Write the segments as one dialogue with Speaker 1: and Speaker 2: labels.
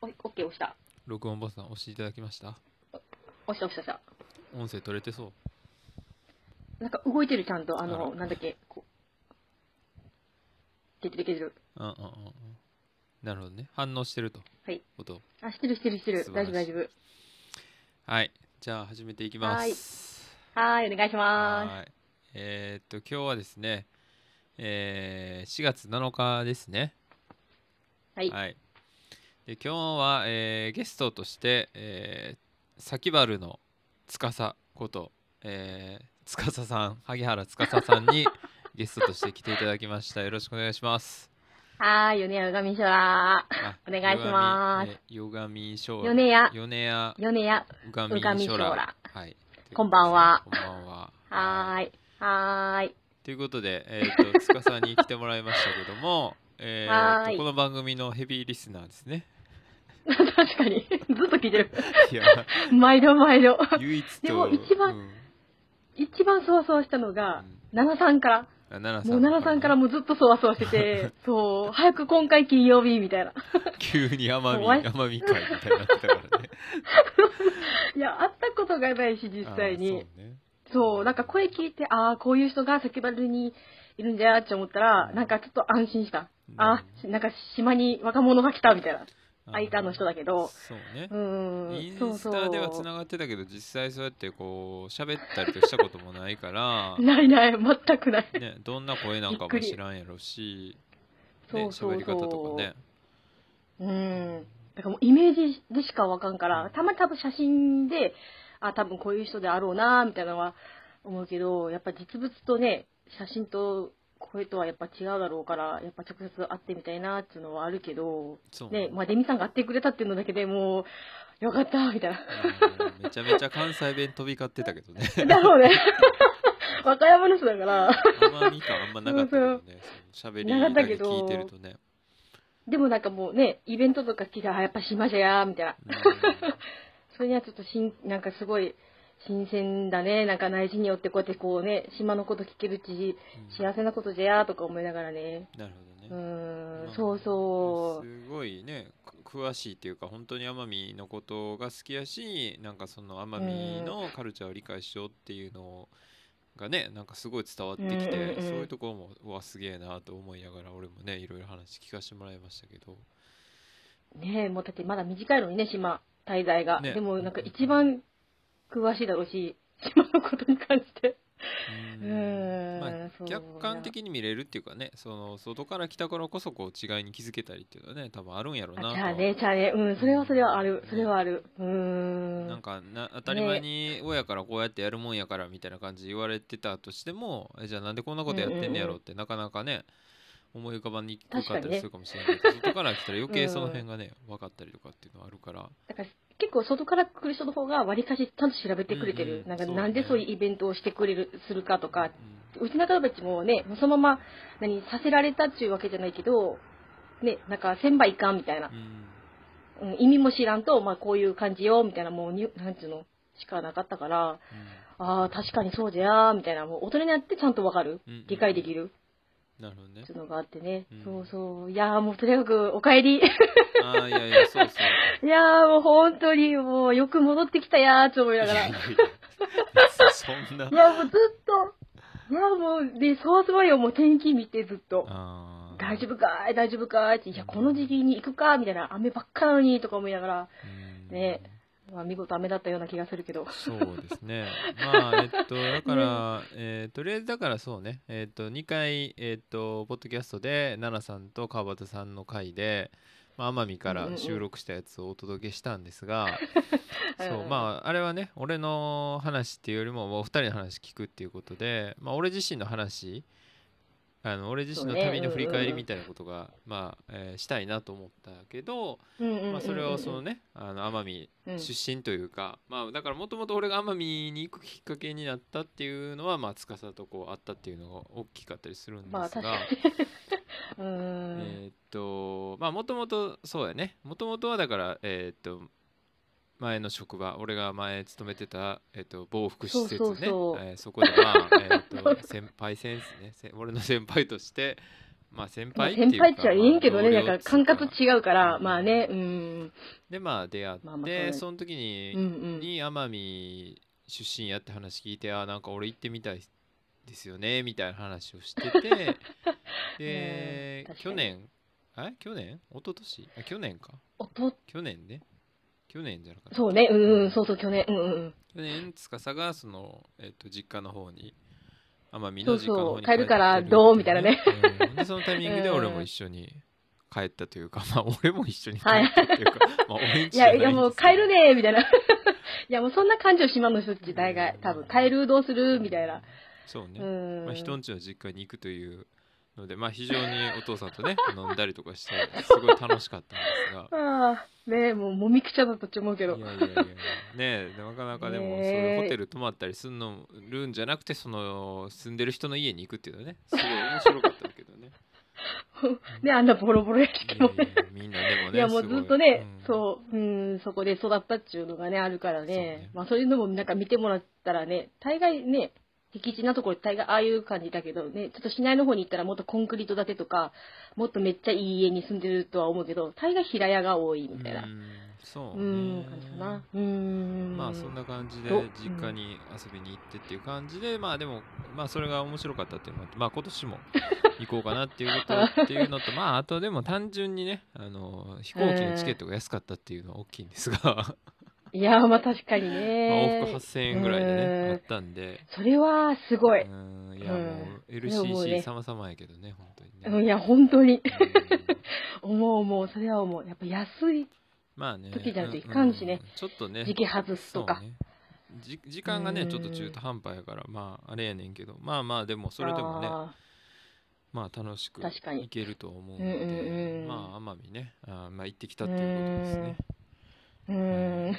Speaker 1: お OK 押した。
Speaker 2: 録音ボタン押していただきました
Speaker 1: 押した押した押し
Speaker 2: 音声取れてそう
Speaker 1: た。なんか動いてる、ちゃんと。あ
Speaker 2: あ
Speaker 1: の、
Speaker 2: ら
Speaker 1: なんだっけ、こう。できるできる。
Speaker 2: うんうんうんうんなるほどね反応してると
Speaker 1: はい
Speaker 2: 音
Speaker 1: あ、してるしてるしてる
Speaker 2: 素。晴ら
Speaker 1: 大
Speaker 2: し
Speaker 1: 丈
Speaker 2: い
Speaker 1: 夫大丈夫。
Speaker 2: はいじゃあ始めていきます
Speaker 1: はーい、お願いしま
Speaker 2: はいえー、っと今日はですねえー、4月7日ですね
Speaker 1: す。はい。
Speaker 2: で今日は、えーゲストとして、えー、サキバルの司こと、えー、司さん萩原司さんにゲストとして来ていただきましたよろしくお願いします
Speaker 1: はーい、米屋うがみしょら
Speaker 2: あ
Speaker 1: お願いします
Speaker 2: よがみしょ
Speaker 1: ー。米屋、
Speaker 2: 米屋
Speaker 1: 米屋、
Speaker 2: うがみ
Speaker 1: うがみ
Speaker 2: し
Speaker 1: し
Speaker 2: ょ
Speaker 1: ょ
Speaker 2: ら
Speaker 1: ら
Speaker 2: はい
Speaker 1: こんばんは
Speaker 2: こんばんは
Speaker 1: はーい。はーい。
Speaker 2: ということで、えー、と司さんに来てもらいましたけども、えーと
Speaker 1: はーい
Speaker 2: この番組のヘビーリスナーです ね。
Speaker 1: 確かに。ずっと聞いてる。
Speaker 2: いや、
Speaker 1: 毎度毎度。
Speaker 2: 唯一と。
Speaker 1: でも一番
Speaker 2: うん
Speaker 1: 一番そわそわしたの
Speaker 2: う
Speaker 1: が
Speaker 2: ん、
Speaker 1: 奈々さんから。
Speaker 2: あ奈
Speaker 1: も
Speaker 2: 良
Speaker 1: う
Speaker 2: さん
Speaker 1: 奈良さんからもうずっとそわそわしてて、そう、早く今回金曜日みたいな。
Speaker 2: 急に奄美
Speaker 1: お前
Speaker 2: 奄美会みたいになってたからね
Speaker 1: いや、会ったことがないし、 実際に。
Speaker 2: あーそうね
Speaker 1: そうなんか声聞いて、ああ、こういう人が叫ばれにいるんじゃって思ったら、なんかちょっと安心した。あーなんか島に若者が来たみたいな。
Speaker 2: うん
Speaker 1: 相手の人だけど。
Speaker 2: そうね
Speaker 1: う、ーん。
Speaker 2: イン
Speaker 1: そう
Speaker 2: ス
Speaker 1: そ
Speaker 2: タではつ
Speaker 1: う。
Speaker 2: ながってたけど実際そうやってこう喋ったりとしたこともないか ら
Speaker 1: ないない、全くない。
Speaker 2: ねどんな声なんか
Speaker 1: び
Speaker 2: も
Speaker 1: っくり
Speaker 2: 知らんやろしね
Speaker 1: そうそう
Speaker 2: 喋り方と
Speaker 1: そ
Speaker 2: かね
Speaker 1: う。うん。だからもうイメージでしかわかんから、たまに多分写真で、あ、多分こういう人であろうな、みたいなのは思うけど、やっぱ実物とね、写真と声とはやっぱ違うだろうから、やっぱ直接会ってみたいなっていうのはあるけど、
Speaker 2: そう
Speaker 1: ね、まあ、デミさんが会ってくれたっていうのだけでもう、よかった、みたいな。
Speaker 2: うんめちゃめちゃ関西弁飛び交ってたけどね
Speaker 1: だろう ね。和歌山の人だから。
Speaker 2: 奄美感あんまなかったけどねその喋
Speaker 1: なか
Speaker 2: り
Speaker 1: っ
Speaker 2: だ
Speaker 1: たけ
Speaker 2: け
Speaker 1: ど
Speaker 2: 聞いてるとね
Speaker 1: でもなんかもうね、イベントとか来て、あ、やっぱ島じゃや、みたいな。 それにはちょっとしん、なんかすごい、新鮮だね。なんか内地によってこうやってこうね、島のこと聞けるし、
Speaker 2: うん
Speaker 1: 幸せなことじゃや、とか思いながらね。
Speaker 2: なるほどね
Speaker 1: うー
Speaker 2: まあ
Speaker 1: ん、そうそう。
Speaker 2: すごいねく詳しいっていうか本当に奄美のことが好きやしなんかその奄美のカルチャーを理解しようっていうのがねなんかすごい伝わってきて、
Speaker 1: うんうんうん
Speaker 2: そういうところもうわすげえなと思いながら俺もねいろいろ話聞かせてもらいましたけど
Speaker 1: ねえ、もうだってまだ短いのにね、島、滞在が。
Speaker 2: ね
Speaker 1: でもなんか一番詳しいだろうし、島のことに関して。
Speaker 2: う
Speaker 1: う
Speaker 2: ーん
Speaker 1: ーん
Speaker 2: ま
Speaker 1: そ
Speaker 2: あ、
Speaker 1: う
Speaker 2: 客観的に見れるっていうかねその外から来たからこそこう違いに気づけたりっていうのはね多分あるんやろうなと
Speaker 1: あ
Speaker 2: は
Speaker 1: じゃあね、じゃあね、うん、それはそれはある、それはある。うー
Speaker 2: なん
Speaker 1: ん。
Speaker 2: かな当たり前に親からこうやってやるもんやからみたいな感じで言われてたとしても、えじゃあなんでこんなことやってんねやろってなかなかね思い浮かばにくかっ
Speaker 1: 確
Speaker 2: た
Speaker 1: かに
Speaker 2: り
Speaker 1: ね
Speaker 2: するかもしれないけど、外から来たら余計その辺がね、分かったりとかっていうのはあるから
Speaker 1: だから結構外から来る人の方がわりかしちゃんと調べてくれて
Speaker 2: うん
Speaker 1: る。
Speaker 2: うん
Speaker 1: なんか
Speaker 2: そうだね
Speaker 1: なんでそういうイベントをしてくれる、するかとか。
Speaker 2: う
Speaker 1: うちの方たちもね、そのまま、何、させられたっていうわけじゃないけど、ね、なんか、千倍いかんみたいな、
Speaker 2: んうん
Speaker 1: うん意味も知らんと、まあ、こういう感じよ、みたいな、もうに、なんちゅうの、しかなかったから、ああ、確かにそうじゃー、みたいな、もう大人になってちゃんとわかる。
Speaker 2: うんうん
Speaker 1: 理解できる
Speaker 2: なるほどね
Speaker 1: っていうのがあってね。
Speaker 2: うん
Speaker 1: そうそう。いやーもうとにかく、お帰り。
Speaker 2: ああいやいやそうそう
Speaker 1: いやーもう本当にもうよく戻ってきたやーって思い
Speaker 2: い
Speaker 1: なが
Speaker 2: やい
Speaker 1: ら。 い
Speaker 2: や いやそんな
Speaker 1: やもうずっと、いやもう、で、そうすごいよ、もう天気見てずっと。
Speaker 2: あー
Speaker 1: 大丈夫かーい、大丈夫かーいって、いや、この時期に行くかーみたいな、雨ばっかなのにとか思いながら、
Speaker 2: うん
Speaker 1: ねまあ見事雨だったような気がするけど。
Speaker 2: そうですね。まあ、えっと、だから、えーとりあえずだからそうね、えっと、2回、えっと、ポッドキャストで、奈良さんと川端さんの回で、まあ、奄美か
Speaker 1: うんう
Speaker 2: ら
Speaker 1: んうん
Speaker 2: 収録したやつをお届けしたんで すが、
Speaker 1: うん
Speaker 2: そう、まあ、あれはね、俺の話っていうよりも、お二人の話聞くっていうことで、まあ、俺自身の話、あの俺自身
Speaker 1: そ
Speaker 2: の
Speaker 1: うね
Speaker 2: 旅の振り返
Speaker 1: うんうん
Speaker 2: り
Speaker 1: うん
Speaker 2: みたいなことが、まあ、えーしたいなと思ったけど、
Speaker 1: うんうんうんうん、
Speaker 2: まあ、それをそのね、あの奄美
Speaker 1: うん、
Speaker 2: 出身というか、まあだからもともと俺が奄美に行くきっかけになったっていうのはまあ司とこうあったっていうのが大きかったりするんですが、
Speaker 1: まあ確か うーん。
Speaker 2: えーっとまあもともとそうやねもともとはだからえーっと前の職場俺が前勤めてた、えーっと防服施設ね
Speaker 1: そうそうそう
Speaker 2: えーそこでまあ、えーっと先輩先生ねせ俺の先輩としてまあ先
Speaker 1: まあ
Speaker 2: 輩っていう
Speaker 1: 先輩っちゃいいんけどね、
Speaker 2: ま
Speaker 1: な
Speaker 2: あ
Speaker 1: ん
Speaker 2: 同僚っ
Speaker 1: か
Speaker 2: つう
Speaker 1: 感覚違うから、まあね、うん。
Speaker 2: でまあ出会って、
Speaker 1: まあまあそうだね
Speaker 2: その時
Speaker 1: うんう
Speaker 2: に、
Speaker 1: ん。
Speaker 2: に奄美出身やって話聞いてあなんか俺行ってみたいですよねみたいな話をして て
Speaker 1: う
Speaker 2: で
Speaker 1: ん確か
Speaker 2: 去
Speaker 1: に
Speaker 2: 年え去年一昨年あ去年か
Speaker 1: おと、
Speaker 2: 去年ね去年じゃなかった
Speaker 1: そうね、うんうん、そうそう、去年、うんうん。
Speaker 2: 去年司がその、えっと実家の方に奄美
Speaker 1: そ
Speaker 2: の
Speaker 1: う
Speaker 2: 実家の
Speaker 1: そ
Speaker 2: 方
Speaker 1: う
Speaker 2: に
Speaker 1: 帰るから
Speaker 2: 帰って
Speaker 1: どうみたいなね
Speaker 2: う んでそのタイミングで俺も一緒に帰ったというか、まあ俺も一緒に帰
Speaker 1: はい
Speaker 2: ったというか、まあ俺ん
Speaker 1: い
Speaker 2: ちじゃな
Speaker 1: や、
Speaker 2: いんですけど
Speaker 1: いやもう帰るねみたいな。い や、もうそんな感情、島の人たち大概、多分、帰るどうするみたいな。
Speaker 2: そうね、
Speaker 1: うん。
Speaker 2: まあ、人んちの実家に行くというのでまあ非常にお父さんと ね飲んだりとかしてすごい楽しかったんですが
Speaker 1: ああ、ねえもうもみくちゃだとっち思うけど
Speaker 2: い。やいやいやいやねえなかなかでもそう
Speaker 1: ねえ
Speaker 2: いうホテル泊まったりするのるんじゃなくてその住んでる人の家に行くっていうのはねすごい面白かったけど ね
Speaker 1: ね、あんなボロボロや
Speaker 2: いや
Speaker 1: け
Speaker 2: い
Speaker 1: ど
Speaker 2: や
Speaker 1: ね。
Speaker 2: みんなでも
Speaker 1: い
Speaker 2: ね
Speaker 1: や、もう
Speaker 2: すごい
Speaker 1: ずっとね、
Speaker 2: うん
Speaker 1: そう、うん、そこで育ったっていうのがね、あるからね。
Speaker 2: そうね
Speaker 1: まあ、そういうのもなんか見てもらったらね、大概ね、僻地なところ、大概ああいう感じだけどね、ちょっと市内の方に行ったらもっとコンクリート建てとか、もっとめっちゃいい家に住んでるとは思うけど、大概平屋が多いみたいな
Speaker 2: う。んそ
Speaker 1: う
Speaker 2: うね
Speaker 1: ん、感じかな。うん。
Speaker 2: まあそんな感じで
Speaker 1: お
Speaker 2: 実家に遊びに行ってっていう感じで、まあでもまあそれが面白かったっていうのもあってまあ今 年も行こうかなっていうことっていうのとまああとでも単純にねあの飛行機のチケットが安かったっていうのは大きいんですが まあ
Speaker 1: いや、まあ確かに
Speaker 2: 往復
Speaker 1: ね。
Speaker 2: 8000円ぐらいで
Speaker 1: う
Speaker 2: ね
Speaker 1: ん
Speaker 2: あったんで
Speaker 1: それはすごい。
Speaker 2: うんいやもう
Speaker 1: うんでももう
Speaker 2: LCC
Speaker 1: ね
Speaker 2: 様々やけどね本当に
Speaker 1: うん
Speaker 2: ね
Speaker 1: いや、本当に。
Speaker 2: うん
Speaker 1: 思う思う。それは思う。やっぱ安い
Speaker 2: まあね
Speaker 1: 時じゃないといかんしね
Speaker 2: ううちょっとね
Speaker 1: 時期外すとか。
Speaker 2: そうねじ時間がね
Speaker 1: うん
Speaker 2: ちょっと中途半端やからまああれやねんけどまあまあでもそれでもね
Speaker 1: あ
Speaker 2: まあ楽しく
Speaker 1: 確かに
Speaker 2: いけると思うの
Speaker 1: うんうん
Speaker 2: で
Speaker 1: うん
Speaker 2: まあ奄美ねあーまあ行ってきたっていうことですね
Speaker 1: ーうーん。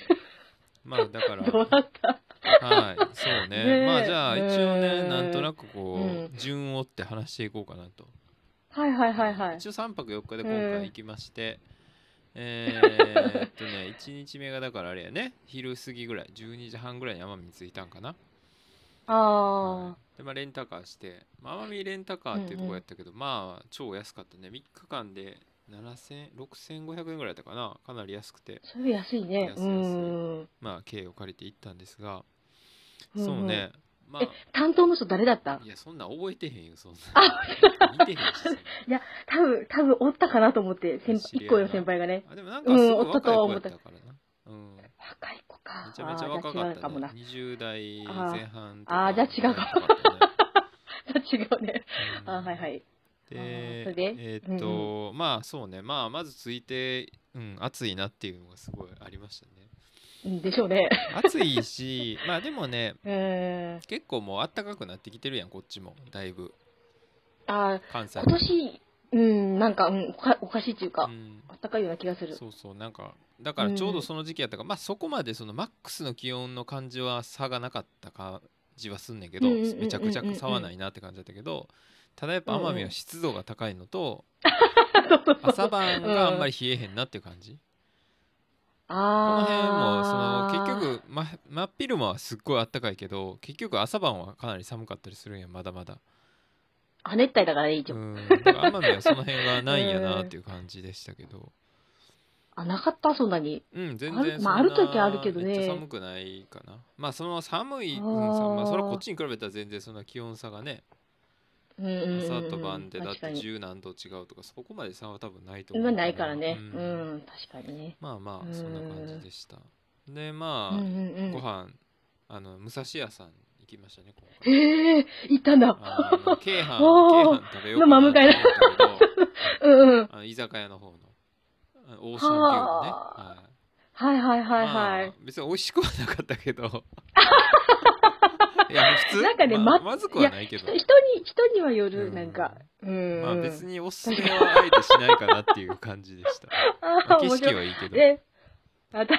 Speaker 2: まあ だから
Speaker 1: どうだった
Speaker 2: はいそう
Speaker 1: ね
Speaker 2: ね
Speaker 1: え
Speaker 2: まあじゃあ一応
Speaker 1: う
Speaker 2: ね
Speaker 1: ん
Speaker 2: なんとなくこ
Speaker 1: う
Speaker 2: う順を追って話していこうかなと
Speaker 1: はいはいはいはい。
Speaker 2: 一応3泊4日で今
Speaker 1: うん
Speaker 2: 回行きましてえーっ とね1日目がだからあれやね昼過ぎぐらい12時半ぐらいに奄美に着いたんかな
Speaker 1: あ
Speaker 2: はいでまあ、レンタカーして、まあ、奄美レンタカーっていうとこやったけど、まあ超安かったね3日間で7000 6500円ぐらいだったかなかなり安くて
Speaker 1: あ、それ安いね。
Speaker 2: 安
Speaker 1: う
Speaker 2: い
Speaker 1: ーん。
Speaker 2: まあ軽を借りて行ったんですが、
Speaker 1: うんうん
Speaker 2: そうねまあ
Speaker 1: え担当の人誰だった
Speaker 2: いやそんなん覚えてへんよそんなん見てへんしそんなん
Speaker 1: 多分、多分おったかなと思って、先
Speaker 2: 知り合い
Speaker 1: 一個の
Speaker 2: が
Speaker 1: 先輩がね。
Speaker 2: あでもなんかすご
Speaker 1: う
Speaker 2: い
Speaker 1: んお
Speaker 2: 若
Speaker 1: っ
Speaker 2: い
Speaker 1: たとは
Speaker 2: 子
Speaker 1: 思
Speaker 2: や
Speaker 1: っ
Speaker 2: った
Speaker 1: た
Speaker 2: からな、うん、め
Speaker 1: 若い子か。
Speaker 2: ちゃめちゃ
Speaker 1: あー
Speaker 2: 若
Speaker 1: じゃ
Speaker 2: か
Speaker 1: あ違
Speaker 2: っ
Speaker 1: う
Speaker 2: た
Speaker 1: かも
Speaker 2: ね
Speaker 1: な。じ
Speaker 2: 20代
Speaker 1: あー
Speaker 2: 前半と
Speaker 1: あーじゃあ違うか
Speaker 2: 若かったね
Speaker 1: ゃあ違うね。
Speaker 2: う ん
Speaker 1: あーはいはい。
Speaker 2: で
Speaker 1: あーそれで
Speaker 2: えーっと、まあそうねまあまずついて、うん、暑いなっていうのがすごいありましたね
Speaker 1: うんでしょうね。
Speaker 2: 暑 いしまあでもね
Speaker 1: うーん。
Speaker 2: 結構もう暖かくなってきてるやんこっちもだいぶ
Speaker 1: あー
Speaker 2: 関西
Speaker 1: 今
Speaker 2: も
Speaker 1: 年、うん、なんか、うん、おかおかしいっていうか、
Speaker 2: うん
Speaker 1: あったかいような気がする。
Speaker 2: そうそうなんかだからちょうどその時期やったから、まあそこまでそのマックスの気温の感じは差がなかった感じはすんねんけど、
Speaker 1: うんうんうんうんうん
Speaker 2: めちゃくちゃ差はないなって感じだったけどただやっぱ奄美は湿度が高い のと、朝晩があんまり冷えへんなっていう感じ、この辺もそ
Speaker 1: あ
Speaker 2: の
Speaker 1: ー
Speaker 2: 結局ま真っ昼間はすっごい暖かいけど結局朝晩はかなり寒かったりするんやまだまだ
Speaker 1: 亜熱帯だからね一
Speaker 2: う
Speaker 1: 応、
Speaker 2: んだから奄美はその辺がないんやなっていう感じでしたけど
Speaker 1: あなかったそんなに
Speaker 2: うん全
Speaker 1: ある
Speaker 2: 然そんな
Speaker 1: まあある時はあるけどね
Speaker 2: めっちゃ寒くないかなまあその寒い、うん、さ
Speaker 1: あー
Speaker 2: まあそれはこっちに比べたら全然そんな気温差がね
Speaker 1: うんうんうんうん
Speaker 2: 朝と晩でだっ
Speaker 1: 確か
Speaker 2: て
Speaker 1: に
Speaker 2: 十何度違うとかそこまで差は多分ないと思う
Speaker 1: 今ないからね
Speaker 2: うん
Speaker 1: うん、確かにね
Speaker 2: まあま
Speaker 1: う
Speaker 2: あ
Speaker 1: ん
Speaker 2: そんな感じでしたで
Speaker 1: う
Speaker 2: ま
Speaker 1: ん
Speaker 2: あ
Speaker 1: うんう
Speaker 2: ご
Speaker 1: ん
Speaker 2: 飯あの武蔵屋さん行きましたね今回
Speaker 1: へえ行ったんだ
Speaker 2: あの京阪
Speaker 1: おー
Speaker 2: 京阪食べようかなと思ったけど
Speaker 1: うんうん
Speaker 2: あの居酒屋の方のあオーシャンビューのね、
Speaker 1: はあ
Speaker 2: はい
Speaker 1: はいはいはい
Speaker 2: ま
Speaker 1: はい、
Speaker 2: あ別に美味しくはなかったけど いや普通
Speaker 1: なんかね
Speaker 2: ま
Speaker 1: ま
Speaker 2: まずくはないけど
Speaker 1: 人に人にはよる、
Speaker 2: うん
Speaker 1: なんかうん、
Speaker 2: まあ別におすすめはあえてしないかなっていう感じで した、ま
Speaker 1: あ
Speaker 2: あ
Speaker 1: ー
Speaker 2: 景
Speaker 1: 面
Speaker 2: 色
Speaker 1: 白い
Speaker 2: はいいけど、
Speaker 1: えあた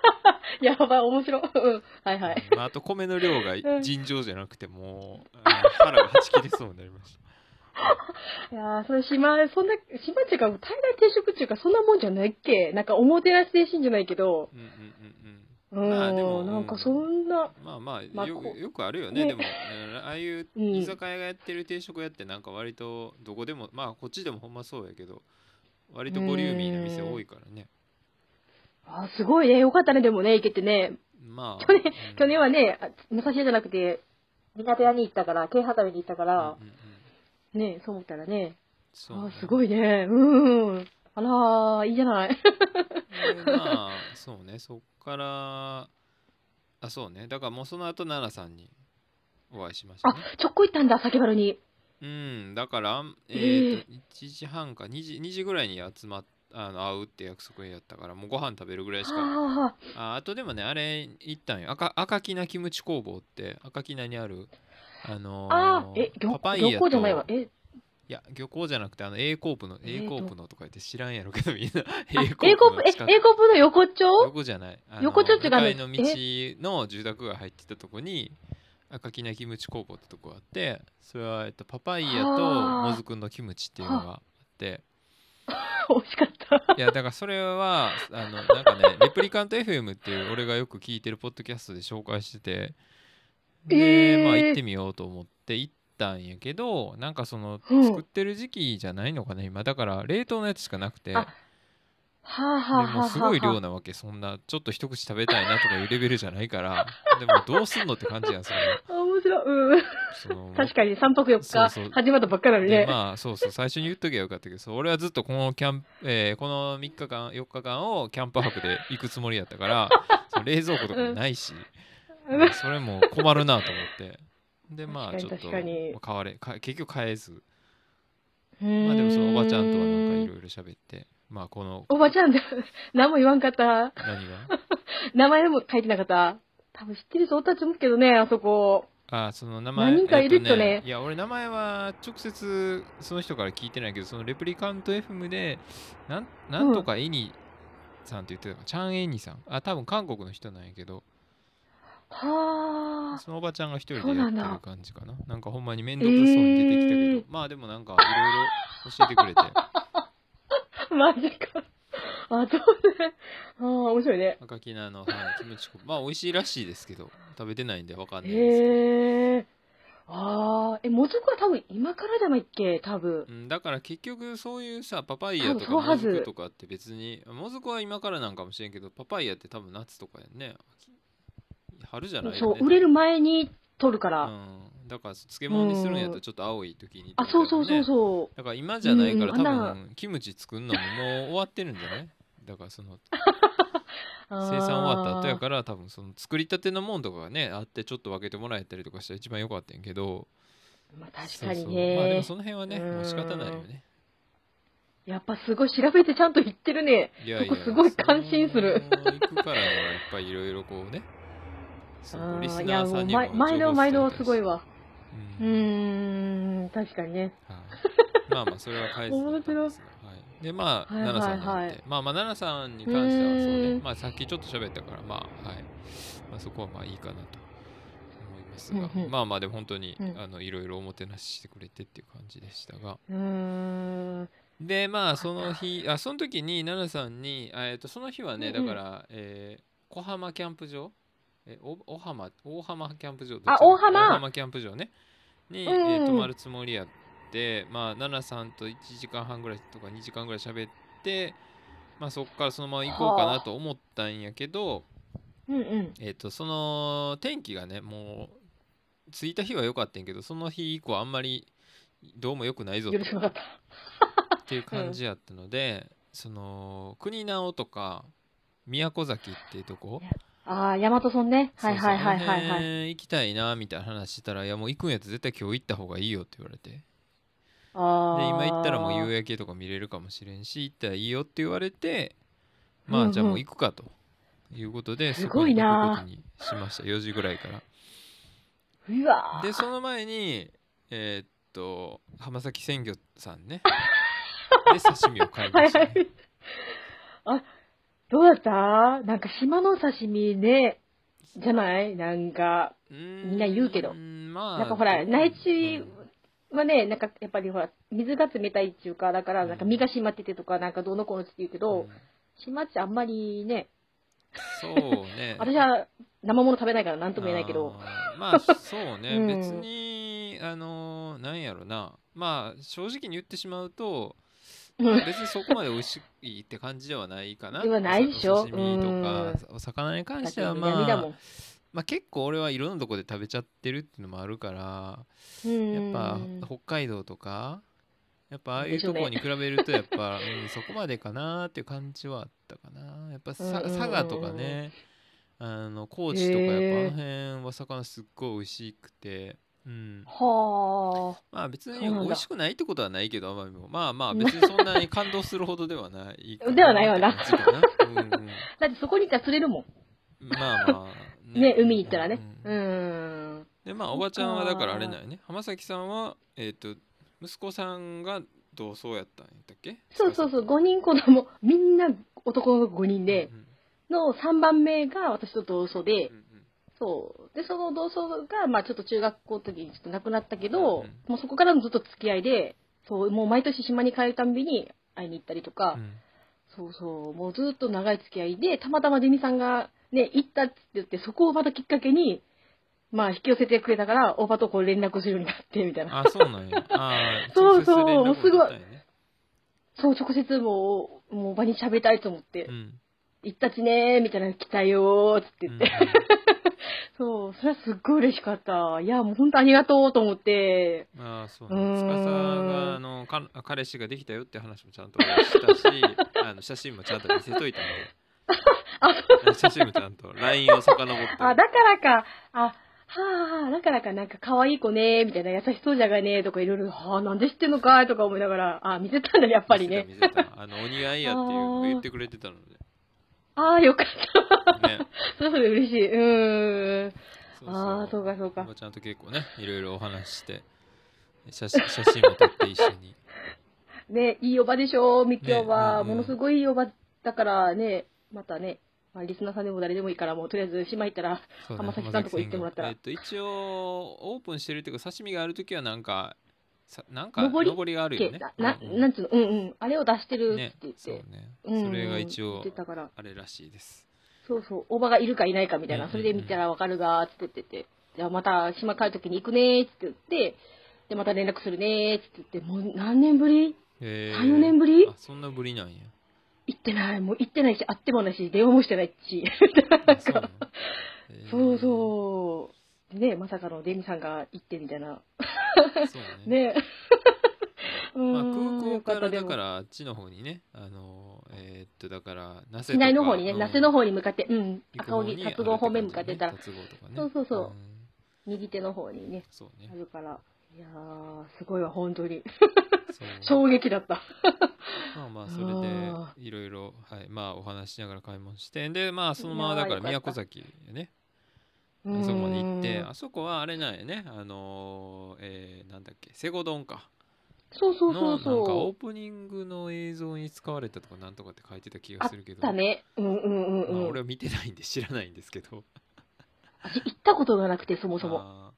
Speaker 1: やばい面白いうんはいはい
Speaker 2: まあ、あと米の量が
Speaker 1: ん
Speaker 2: 尋常じゃなくてもうあの腹がはち切れそうになりました
Speaker 1: いやーそれ島そんな島っていうか大概定食っていうかそんなもんじゃないっけなんかおもてなし精神じゃないけど
Speaker 2: うんうんうんうん
Speaker 1: うん、
Speaker 2: まあでも
Speaker 1: なんかそんな、
Speaker 2: まあま
Speaker 1: ま
Speaker 2: あ
Speaker 1: あ
Speaker 2: よ
Speaker 1: こう
Speaker 2: よくあるよね
Speaker 1: ね
Speaker 2: でもうんああいう
Speaker 1: うん
Speaker 2: 居酒屋がやってる定食屋ってなんか割とどこでもまあこっちでもほんまそうやけど割とボリューミーな店多いからね
Speaker 1: あすごいね、よかったね、でもね、行けてね。
Speaker 2: まあ
Speaker 1: 去年
Speaker 2: うん
Speaker 1: 去年はね、あ武蔵屋じゃなくて、港屋に行ったから、京畑に行ったか
Speaker 2: うん
Speaker 1: ら、
Speaker 2: うんうん
Speaker 1: ね、そう思ったらね、
Speaker 2: そう
Speaker 1: あ
Speaker 2: ね
Speaker 1: すごいね、うん。あらー、いいじゃない。
Speaker 2: でまあそうねそっからあそうねだからもうその後奈良さんにお会いしました
Speaker 1: あ
Speaker 2: ね、
Speaker 1: ちょっこ行ったんだ、酒丸に。
Speaker 2: うんだからえっ、と1時半か2時 ,2 時ぐらいに集まっあの会うって約束やったからもうご飯食べるぐらいしか
Speaker 1: はあ、
Speaker 2: ああとでもねあれ行ったんよ赤赤きなキムチ工房って赤きなにあるあのー
Speaker 1: あー、え、
Speaker 2: パ
Speaker 1: 漁
Speaker 2: パイヤ
Speaker 1: 漁港じゃないわ。
Speaker 2: と
Speaker 1: え、
Speaker 2: いや漁港じゃなくてあの A コープの
Speaker 1: え
Speaker 2: A
Speaker 1: ーと
Speaker 2: コープのとか言って知らんやろけどみんな
Speaker 1: あ英国、え、英国の横丁
Speaker 2: 横じゃないあの
Speaker 1: 横ちょっと違う
Speaker 2: 向
Speaker 1: の
Speaker 2: かいの道の住宅が入ってたとこに赤きなキムチ工房ってとこがあってそれは、えっと、パパイヤと
Speaker 1: はあ
Speaker 2: もずくんのキムチっていうのがあって
Speaker 1: 惜しかった。
Speaker 2: いやだからそれはあのなんかねレプリカント FM っていう俺がよく聞いてるポッドキャストで紹介しててで、
Speaker 1: えー
Speaker 2: まあ行ってみようと思って行ったんやけどなんかその
Speaker 1: うん
Speaker 2: 作ってる時期じゃないのかな今だから冷凍のやつしかなくて。
Speaker 1: あはあ、はあ、
Speaker 2: で
Speaker 1: はあは
Speaker 2: も
Speaker 1: あ。
Speaker 2: すごい量なわけそんなちょっと一口食べたいなとかいうレベルじゃないからでもどうすんのって感じやんそれ
Speaker 1: あ、面白い。うん。
Speaker 2: その
Speaker 1: 確かに3泊4日
Speaker 2: そうそう
Speaker 1: 始まったばっかなのにね。
Speaker 2: でまあそうそう最初に言っときゃよかったけどそう俺はずっとこのキャンプ、えーこの3日間4日間をキャンプ泊で行くつもりやったから その冷蔵庫とかもないし、
Speaker 1: うん
Speaker 2: まあそれも困るなと思ってでまあちょ
Speaker 1: 確か
Speaker 2: っ
Speaker 1: に確かに
Speaker 2: と買われか結局買えず
Speaker 1: ま
Speaker 2: まあでもそのおばちゃんとはなんかいろ
Speaker 1: い
Speaker 2: いろ喋ってまあこの
Speaker 1: おばちゃんだ。何も言わんかった。
Speaker 2: 何が
Speaker 1: 名前も書いてなかった。多分知ってる人おったと思うけどね、あそこ。
Speaker 2: あその名前
Speaker 1: 何人かいるっ
Speaker 2: えと
Speaker 1: ね
Speaker 2: いや俺名前は直接その人から聞いてないけどそのレプリカント FM でなんなんとかエニさんって言ってたから、チャンエニさんあ多分韓国の人なんやけど
Speaker 1: はあ。
Speaker 2: そのおばちゃんが一人
Speaker 1: そう
Speaker 2: で
Speaker 1: な
Speaker 2: やっ
Speaker 1: ん
Speaker 2: て
Speaker 1: だ
Speaker 2: る感じかななんかほんまに面倒くさそうに出てきたけど、
Speaker 1: えー
Speaker 2: まあでもなんかいろいろ教えてくれて
Speaker 1: マジか。あ、そうね。ああ、面白いね。
Speaker 2: 赤きなの、はい、キムチ粉まあ美味しいらしいですけど食べてないんでわかんないですけど、
Speaker 1: へえ。ああ。え、もずくは多分今からじゃないっけ多分。
Speaker 2: うん、だから結局そういうさパパイ
Speaker 1: 多
Speaker 2: ヤと
Speaker 1: 分そ
Speaker 2: か
Speaker 1: う
Speaker 2: も
Speaker 1: は
Speaker 2: ず
Speaker 1: ず
Speaker 2: くとかって別にもずくは今からなんかもしれんけどパパイヤって多分夏とかやんね秋春じゃないよ
Speaker 1: そ
Speaker 2: ね
Speaker 1: う、売れる前に取るか
Speaker 2: う
Speaker 1: ら。
Speaker 2: ん、だから漬物にするんやったらちょっと青い時に、
Speaker 1: あ、そうそうそう
Speaker 2: う
Speaker 1: そう。
Speaker 2: だから今じゃないから
Speaker 1: う
Speaker 2: 多
Speaker 1: んあんな
Speaker 2: 分キムチ作るのももう終わってるんじゃないだからその
Speaker 1: あー
Speaker 2: 生産終わった後やから多分その作りたてのもんとかがねあってちょっと分けてもらえたりとかしたら一番良かったんやけど
Speaker 1: まあ確かに
Speaker 2: そうそうまあでも
Speaker 1: ね。
Speaker 2: その辺はね
Speaker 1: うん
Speaker 2: もう仕方ないよね
Speaker 1: やっぱすごい調べてちゃんと言ってるね。
Speaker 2: いやい
Speaker 1: そ
Speaker 2: や
Speaker 1: こすごい感心する
Speaker 2: その行くからにはやっぱりいろいろこうねそう
Speaker 1: うん
Speaker 2: リス
Speaker 1: い
Speaker 2: ナ
Speaker 1: や、
Speaker 2: ー
Speaker 1: も
Speaker 2: さ
Speaker 1: うん
Speaker 2: にも
Speaker 1: 毎毎度毎度すごい
Speaker 2: わ、
Speaker 1: わ。う
Speaker 2: うん
Speaker 1: ーん、確かにね。
Speaker 2: はいまあまあそれは返す
Speaker 1: 面白い
Speaker 2: ですがはい、でまあ
Speaker 1: はいはい
Speaker 2: 奈良さんに
Speaker 1: は
Speaker 2: 会
Speaker 1: い
Speaker 2: ってまあまあ奈良さんに関してはそう
Speaker 1: う
Speaker 2: ね
Speaker 1: ん
Speaker 2: まあさっきちょっと喋ったからまあはいまあそこはまあいいかなと思いますが、
Speaker 1: うんうん
Speaker 2: まあまあでも本当に、
Speaker 1: うん
Speaker 2: あのいろいろおもてなししてくれてっていう感じでしたが
Speaker 1: うーん。
Speaker 2: でまあ
Speaker 1: た
Speaker 2: その日あその時に奈々さんにあ、えっとその日はね、
Speaker 1: うんうん
Speaker 2: だから、えー小浜キャンプ場えおお浜大浜キャンプ場どっち
Speaker 1: あ
Speaker 2: だ
Speaker 1: 大浜
Speaker 2: 大浜キャンプ場ねに、
Speaker 1: うんうん
Speaker 2: えー泊まるつもりやってまあ奈々さんと1時間半ぐらいとか2時間ぐらい喋ってまあそこからそのまま行こうかなと思ったんやけど、
Speaker 1: うんうん。
Speaker 2: えっとその天気がねもう着いた日は良かったんやけどその日以降あんまりどうも良くないぞと
Speaker 1: 許せなかった。
Speaker 2: っていう感じやったので、その国直とか宮古崎っていうとこ
Speaker 1: ああ、大和村ね。はいはいはい
Speaker 2: そうそうあ
Speaker 1: は
Speaker 2: の
Speaker 1: いはい。
Speaker 2: 辺行きたいなみたいな話してたら「いやもう行くんやったら絶対今日行った方がいいよ」って言われてで
Speaker 1: ああ。
Speaker 2: 今行ったらもう夕焼けとか見れるかもしれんし行ったらいいよって言われてまあじゃあもう行くかということで、
Speaker 1: すごいな
Speaker 2: そこに行くことにしました4時ぐらいから
Speaker 1: うわー
Speaker 2: でその前にえーっと浜崎鮮魚さんねで刺身を買い
Speaker 1: は
Speaker 2: ま
Speaker 1: い
Speaker 2: した、
Speaker 1: は
Speaker 2: ね
Speaker 1: い。あ、どうだったなんか島の刺身ね、じゃないなんか、
Speaker 2: み
Speaker 1: みんな言うけど
Speaker 2: まあ、
Speaker 1: なんかほら、内地
Speaker 2: うん
Speaker 1: はね、なんかやっぱりほら、水が冷たいっていうか、だからなんか身が締まっててとか、なんかどうのこうのって言うけど、
Speaker 2: うん
Speaker 1: 島ってあんまりね、
Speaker 2: そうね
Speaker 1: 私は生もの食べないから何とも言えないけど
Speaker 2: あーまあそうね、
Speaker 1: うん
Speaker 2: 別にあのーなんやろなまあ正直に言ってしまうと
Speaker 1: うん
Speaker 2: 別にそこまで美味しいって感じではないかな
Speaker 1: ではないでしょ
Speaker 2: お刺身とかお魚に関してはま
Speaker 1: だって南だも
Speaker 2: あ
Speaker 1: ん、
Speaker 2: まあ結構俺はいろんなとこで食べちゃってるっていうのもあるから
Speaker 1: うん
Speaker 2: やっぱ北海道とかやっぱああいうところに比べるとやっぱ、 うん、そこまでかなっていう感じはあったかなやっぱさ
Speaker 1: うんうんうんうん
Speaker 2: 佐賀とかねあの高知とか
Speaker 1: へえ
Speaker 2: やっぱあの辺は魚すっごい美味しくて、うん、
Speaker 1: はあ
Speaker 2: まあ別に
Speaker 1: そうなんだ
Speaker 2: 美味しくないってことはないけど奄美もまあまあ別にそんなに感動するほどではないか
Speaker 1: ではないわな
Speaker 2: って感じかなうんうん
Speaker 1: だってそこに行ったら釣れるもん
Speaker 2: まあまあ
Speaker 1: ね海行ったらね
Speaker 2: う
Speaker 1: うんん
Speaker 2: でまあおばちゃんはだからあれだよね浜崎さんはえっ、と息子さんが同窓やったんやったっけ
Speaker 1: そうそうそう
Speaker 2: 司さん
Speaker 1: 5人子供みんな男の5人で
Speaker 2: う、ん
Speaker 1: の3番目が私と同窓で、
Speaker 2: うんうん
Speaker 1: そう。で、その同窓が、まあちょっと中学校の時にちょっと亡くなったけど、
Speaker 2: うんうん
Speaker 1: もうそこからのずっと付き合いで、そう、もう毎年島に帰るたんびに会いに行ったりとか、
Speaker 2: うん
Speaker 1: そうそう、もうずっと長い付き合いで、たまたまデミさんがね、行ったって言って、そこをまたきっかけに、まあ引き寄せてくれたから、おばとこう連絡するようになって、みたいな。
Speaker 2: あそうなん やあー
Speaker 1: そうそう
Speaker 2: 直接連絡
Speaker 1: もうすごい
Speaker 2: もらったんやね
Speaker 1: そう、直接もう、もうおばに喋りたいと思って、
Speaker 2: うん
Speaker 1: 行ったちねー、みたいな、来たよー、つって
Speaker 2: う
Speaker 1: 言っ
Speaker 2: ん
Speaker 1: て。そう、それはすっごい嬉しかった。いや、もう本当ありがとうと思って、
Speaker 2: あーそう
Speaker 1: うー
Speaker 2: ね
Speaker 1: ん
Speaker 2: 司があのか彼氏ができたよって話もちゃんとし たしあの写真もちゃんと見せといたんで写真もちゃんと LINE を遡って
Speaker 1: あ、だからか、あ、はあ、だからか、なんか可愛い子ね、みたいな、優しそうじゃがね、とかいろいろ、はあ、なんで知ってんのかいとか思いながら、あ、見てたんだね、やっぱりね。
Speaker 2: 見せた見せたあのお似合いやっていうのを言ってくれてたので
Speaker 1: ああ、よかっ
Speaker 2: ね
Speaker 1: た。それそれ嬉しい。うーん。
Speaker 2: そうそう
Speaker 1: あーそうかそうか
Speaker 2: おばちゃんと結構ねいろいろお話しして写真写真も撮って一緒 に
Speaker 1: ね、いいおばでしょ、みきおば、
Speaker 2: ねうんう
Speaker 1: も
Speaker 2: ん
Speaker 1: のすごいいいおばだからね、またね、まあ、リスナーさんでも誰でもいいから、もうとりあえず島行ったら、
Speaker 2: そう
Speaker 1: 浜崎さんとこ行ってもらったら
Speaker 2: 浜崎さんがえっと一応オープンしてるっていうか刺身がある時はなんかさなんか
Speaker 1: 上り
Speaker 2: 上りがある
Speaker 1: け
Speaker 2: よね
Speaker 1: な、な
Speaker 2: うんうん
Speaker 1: なんつうの、うんうん、あれを出してるって
Speaker 2: ね
Speaker 1: 言っ
Speaker 2: そう
Speaker 1: て。
Speaker 2: ね
Speaker 1: うん
Speaker 2: それが一
Speaker 1: 言
Speaker 2: 応
Speaker 1: ってたから
Speaker 2: あれらしいです
Speaker 1: そうそう、おばがいるかいないかみたい
Speaker 2: うん
Speaker 1: な、
Speaker 2: うん
Speaker 1: それで見たらわかるがーっつって言ってて、じゃあまた島帰るときに行くねーっつって言って、で、また連絡するねーっつって言って、もう何年ぶり
Speaker 2: へー
Speaker 1: 3、4年ぶり
Speaker 2: あそんなぶり なんや
Speaker 1: 行ってない、もう行ってないし、会ってもないし、電話もしてないし、
Speaker 2: あそうなのへー
Speaker 1: そうそう、ね、まさかのデミさんが行ってみたいな、
Speaker 2: そうね
Speaker 1: ね、うーん
Speaker 2: まあ、空港か
Speaker 1: よった
Speaker 2: ら
Speaker 1: で
Speaker 2: だ
Speaker 1: も
Speaker 2: からあっちの方にね、あのーえーっとだから那
Speaker 1: 市
Speaker 2: 瀬とか
Speaker 1: 内の方にね、
Speaker 2: うん
Speaker 1: 那須の方に向かって、うん、
Speaker 2: 行く
Speaker 1: 赤
Speaker 2: 方
Speaker 1: 荻、
Speaker 2: に
Speaker 1: 達郷方面向かってたら、
Speaker 2: ある感じね達郷とかね
Speaker 1: そうそうそうん右手の方にね、
Speaker 2: そう
Speaker 1: あ
Speaker 2: ね
Speaker 1: るから、いやー、すごいわ、本当に。
Speaker 2: そう
Speaker 1: 衝撃だった。
Speaker 2: まあまあそ
Speaker 1: あ
Speaker 2: れでいろいろはいまあお話ししながら買い物してでまあそのままだ
Speaker 1: い
Speaker 2: から
Speaker 1: やーよ
Speaker 2: 宮
Speaker 1: かっ
Speaker 2: 古
Speaker 1: た
Speaker 2: 崎ね
Speaker 1: うーん
Speaker 2: あそこまで行ってあそこはあれなんやねあのーえーなんだっけセゴドンか
Speaker 1: そうそうそ
Speaker 2: の
Speaker 1: う
Speaker 2: なんかオ
Speaker 1: そ
Speaker 2: ープニングの映像に使われたとかなんとかって書いてた気
Speaker 1: う。
Speaker 2: が
Speaker 1: あっ
Speaker 2: するけど
Speaker 1: たね。うんうんうん
Speaker 2: まあ
Speaker 1: うん。
Speaker 2: 俺は見てないんで知らないんですけど
Speaker 1: 私行ったことがなくて、そもそも。
Speaker 2: あー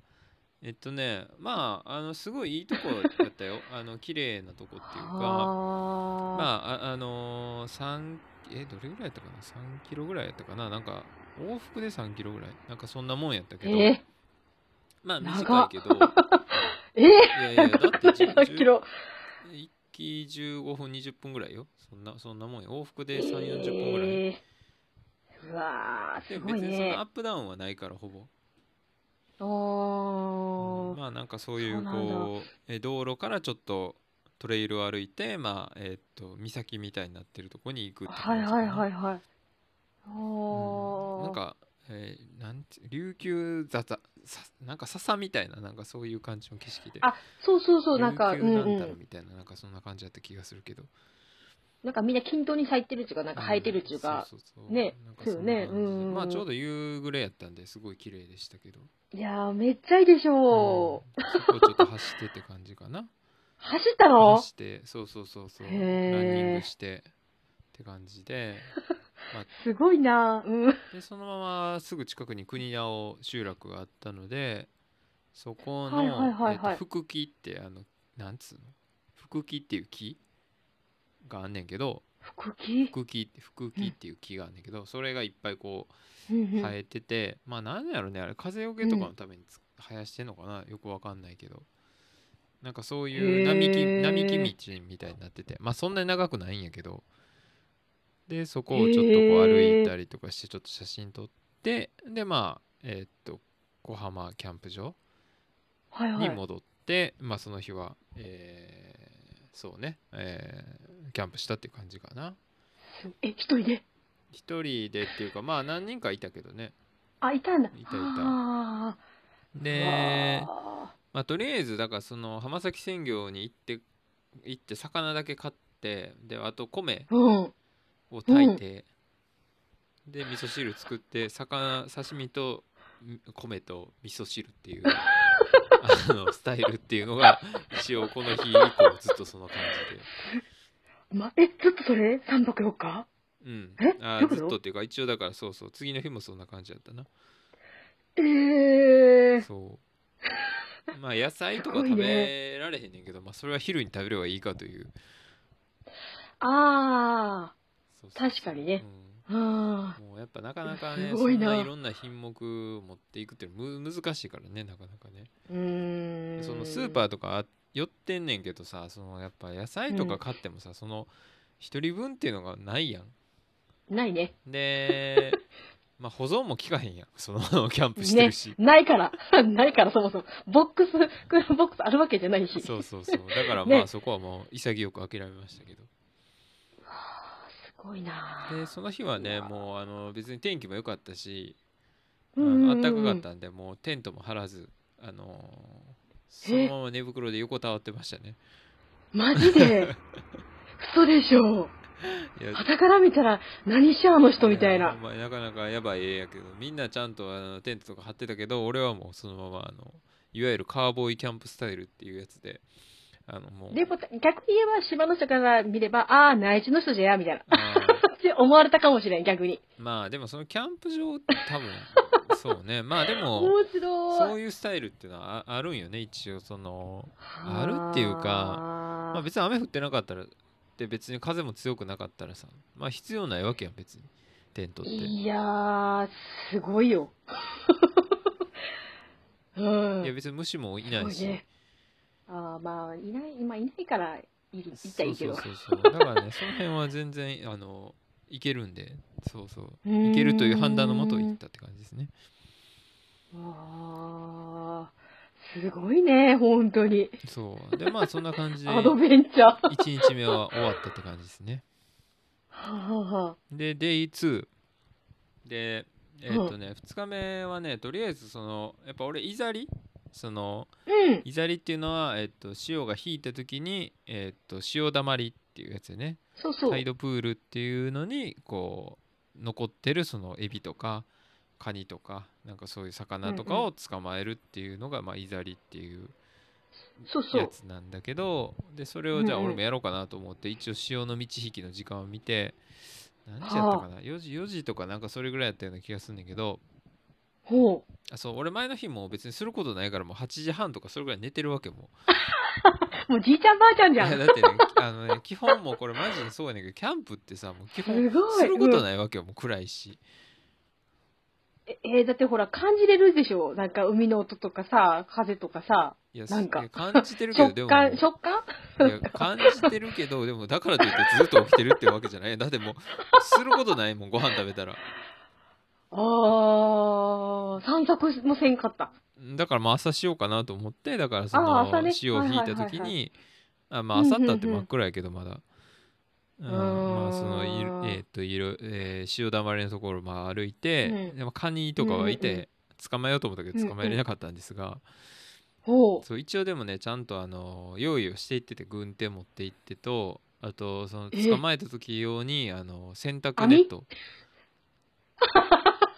Speaker 2: えっとねまああのすごいいいとこだったよあの綺麗なとこっていうか
Speaker 1: あ
Speaker 2: まああ、あのー、3えどれぐらいやったかな3キロぐらいやったかななんか往復で3キロぐらいなんかそんなもんやったけ
Speaker 1: ー。
Speaker 2: ど、
Speaker 1: え
Speaker 2: まあ短
Speaker 1: 長
Speaker 2: い
Speaker 1: っ
Speaker 2: けど
Speaker 1: ー、え
Speaker 2: いやいやだって
Speaker 1: ー、100キロ。
Speaker 2: 1機15分20分ぐらいよそんなそんなもんよ往復で3 4 0分ぐらい、
Speaker 1: えーうわー、
Speaker 2: です
Speaker 1: ご
Speaker 2: 別
Speaker 1: い
Speaker 2: にその
Speaker 1: ね
Speaker 2: アッ。プダウンはないからほぼ
Speaker 1: おー。
Speaker 2: まあなんかそうい
Speaker 1: そううなんだ
Speaker 2: こうえ道路からちょっとトレイルを歩いてまあえーっと岬みたいになってるとこに行くって
Speaker 1: は
Speaker 2: 感
Speaker 1: い
Speaker 2: じかな
Speaker 1: はいはいはい。
Speaker 2: うん
Speaker 1: おー。
Speaker 2: なんか、えーなんて琉球ざざさなんか笹みたいななんかそういう感じの景色で
Speaker 1: あ、そうそうそう、なんか、う
Speaker 2: 琉
Speaker 1: ん
Speaker 2: 球な
Speaker 1: うん
Speaker 2: たら
Speaker 1: ん。
Speaker 2: みたいななんかそんな感じだった気がするけど
Speaker 1: なんかみんな均等に咲いてるっていうか、なんか生えてるっていうか、
Speaker 2: んそうそうそう
Speaker 1: ね
Speaker 2: なんか
Speaker 1: そうよね
Speaker 2: そんな感じで
Speaker 1: うん
Speaker 2: まあちょうど夕暮れやったんですごい綺麗でしたけど
Speaker 1: いやー、めっちゃいいでしょう。
Speaker 2: うんそこをちょっと走ってって感じかな
Speaker 1: 走ったの
Speaker 2: 走ってそうそうそうそうラ
Speaker 1: へ
Speaker 2: ンニ
Speaker 1: ー
Speaker 2: ングしてって感じで
Speaker 1: すごいなうん。
Speaker 2: でそのまますぐ近くに国青集落があったのでそこの、
Speaker 1: はいはいはいはい
Speaker 2: えっと福木ってあのなんつうの福木っていう木があんねんけど
Speaker 1: 服着
Speaker 2: 福木福木っていう木があるんだけどそれがいっぱいこう生
Speaker 1: 生
Speaker 2: えてて、まあなんやろねあれ風よけとかのためにつ生やしてんのかなよくわかんないけどなんかそういう並木
Speaker 1: へー
Speaker 2: 並木道みたいになっててまあそんなに長くないんやけどでそこをちょっとこう歩いたりとかしてちょっと写真撮ってでまあえーっと小浜キャンプ場
Speaker 1: はいは
Speaker 2: に
Speaker 1: い。
Speaker 2: 戻って、まあその日は、えーそうね、えーキャンプしたっていう感じかな
Speaker 1: え、一人で
Speaker 2: 一人でっていうかまあ何人かいたけどね
Speaker 1: あ、いたんだ。
Speaker 2: いたいた
Speaker 1: あー
Speaker 2: で、
Speaker 1: あ
Speaker 2: まあ、とりあえずだからその浜崎鮮魚に行って行って魚だけ買ってであと米
Speaker 1: ーうん。
Speaker 2: を炊いて、で味噌汁作って魚刺身とみ米と味噌汁っていうあのスタイルっていうのが一応この日以降ずっとその感じで。
Speaker 1: ま、え、ずっとそれ三泊四日
Speaker 2: うん
Speaker 1: え、ど
Speaker 2: あ
Speaker 1: ういうこ
Speaker 2: ず
Speaker 1: と
Speaker 2: っとっていうか一応だからそうそう次の日もそんな感じだったな
Speaker 1: ええー。
Speaker 2: そうまあ野菜とか
Speaker 1: すごい
Speaker 2: 食
Speaker 1: ね
Speaker 2: べられへんねんけど、まあそれは昼に食べればいいかという
Speaker 1: あ
Speaker 2: そうそうそう
Speaker 1: 確かにね、あ。うん
Speaker 2: うんもうやっぱなかなか
Speaker 1: す
Speaker 2: ねそ
Speaker 1: ごい
Speaker 2: ん
Speaker 1: な
Speaker 2: ないろんな品目持っていくっていうのむ難しいからねなかなかね。
Speaker 1: うーん。
Speaker 2: そのスーパーとかあ寄ってんねんけどさそのやっぱ野菜とか買ってもさ、その一人分っていうのがないやん
Speaker 1: ないね。
Speaker 2: でまあ保存も効かへんやんそのキャンプしてるし、
Speaker 1: ないから。 ないから、そもそも。ボックス、 クーラーボックスあるわけじゃないし。
Speaker 2: そうそうそうだから
Speaker 1: ね
Speaker 2: まあそこはもう潔く諦めましたけど
Speaker 1: すごいな
Speaker 2: でその日はねもうあの別に天気も良かったしあ
Speaker 1: うんうんうん
Speaker 2: の暖かかったんでもうテントも張らずあのーそのまま寝袋で横たわってましたね
Speaker 1: マジで 嘘でしょ。
Speaker 2: いや
Speaker 1: 傍から見たら、何しあの人みたい
Speaker 2: や
Speaker 1: な
Speaker 2: ほん。まになかなかやばい絵やけどみんなちゃんとあのテントとか張ってたけど俺はもうそのままあのいわゆるカーボーイキャンプスタイルっていうやつであのもう
Speaker 1: でも、逆に言えば、島の人から見れば、ああ、内地の人じゃや、みたいな。
Speaker 2: あー
Speaker 1: って思われたかもしれん、逆に。
Speaker 2: まあでもそのキャンプ場って多分そうねまあでも
Speaker 1: 面白い。
Speaker 2: そういうスタイルっていうのはああるんよね一応そのあるっていうかまあ
Speaker 1: あー
Speaker 2: 別に雨降ってなかったらで別に風も強くなかったらさまあ必要ないわけやん別にテントってい
Speaker 1: いやー、すごい よ。うん。
Speaker 2: や別に虫もいない
Speaker 1: す
Speaker 2: し、
Speaker 1: ごね、あーまあ、いない、今いないから、いる、いたらいいけど。
Speaker 2: そうそうそうそうだからねその辺は全然あのいけるんでそうそう
Speaker 1: うーん
Speaker 2: いけるという判断のもと行ったって感じですね
Speaker 1: あーすごいね、本当に。
Speaker 2: そうでまあそんな感じで
Speaker 1: アドベンチャー。は
Speaker 2: 1日目は終わったって感じですね
Speaker 1: あは
Speaker 2: で、デイ2。で、えっ、とね、2日目はね、とりあえず、その、やっぱ俺、いざりその、
Speaker 1: あうん。
Speaker 2: いざりっていうのは、えっ、と、潮が引いた時に、えっ、と、潮だまりっていうやつでね、
Speaker 1: そうそう。
Speaker 2: タイドプールっていうのに、こう、残ってる、その、エビとか、カニとか、なんかそういう魚とか
Speaker 1: うんう
Speaker 2: を捕まえるっていうのが、まあ、いざりっていう
Speaker 1: そうそ
Speaker 2: や
Speaker 1: う。
Speaker 2: つなんだけどでそれをじゃあ
Speaker 1: うんうん
Speaker 2: 俺もやろうかなと思って一応潮の満ち引きの時間を見て何時やったかな4時4時とかなんかそれぐらいやったような気がするんだけど
Speaker 1: ほ
Speaker 2: あそう俺前の日も別にすることないからもう8時半とかそれぐらい寝てるわけも
Speaker 1: う。もうじいちゃんばあちゃん
Speaker 2: い
Speaker 1: じゃ
Speaker 2: や
Speaker 1: ん。
Speaker 2: だってね あのね基本もうこれマジでそうやねんけどキャンプってさもう
Speaker 1: す
Speaker 2: 基本
Speaker 1: ごい。
Speaker 2: すること
Speaker 1: い。
Speaker 2: ないわけよもう暗いし
Speaker 1: ええーだってほら、感じれるでしょなんか海の音とかさ、風とかさ、
Speaker 2: いや
Speaker 1: なんか
Speaker 2: いや感じてるけどで
Speaker 1: 食
Speaker 2: も
Speaker 1: 感、食感
Speaker 2: いや感じてるけどでもだからといってずっと起きてるってわけじゃないだってもうすることないもんご飯食べたら
Speaker 1: あー、散策もせんかった。
Speaker 2: だからまあ朝しようかなと思ってだからその
Speaker 1: あ朝ね
Speaker 2: 潮を引いた時
Speaker 1: はいはいはい
Speaker 2: にあまあ
Speaker 1: うんうん
Speaker 2: 朝
Speaker 1: うん
Speaker 2: だって真っ暗やけどまだ、うん
Speaker 1: うーん
Speaker 2: まあそのいるえーっといろえー潮だまりのところまあ歩いて、
Speaker 1: うん
Speaker 2: でもカニとかはいて、
Speaker 1: うんうん
Speaker 2: 捕まえようと思ったけ
Speaker 1: うんう
Speaker 2: ど
Speaker 1: ん
Speaker 2: 捕まえれなかったんですが、
Speaker 1: ほう。
Speaker 2: そう一応でもねちゃんとあの用意をしていってて軍手持って行ってとあとその
Speaker 1: え
Speaker 2: 捕まえた時用にあの洗濯ネ ット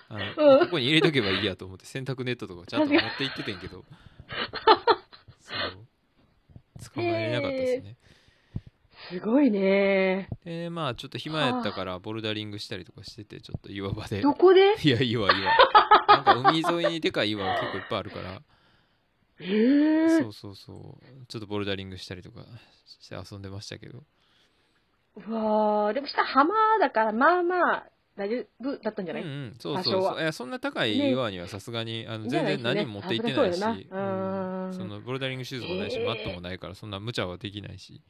Speaker 2: あの
Speaker 1: うん
Speaker 2: ここに入れとけばいいやと思って洗濯ネットとかちゃんと持って行っててんけどそう捕まえれなかったですね、
Speaker 1: すごいね。
Speaker 2: でまあちょっと暇やったからボルダリングしたりとかしててちょっと岩場で
Speaker 1: どこで
Speaker 2: いや岩岩なんか海沿いにでかい岩が結構いっぱいあるから
Speaker 1: えー
Speaker 2: そうそうそうちょっとボルダリングしたりとかして遊んでましたけど
Speaker 1: うわーでも下浜だから、まあまあ、大丈夫だったんじゃない、
Speaker 2: うんうん、そうそう
Speaker 1: 多
Speaker 2: そ
Speaker 1: 少
Speaker 2: ういやそんな高い岩にはさすがに、あの
Speaker 1: いいんじゃ
Speaker 2: 全
Speaker 1: ない
Speaker 2: 然何も持って行ってないし
Speaker 1: ですね危なそうよな
Speaker 2: うん
Speaker 1: うん
Speaker 2: そのボルダリングシューズもないし、
Speaker 1: へえ
Speaker 2: マットもないからそんな無茶はできないし、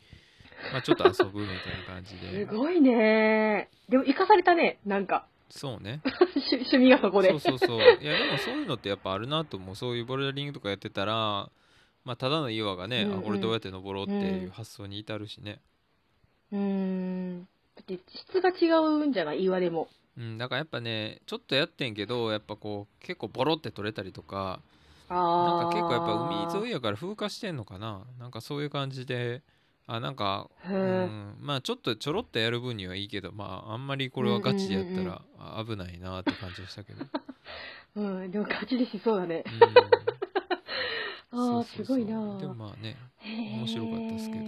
Speaker 2: まあ、ちょっと遊ぶみたいな感 じ
Speaker 1: す
Speaker 2: で
Speaker 1: ごいねでも、生かされたね、なんか。
Speaker 2: そうね
Speaker 1: 趣趣味がそこで。
Speaker 2: そうそうそういやでもそういうのってやっぱあるなと思うそういうボルダリングとかやってたら、まあ、ただの岩がね、
Speaker 1: うん
Speaker 2: あ
Speaker 1: うん
Speaker 2: 俺どうやって登ろうっていううん発想に至るしね、
Speaker 1: うーん。だって質が違うんじゃない岩でも。
Speaker 2: うん、だからやっぱねちょっとやってんけどやっぱこう結構ボロって取れたりとかなん
Speaker 1: あ
Speaker 2: か
Speaker 1: あ。
Speaker 2: 結構やっぱ海沿
Speaker 1: い
Speaker 2: いやから風化してんのかななんかそういう感じであなんか、
Speaker 1: へ
Speaker 2: う
Speaker 1: え
Speaker 2: ん、まあちょっとちょろっとやる分にはいいけどまああんまりこれはガチでやった
Speaker 1: うんうんうんうん
Speaker 2: らあ危ないなって感じでしたけど、う
Speaker 1: うん、でも勝ちでしそうだね。
Speaker 2: ん、
Speaker 1: ああ、
Speaker 2: そうそうそう
Speaker 1: すごいな
Speaker 2: でもまあね面
Speaker 1: 面
Speaker 2: 白かったっすけど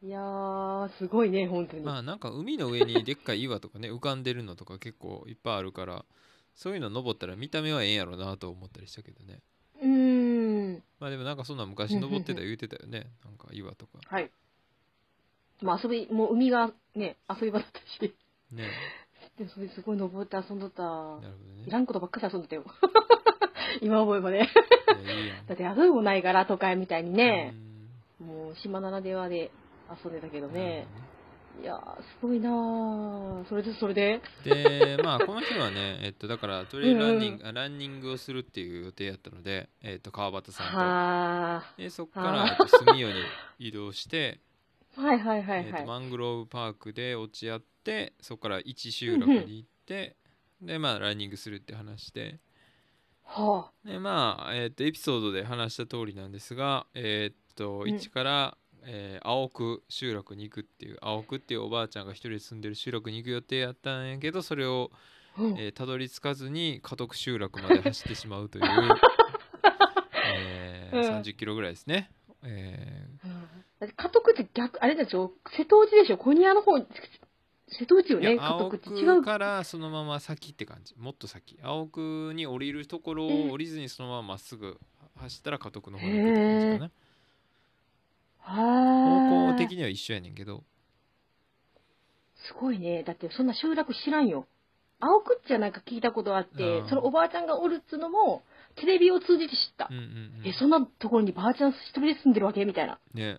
Speaker 1: いやー、すごいね、本当に。
Speaker 2: まあなんか海の上にでっかい岩とかね浮かんでるのとか結構いっぱいあるからそういうの登ったら見た目はええんやろなと思ったりしたけどね
Speaker 1: うーん。
Speaker 2: まあでもなんかそんなん昔登ってた言うてたよねなんか岩とか
Speaker 1: はい。まあ遊び、もう海がね、遊び場だったし、
Speaker 2: ね
Speaker 1: でもそれすごい登って遊んどった。
Speaker 2: なるほどね
Speaker 1: いらんことばっかり遊んでたよ。 今思えばね。
Speaker 2: いやいいやん
Speaker 1: だって遊びもないから、都会みたいにね
Speaker 2: う。ん
Speaker 1: もう島ならではで遊んでたけどね。
Speaker 2: ない
Speaker 1: やー、すごいなー。それでそれで。
Speaker 2: るほどねでまあこの日はねえっとだからトレイルランニング、あランニングをするっていう予定やったので、えっと、川端さんと
Speaker 1: は
Speaker 2: でそこか
Speaker 1: は
Speaker 2: ら
Speaker 1: あ
Speaker 2: えっと住用に移動して、
Speaker 1: ー。はい はいは
Speaker 2: え
Speaker 1: い
Speaker 2: っ
Speaker 1: はい
Speaker 2: と。マングローブパークで落ち合ってそこから一集落に行って、でまあランニングするって話で
Speaker 1: は
Speaker 2: でまあ、えっとエピソードで話した通りなんですがえっ
Speaker 1: う
Speaker 2: と
Speaker 1: ん
Speaker 2: 1から、えー青区集落に行くっていう青区っていうおばあちゃんが一人で住んでる集落に行く予定やったんやけどそれを
Speaker 1: あ。うん
Speaker 2: えーたどり着かずに家督集落まで走ってしまうという、 えー
Speaker 1: うん
Speaker 2: 30キロぐらいですね、え
Speaker 1: だって家督って逆、あれでしょ瀬戸内でしょ小宮の方、瀬戸内よ
Speaker 2: ー
Speaker 1: ね
Speaker 2: い
Speaker 1: 家
Speaker 2: や青
Speaker 1: 督って違
Speaker 2: 区
Speaker 1: う。
Speaker 2: からそのまま先って感じもっと先青区に降りるところ
Speaker 1: え
Speaker 2: を降りずにそのまままっすぐ走ったら家督の方に行くって感じかな
Speaker 1: は
Speaker 2: 方
Speaker 1: あ。
Speaker 2: 向的には一緒やねんけど
Speaker 1: すごいね。だってそんな集落知らんよ。青くっちゃなんか聞いたことあって、
Speaker 2: うん
Speaker 1: そのおばあちゃんがおるっつのも、テレビを通じて知った
Speaker 2: うん。うんう
Speaker 1: え、
Speaker 2: ん
Speaker 1: そんなところにばあちゃん一人で住んでるわけみたいな。
Speaker 2: ね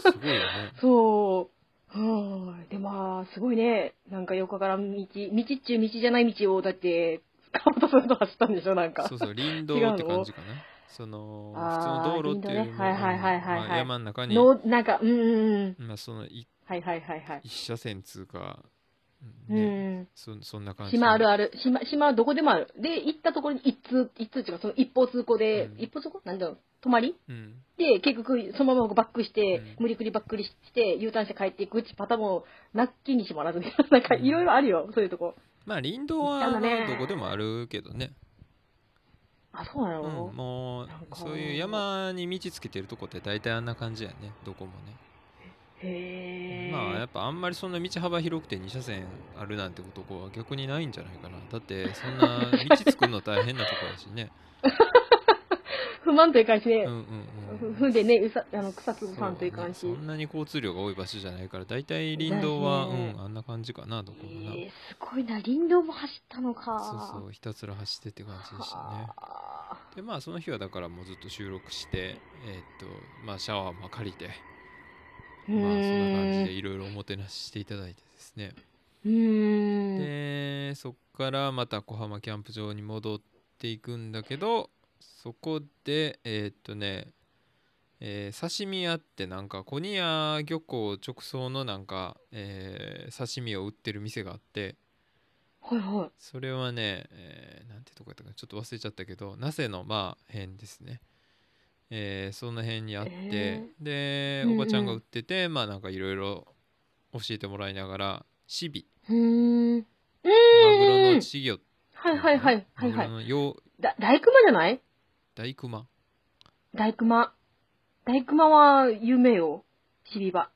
Speaker 2: すごいよね
Speaker 1: そう。はい。で、まあ、すごいね。なんか横から道、道っちゅう道じゃない道を、だって、カウントすると走ったんでしょ、なんか。
Speaker 2: そうそう林道
Speaker 1: 違うの
Speaker 2: って感じかなその普通
Speaker 1: あー
Speaker 2: の道路っていうよりも
Speaker 1: 林道ねはいはいはいはいはい
Speaker 2: まあ山の中に、
Speaker 1: の、なんか、うんうんうん。
Speaker 2: まあ、その一
Speaker 1: はいはいはいはい。
Speaker 2: 一車線通過
Speaker 1: う
Speaker 2: ね、
Speaker 1: ん。
Speaker 2: そそんな感じ
Speaker 1: 島あるある。島、島はどこでもある。で、行ったところに一通、一通っていうか、その一方通行で、
Speaker 2: うん
Speaker 1: 一方通行なんだろう。泊まり
Speaker 2: うん
Speaker 1: で、結局、そのままバックして、
Speaker 2: うん
Speaker 1: 無理くりバックして、U ターンして帰っていくうちパターンも、なきにしもあらずみたいな、なんか
Speaker 2: うん
Speaker 1: いろいろあるよ、そういうとこ。
Speaker 2: まあ林道は
Speaker 1: 行ったんだね
Speaker 2: まあどこでもあるけどね、
Speaker 1: あ、そうな
Speaker 2: うん、
Speaker 1: の、
Speaker 2: もう
Speaker 1: なんか
Speaker 2: そういう山に道つけてるとこって大体あんな感じやねどこも
Speaker 1: へ
Speaker 2: ね
Speaker 1: え。
Speaker 2: まあやっぱあんまりそんな道幅広くて2車線あるなんてとこは逆にないんじゃないかなだってそんな道作るの大変なとこやし ね
Speaker 1: 不満という感じ
Speaker 2: う
Speaker 1: で
Speaker 2: ん、うん
Speaker 1: ふ
Speaker 2: うんん
Speaker 1: でね、うさあの草津さんという
Speaker 2: そうね
Speaker 1: 感じ。
Speaker 2: そんなに交通量が多い場所じゃないから大体林道は、
Speaker 1: そうだよね
Speaker 2: うん、あんな感じかなどこもな、
Speaker 1: えー、すごいな、林道も走ったのか。
Speaker 2: そうそうひたすら走ってって感じでしたね
Speaker 1: はあ
Speaker 2: でまあその日はだからもうずっと収録してえーっとまあシャワーも借りて
Speaker 1: う
Speaker 2: まあそんな感じ
Speaker 1: ー
Speaker 2: で
Speaker 1: ん
Speaker 2: いろいろおもてなししていただいてですね
Speaker 1: うーん。
Speaker 2: でそっからまた小浜キャンプ場に戻っていくんだけどそこでえーっとねえー刺身屋ってなんかコニア漁港直送のなんか、えー刺身を売ってる店があって
Speaker 1: はいはい。
Speaker 2: それはね、えーなんてとこやったかなちょっと忘れちゃったけど那瀬のまあ辺ですね、えーその辺にあって、
Speaker 1: え
Speaker 2: で
Speaker 1: うん
Speaker 2: お
Speaker 1: うん
Speaker 2: ばちゃんが売ってて、まあなんかいろいろ教えてもらいながらシビ
Speaker 1: うーん。う
Speaker 2: マグロ
Speaker 1: ー
Speaker 2: の
Speaker 1: ん。
Speaker 2: 稚魚って
Speaker 1: はい
Speaker 2: いう
Speaker 1: はい
Speaker 2: のか
Speaker 1: は。
Speaker 2: な
Speaker 1: は
Speaker 2: い
Speaker 1: いはい
Speaker 2: マグ。ロのよう
Speaker 1: だ大熊じゃない
Speaker 2: 大熊
Speaker 1: 大熊。大熊は有名よ。シビバ。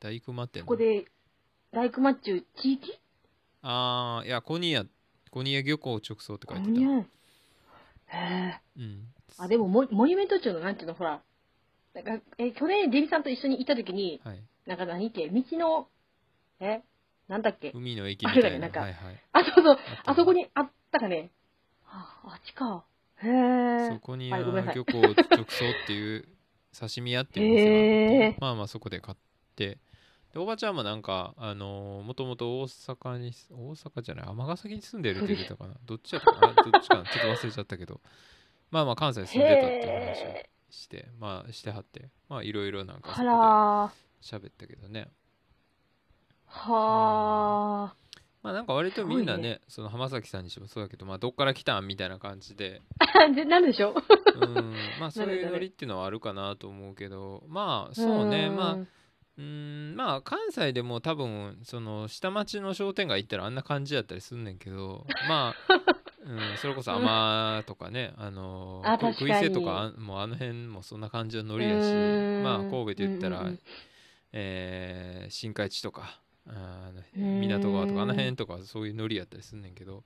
Speaker 2: 大熊って
Speaker 1: そ
Speaker 2: な
Speaker 1: こで、大熊っちゅう地域
Speaker 2: ああいやコニアコニア漁港直送って書いて
Speaker 1: こん
Speaker 2: た
Speaker 1: にゃんへえ。
Speaker 2: うん
Speaker 1: あ、でもモ、モニュメント中の、なんていうの、ほら。なんか、え、去年、デビさんと一緒に行った時に、
Speaker 2: はい
Speaker 1: なんか何って、道の、え、なんだっけ。
Speaker 2: 海の駅みた
Speaker 1: ある
Speaker 2: い
Speaker 1: よね
Speaker 2: な
Speaker 1: なんか
Speaker 2: はいはい
Speaker 1: あ、そうそう、
Speaker 2: た
Speaker 1: あそこにあったかね。あ、あっちか。へ
Speaker 2: そ
Speaker 1: え。
Speaker 2: こに
Speaker 1: はいごめんなさい
Speaker 2: 漁港直送っていう刺身屋っていうお店があって、
Speaker 1: へー
Speaker 2: まあまあそこで買ってでおばちゃんもなんかあのもともと大阪に大阪じゃない尼崎に住んでるって言ってた かなどっちやったかなどっちかなちょっと忘れちゃったけどまあまあ関西に住んでたっていう話を
Speaker 1: へ
Speaker 2: してまあしてはってまあいろいろなんか
Speaker 1: あ
Speaker 2: そ
Speaker 1: らー
Speaker 2: こで喋ったけどね
Speaker 1: はあ。
Speaker 2: まあなんか割とみんな
Speaker 1: すご
Speaker 2: ね
Speaker 1: い
Speaker 2: その浜崎さんにしてもそうだけどまあどっから来たんみたいな感じで
Speaker 1: で、なるでしょ
Speaker 2: うん まあそうい
Speaker 1: なるほ
Speaker 2: う
Speaker 1: ど
Speaker 2: ノリっていうのはあるかなと思うけどまあそうねまあうーんまあ関西でも多分その下町の商店街行ったらあんな感じやったりすんねんけどまあ、 うん、それこそ天とかね、あの
Speaker 1: あ
Speaker 2: く
Speaker 1: 確か
Speaker 2: 食
Speaker 1: に
Speaker 2: いせとかあもうあの辺もそんな感じのノリやし
Speaker 1: うん
Speaker 2: まあ神戸で言ったら、
Speaker 1: うんうんうん
Speaker 2: えー新海地とかあの
Speaker 1: うん
Speaker 2: 港川とかあの辺とかそういうノリやったりすんねんけど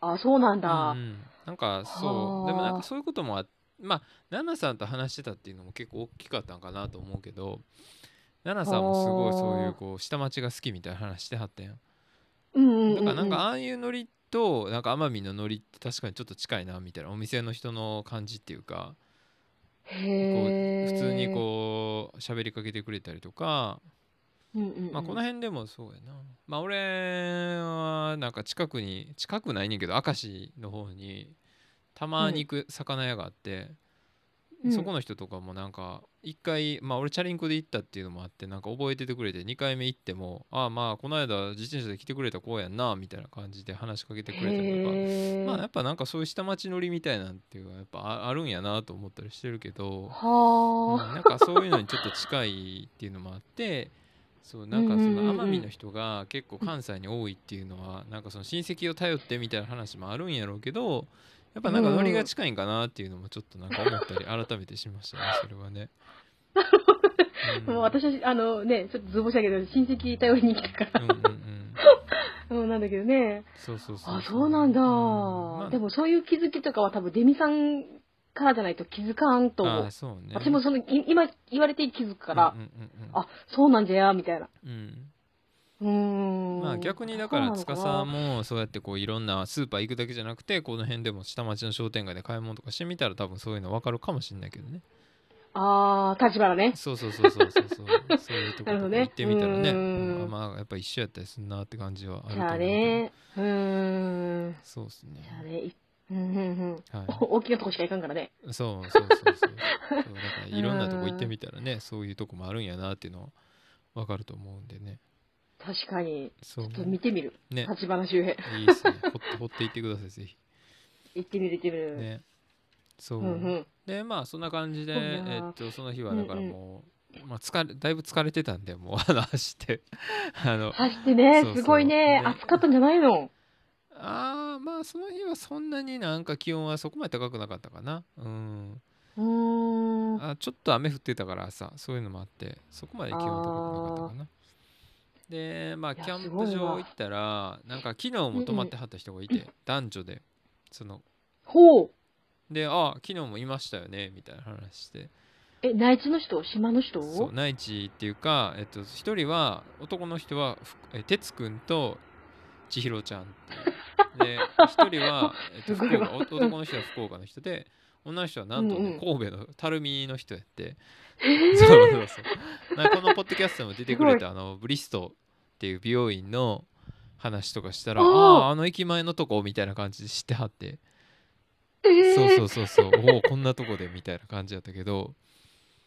Speaker 1: あ、そうなんだ
Speaker 2: うんう。ん、なんかそ
Speaker 1: は
Speaker 2: う
Speaker 1: あ
Speaker 2: でもなんかそういうこともあまあ奈々さんと話してたっていうのも結構大きかったんかなと思うけど奈々さんもすごいそうい
Speaker 1: は
Speaker 2: う
Speaker 1: あ
Speaker 2: こう下町が好きみたいな話してはったやん
Speaker 1: うんうんうん、
Speaker 2: だからなんかああいうノリとなんか奄美のノリって確かにちょっと近いなみたいなお店の人の感じっていうかこう
Speaker 1: へ
Speaker 2: 普
Speaker 1: ー
Speaker 2: 通にこう喋りかけてくれたりとか
Speaker 1: うんうんうん
Speaker 2: まあこの辺でもそうやなまあ俺はなんか近くに近くないねんけど明石の方にたまに行く魚屋があって、
Speaker 1: うん
Speaker 2: そこの人とかもなんか一回まあ俺チャリンコで行ったっていうのもあってなんか覚えててくれて2回目行ってもああまあこの間自転車で来てくれた子やんなみたいな感じで話しかけてくれたりとか
Speaker 1: へー
Speaker 2: まあやっぱなんかそういう下町乗りみたいなんていうのはやっぱああるんやなと思ったりしてるけど、うん
Speaker 1: はあ、
Speaker 2: なんかそういうのにちょっと近いっていうのもあってそうなんか
Speaker 1: う
Speaker 2: そ
Speaker 1: んうん
Speaker 2: の
Speaker 1: うんうん
Speaker 2: 奄美の人が結構関西に多いっていうのはなんかその親戚を頼ってみたいな話もあるんやろうけどやっぱなんかノリが近いんかなっていうのもちょっとなんか思ったり改めてしましたねそれ はね。うん
Speaker 1: もう私あのねちょっと図星だけど親戚頼りに来たか
Speaker 2: うんうんうん
Speaker 1: ら、うん、なんだけどね
Speaker 2: そうそうそう
Speaker 1: あそうなんだ、
Speaker 2: うんまあ
Speaker 1: でもそういう気づきとかは多分デミさんからじゃないと気づかんと思う
Speaker 2: あ、そうね
Speaker 1: 私もそのい今言われて気づくから、
Speaker 2: うんうんうんうん
Speaker 1: あそうなんじゃやみたいな
Speaker 2: うん
Speaker 1: うーん
Speaker 2: まあ逆にだから
Speaker 1: そうなの
Speaker 2: 司
Speaker 1: な
Speaker 2: もそうやってこういろんなスーパー行くだけじゃなくてこの辺でも下町の商店街で買い物とかしてみたら多分そういうの分かるかもしれないけどね
Speaker 1: あー立場だね
Speaker 2: そうそうそうそうそうそう そういうとこ
Speaker 1: なるほど
Speaker 2: ろとか
Speaker 1: ね
Speaker 2: 行ってみたらね
Speaker 1: うーん
Speaker 2: うんまあやっぱ一緒やったりするなって感じはある
Speaker 1: じゃあ
Speaker 2: けど
Speaker 1: ねうーん
Speaker 2: そうですね
Speaker 1: じゃあねい うんうんうん
Speaker 2: は
Speaker 1: お大きなとこしか行かんからね
Speaker 2: いそうそうそうそうそうだからいろんなとこ行ってみたらねそういうとこもあるんやなっていうのは分かると思うんでね
Speaker 1: 確かに
Speaker 2: そう
Speaker 1: ちょっと見てみる
Speaker 2: ね
Speaker 1: 立花周辺
Speaker 2: いいですねほってほっていってくださいぜひ
Speaker 1: 行ってみる行ってみる、
Speaker 2: ねそううん
Speaker 1: うん
Speaker 2: でまあそんな感じで、
Speaker 1: そう
Speaker 2: え
Speaker 1: ね
Speaker 2: っと、その日はだから
Speaker 1: うんうん
Speaker 2: もう、まあ、疲れだいぶ疲れてたんでもうあの走って あの
Speaker 1: 走ってね
Speaker 2: そうそう
Speaker 1: すごいね
Speaker 2: ね
Speaker 1: 暑かったんじゃないの
Speaker 2: あーまあその日はそんなになんか気温はそこまで高くなかったかなうん
Speaker 1: うーん
Speaker 2: あちょっと雨降ってたからさそういうのもあってそこまで気温は高くなかったかなでまあ
Speaker 1: いや
Speaker 2: キャン
Speaker 1: す
Speaker 2: プ
Speaker 1: ごい
Speaker 2: 場
Speaker 1: わ
Speaker 2: 行ったらなんか昨日も泊まってはった人がいて、男女でその
Speaker 1: ほう
Speaker 2: であ昨日もいましたよねみたいな話して
Speaker 1: え内地の人島の人
Speaker 2: そう内地っていうか、えっと、一人は男の人はふえ哲くんと千尋ちゃんっていうで一人は、えっ
Speaker 1: す
Speaker 2: と、
Speaker 1: ご
Speaker 2: 福
Speaker 1: いわ
Speaker 2: 岡お男の人は福岡の人で女の人はなんとね、
Speaker 1: うんうん
Speaker 2: 神戸の垂水の人やって、
Speaker 1: え
Speaker 2: そう
Speaker 1: ー
Speaker 2: そうそうなんかこのポッドキャストにも出てくれたあのブリストっていう美容院の話とかしたらあ
Speaker 1: あー
Speaker 2: あーあの駅前のとこみたいな感じで知ってはって
Speaker 1: えー
Speaker 2: そうそうそうそうおおこんなとこでみたいな感じやったけど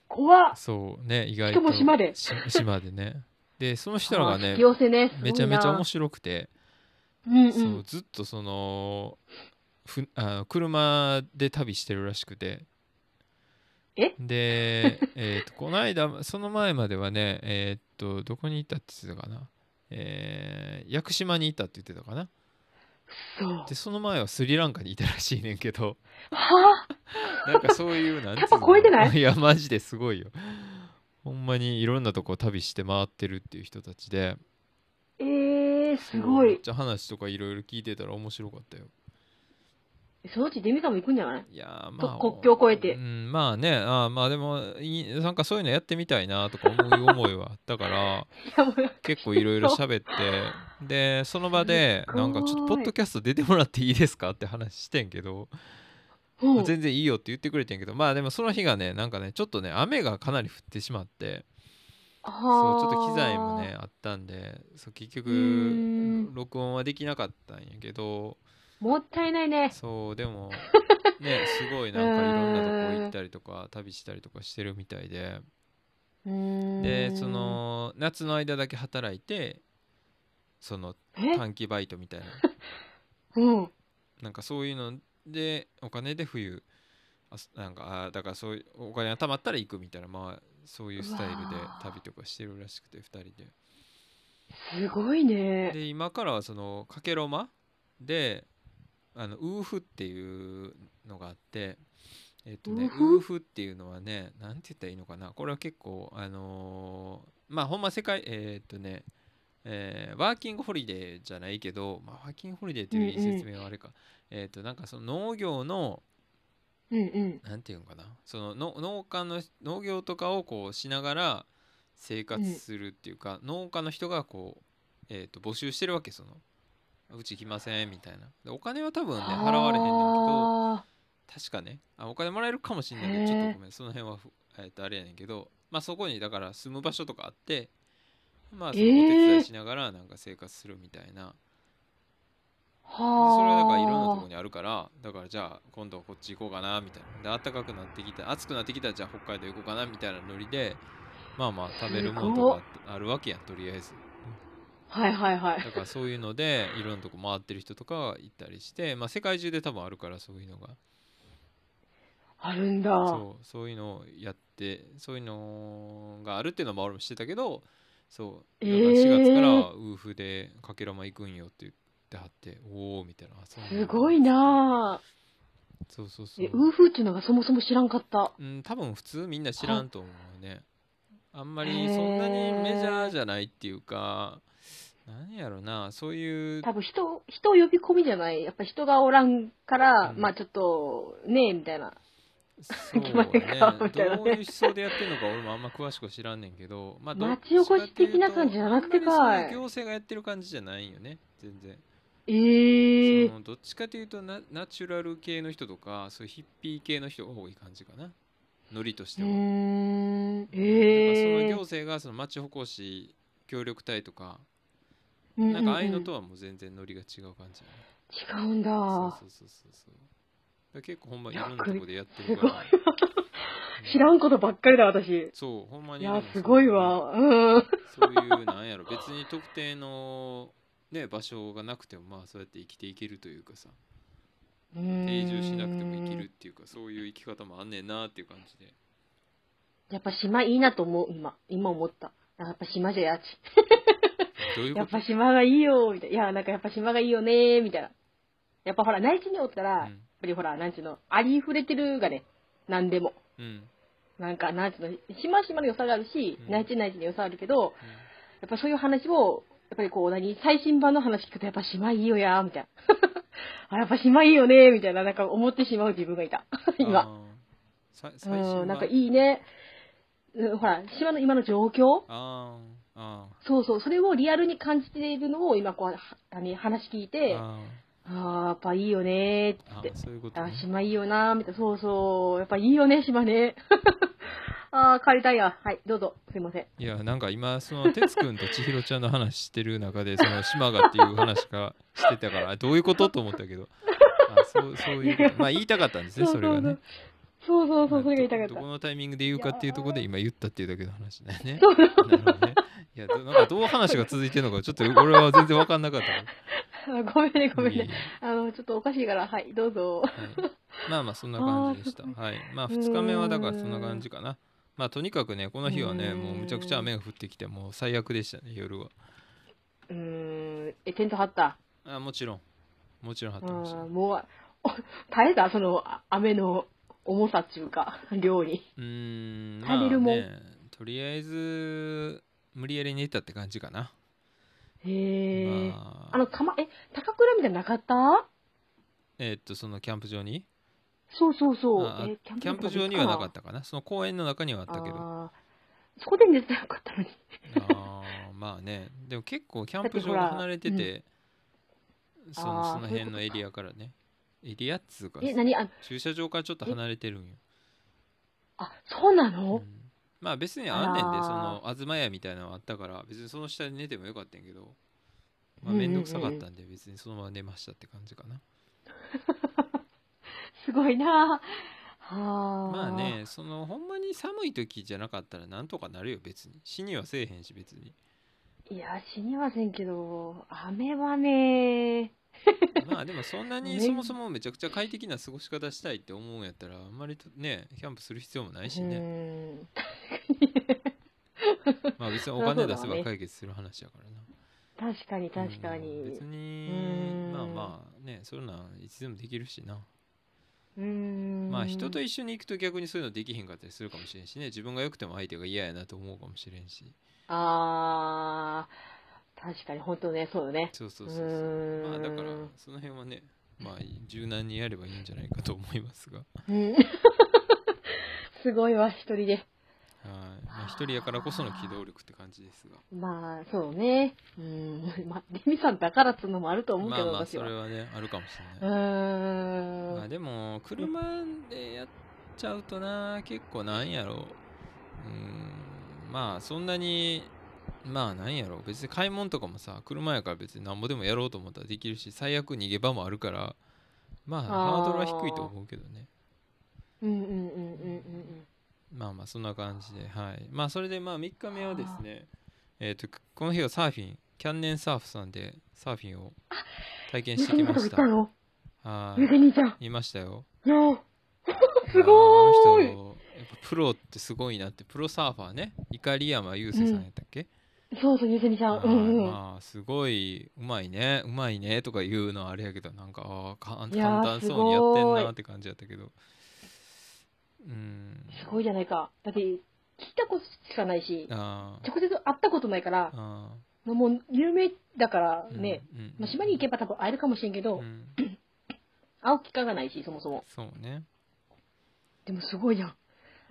Speaker 1: 怖っ
Speaker 2: そうね意外
Speaker 1: しか
Speaker 2: と
Speaker 1: も島で
Speaker 2: し島でねでその人らが
Speaker 1: あー
Speaker 2: ね
Speaker 1: 引き寄せね
Speaker 2: めちゃめちゃ面
Speaker 1: 白
Speaker 2: 白くて、
Speaker 1: いうんうん
Speaker 2: そうずっとそのふあ車で旅してるらしくて
Speaker 1: え
Speaker 2: で、えーとこの間その前まではねえっとどこに行ったって言ってたかな、えー屋久島に行ったって言ってたかな
Speaker 1: そう
Speaker 2: でその前はスリランカにいたらしいねんけど
Speaker 1: はあ
Speaker 2: なんかそういうなんつう
Speaker 1: 過去超えてない
Speaker 2: いやマジですごいよほんまにいろんなとこ旅して回ってるっていう人たちで
Speaker 1: えー、すご
Speaker 2: めっ
Speaker 1: い
Speaker 2: ちゃ話とかいろいろ聞いてたら面白かったよ
Speaker 1: そのうちデミカも行くんじゃない
Speaker 2: いやーまあ
Speaker 1: こ国境を越えて
Speaker 2: うん、まあねあーまあでもいなんかそういうのやってみたいなとか思う思いはあったから
Speaker 1: いやもう
Speaker 2: 結構いろいろ喋ってでその場です
Speaker 1: ごい
Speaker 2: なんかちょっとポッドキャスト出てもらっていいですかって話してんけど、
Speaker 1: うん、
Speaker 2: 全然いいよって言ってくれてんけどまあでもその日がねなんかねちょっとね雨がかなり降ってしまってそうちょっと機材もねあったんでそう結
Speaker 1: うー
Speaker 2: 局
Speaker 1: ん
Speaker 2: 録音はできなかったんやけど
Speaker 1: もったいないね
Speaker 2: そうで もねすごいなんかいろんなとこ行ったりとか旅したりとかしてるみたいででその夏の間だけ働いてその
Speaker 1: え
Speaker 2: 短期バイトみたいな
Speaker 1: うん
Speaker 2: なんかそういうのでお金で冬あすなんかあだからそういうお金が貯まったら行くみたいなまあそういうスタイル
Speaker 1: う
Speaker 2: で
Speaker 1: わー
Speaker 2: 旅とかしてるらしくて2人です
Speaker 1: ごいね
Speaker 2: で今からはそのかけろまであのウーフっていうのがあってえっとね
Speaker 1: ウーフ
Speaker 2: ウーフっていうのはねなんて言ったらいいのかなこれは結構あのーまあほんま世界えっとねえーワーキングホリデーじゃないけど、まあ、ワーキングホリデーっていう
Speaker 1: うんうん
Speaker 2: 説明はあれか、えっとなんかその農業の
Speaker 1: うんうん
Speaker 2: なんていうのかなそのの農家の農業とかをこうしながら生活するっていうか、農家の人がこう、えー、と募集してるわけそのうち来ませんみたいなでお金は多分ね払われへんねんけど
Speaker 1: あ
Speaker 2: 確かねあお金もらえるかもしんないけど
Speaker 1: へー
Speaker 2: ちょっとごめんその辺はふ、えー、とあれやねんけどまあそこにだから住む場所とかあってまあそのお手伝いしながらなんか生活するみた
Speaker 1: ー
Speaker 2: いな、で
Speaker 1: はあ
Speaker 2: それはだからいろんなところにあるからだからじゃあ今度こっち行こうかなみたいなで暖かくなってきた暑くなってきたらじゃあ北海道行こうかなみたいなノリでまあまあ食べるものとかあるわけやんとりあえず
Speaker 1: はいはいはい
Speaker 2: だからそういうのでいろんなとこ回ってる人とかが行ったりしてまあ世界中で多分あるからそういうのが
Speaker 1: あるんだ
Speaker 2: そうそういうのをやってそういうのがあるっていうのも俺もしてたけどそうだから4月からは夫婦でかけらま行くんよって言ってはっておおみたいなあそうなん
Speaker 1: す
Speaker 2: や
Speaker 1: ごいなあ
Speaker 2: そうそうそう
Speaker 1: えウーフーっていうのがそもそも知らんかった
Speaker 2: うん、多分普通みんな知らんと思うね。あんまりそんなにメジャーじゃないっていうか、何やろな、そ ういう、
Speaker 1: 多分人人を呼び込みじゃないやっぱ人がおらんから、
Speaker 2: うん
Speaker 1: まあちょっとねえみたいな
Speaker 2: そう
Speaker 1: 決まりかみたいなね
Speaker 2: どういう思想でやってるのか俺もあんま詳しくは知らんねんけど、まあ、どっ
Speaker 1: 町おこし的な感じじゃなくてかい
Speaker 2: あんまりそういう行政がやってる感じじゃないよね、全然。
Speaker 1: ええ
Speaker 2: そのどっちかというとナナチュラル系の人とか、そういうヒッピー系の人が多い感じかな、ノリと
Speaker 1: う
Speaker 2: して
Speaker 1: ーん
Speaker 2: は。だからその
Speaker 1: ええ
Speaker 2: 行政がその町おこし協力隊とか、
Speaker 1: う
Speaker 2: なんかああいうのと
Speaker 1: ん
Speaker 2: はもう全然ノリが違う感じやね、
Speaker 1: うんうん違うんだ
Speaker 2: そうそうそうそうそうだから結構ほんまいろんな
Speaker 1: なんか
Speaker 2: とこでやって
Speaker 1: す
Speaker 2: るか
Speaker 1: ごい
Speaker 2: ら
Speaker 1: わ
Speaker 2: うん
Speaker 1: 知らんことばっかりだ私
Speaker 2: そうほんま
Speaker 1: い
Speaker 2: に
Speaker 1: や
Speaker 2: でも
Speaker 1: すごいわうん
Speaker 2: そういうなんやろ別に特定のね場所がなくてもまあそうやって生きていけるというかさ定
Speaker 1: 定
Speaker 2: 住しなくても生きるっていうかそういう生き方もあんねんなっていう感じで
Speaker 1: やっぱ島いいなと思う今今思ったあやっぱ島じゃやち
Speaker 2: どうい
Speaker 1: や
Speaker 2: うこ
Speaker 1: っ
Speaker 2: と
Speaker 1: ぱ島がいいよみたいないやなんかやっぱ島がいいよねみたいなやっぱほら内地におったら、やっ
Speaker 2: うん
Speaker 1: ぱりほらなんちゅうのありふれてるがね何でも
Speaker 2: うんうん
Speaker 1: なんかなんちゅうの島々の良さがあるし、
Speaker 2: うん
Speaker 1: 内地内地の良さあるけどやっぱそういう話をやっぱりこう何最新版の話聞くとやっぱ島いいよやみたいな あやっぱ島いいよねみたいななんか思ってしまう自分がいた今
Speaker 2: あーさ最新
Speaker 1: う
Speaker 2: 版
Speaker 1: んなんかいいね、うん、ほら島の今の状況
Speaker 2: あーあ
Speaker 1: そうそう、それをリアルに感じているのを今こうは、あの話聞い
Speaker 2: ー
Speaker 1: て、あ
Speaker 2: あ
Speaker 1: あ、やっぱいいよねー
Speaker 2: ー
Speaker 1: っ
Speaker 2: あ
Speaker 1: て
Speaker 2: ー。そういうこと
Speaker 1: あ
Speaker 2: ね
Speaker 1: ー、島いいよなー、みたいな。そうそう、やっぱいいよね、島ね。 ああ、帰りたいや。はい、どうぞ。すいません。
Speaker 2: いやなんか今その哲くんと千尋ちゃんの話してる中でその島がっていう話がしてたからあ どういうことと思ったけどあそうそうい うことまあ言いたかったんですねそれがね
Speaker 1: そうそうそう、それが言いたかっ
Speaker 2: どど
Speaker 1: た。
Speaker 2: このタイミングで言うかっていうところで今言ったっていうだけの話だよね
Speaker 1: そう
Speaker 2: なるほどねいやどなんかどう話が続いてるのかちょっと俺は全然分かんなかった
Speaker 1: あごめんね、ごめん
Speaker 2: いえい
Speaker 1: ね。
Speaker 2: え
Speaker 1: あの、ちょっとおかしいから、はい、どうぞ。
Speaker 2: はいまあまあそんな感じでした
Speaker 1: あーそっ
Speaker 2: はいまあ2日目はだからそんな感じかなまあとにかくねこの日は
Speaker 1: う
Speaker 2: ね
Speaker 1: ーん
Speaker 2: もうむちゃくちゃ雨が降ってきてもう最悪でしたね夜は
Speaker 1: うーん、え、テント張った。
Speaker 2: あもちろんもちろん張ってました
Speaker 1: あもう、お耐えたその、あ雨の重さっていうか、 量に。
Speaker 2: うーん、まあ
Speaker 1: 足りるもん
Speaker 2: ね、とりあえず無理やり寝たって感じかな。
Speaker 1: へえ。
Speaker 2: まあ、
Speaker 1: あの、かま、え、高倉みたいなのなかった
Speaker 2: えーっとそのキャンプ場に
Speaker 1: そうそうそう。
Speaker 2: ああ
Speaker 1: えー
Speaker 2: キャンプ場にはなか
Speaker 1: た
Speaker 2: ったかなその公園の中にはあったけど
Speaker 1: あーそこで寝てなかったのに。
Speaker 2: あーまあねでも結構キャンプ場が離れて
Speaker 1: だって
Speaker 2: その
Speaker 1: あー
Speaker 2: その辺の
Speaker 1: そうい
Speaker 2: エ
Speaker 1: うことか
Speaker 2: リアからねエリアっつうか
Speaker 1: え、何あ、
Speaker 2: 駐車場からちょっと離れてるんよ、
Speaker 1: あ、そうな
Speaker 2: う
Speaker 1: の、
Speaker 2: んまあ別にあんねん
Speaker 1: あ
Speaker 2: で
Speaker 1: ら
Speaker 2: その東屋みたいなのあったから別にその下で寝てもよかったんやけどまあ
Speaker 1: うんうんうん
Speaker 2: 面倒くさかったんで別にそのまま寝ましたって感じかな、
Speaker 1: すごいなぁ。はあ。
Speaker 2: まあ。ねそのほんまに寒い時じゃなかったらなんとかなるよ別に死にはせえへんし別に
Speaker 1: いや、死にませんけど、雨はね、
Speaker 2: まあでもそんな にそもそもめちゃくちゃ快適な過ごし方したいって思うんやったらあんまりとねキャンプする必要もないしね、
Speaker 1: ね。
Speaker 2: まあ別にお
Speaker 1: まあそうだ
Speaker 2: 金出
Speaker 1: わ
Speaker 2: せ
Speaker 1: ね
Speaker 2: ば解決する話やからな
Speaker 1: 確かに確か
Speaker 2: うん
Speaker 1: に
Speaker 2: 別。に
Speaker 1: うん
Speaker 2: まあまあねそんなんいつでもできるしな
Speaker 1: うーん。
Speaker 2: まあ人と一緒に行くと逆にそういうのできへんかったりするかもしれんしね自分が良くても相手が嫌やなと思うかもしれんし
Speaker 1: あー、確かに、本当ね、そうよね。
Speaker 2: そうそううそうそう
Speaker 1: ーん。
Speaker 2: まあだからその辺はねまあ柔軟にやればいいんじゃないかと思いますが
Speaker 1: うん すごいわ、一人で。
Speaker 2: はいまあ一人やからこその機動力って感じですが
Speaker 1: まあ、そうね。うん。まあ、レミさんだからっつうのもあると思うけ
Speaker 2: まあ
Speaker 1: ど、
Speaker 2: まあ
Speaker 1: 私
Speaker 2: そ
Speaker 1: は。
Speaker 2: れ
Speaker 1: う
Speaker 2: はねあるかもしれない
Speaker 1: ーん。
Speaker 2: まあでも車でやっちゃうとな結構なんやろううんまあそんなにまあなんやろう別に買い物とかもさ車やから別になんぼでもやろうと思ったらできるし最悪逃げ場もあるからまあ
Speaker 1: あー
Speaker 2: ハードルは低いと思うけどね
Speaker 1: うんうんうんうんうん
Speaker 2: まあまあそんな感じではいまあそれでまあ3日目はですねえっ、とこの日はサーフィンキャンネンサーフさんでサーフィンを体
Speaker 1: うん。
Speaker 2: 験してき
Speaker 1: ゆ
Speaker 2: ま
Speaker 1: かにんとこ行
Speaker 2: し
Speaker 1: ったたの
Speaker 2: は
Speaker 1: ゆかにんちゃん。
Speaker 2: いいましたよ
Speaker 1: よ
Speaker 2: す
Speaker 1: ごーい
Speaker 2: あの人やっぱプロってすごいなってプロサーファーね碇山雄星さんやったっけ、
Speaker 1: うそうそう、ゆずみちゃん。
Speaker 2: あー
Speaker 1: うんうん。
Speaker 2: まあすごいうまいねうまいねとか言うのはあれやけどなんかあーか
Speaker 1: いやー
Speaker 2: 簡単そうにやってん
Speaker 1: すご
Speaker 2: ないって感じやったけどうん
Speaker 1: すごいじゃないか。だって、聞いたことしかないし、
Speaker 2: あー
Speaker 1: 直接会ったことないから、
Speaker 2: あ
Speaker 1: もう有名だから
Speaker 2: ー
Speaker 1: ね、、
Speaker 2: うんうん
Speaker 1: まあ、島に行けば多分会えるかもしれんけど、
Speaker 2: うん
Speaker 1: 会う機会がないし、そもそも。
Speaker 2: そうね
Speaker 1: でもすごいじゃん。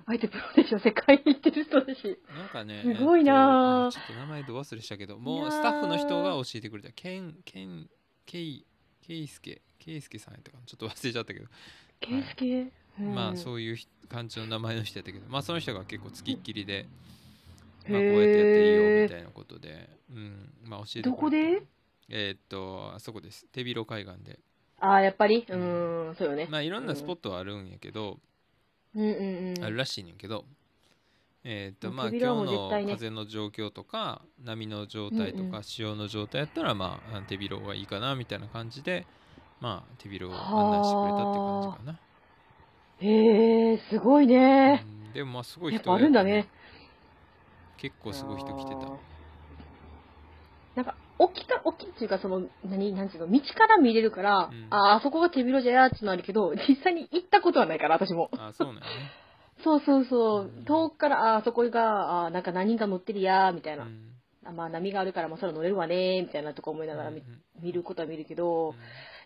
Speaker 1: あえてプロでしょ、世界に行ってる人だし。
Speaker 2: なんかね
Speaker 1: すごいなー
Speaker 2: えっとあーちょっと名前ど忘れしたけども
Speaker 1: いうやー
Speaker 2: スタッフの人が教えてくれたケンケンケイケイスケケイスケさんやったかなちょっと忘れちゃったけど
Speaker 1: ケイスケ。うん
Speaker 2: まあそういうひ感じの名前の人やったけど、まあ、その人が結構つきっきりで、まあ、こ
Speaker 1: へー
Speaker 2: うやってやっていいよみたいなことで、うんまあ、教えてくれて
Speaker 1: どこで
Speaker 2: えーっとあそこです手広海岸で、
Speaker 1: ああ、やっぱりうーん、そうよね。
Speaker 2: まあ、いろんなスポットはあるんやけど、
Speaker 1: うんうんうん。
Speaker 2: あるらしいねんけど、えーっと
Speaker 1: もう
Speaker 2: まあ、今日
Speaker 1: 扉はもう絶対
Speaker 2: の
Speaker 1: ね
Speaker 2: 風の状況とか波の状態と
Speaker 1: うんう
Speaker 2: か
Speaker 1: ん
Speaker 2: 潮の状態やったら、まあ、手広がいいかなみたいな感じで、まあ、手広を
Speaker 1: は
Speaker 2: 案
Speaker 1: ー
Speaker 2: 内してくれたって感じかな。
Speaker 1: へえ、すごいね。
Speaker 2: うんでもまあすごい
Speaker 1: やっ
Speaker 2: 人
Speaker 1: ぱあるんだ
Speaker 2: やっ
Speaker 1: ね
Speaker 2: た。結構すごい人来てた
Speaker 1: あー。なんか、沖か、沖っていうか、その、何、なんていうの、道から見れるから、
Speaker 2: うん
Speaker 1: あーあそこが手広じゃやーっていうのあるけど、実際に行ったことはないから、私も。
Speaker 2: あそうなんやね。
Speaker 1: そうそうそうう、
Speaker 2: ん
Speaker 1: 遠くから、あーあそこが、あーなんか何人か乗ってる やー、みたいな。
Speaker 2: うん
Speaker 1: あまあ、波があるから、まあ、それ乗れるわねー、みたいなとか思いながら見,、
Speaker 2: うんうん
Speaker 1: 見ることは見るけ
Speaker 2: うん
Speaker 1: ど、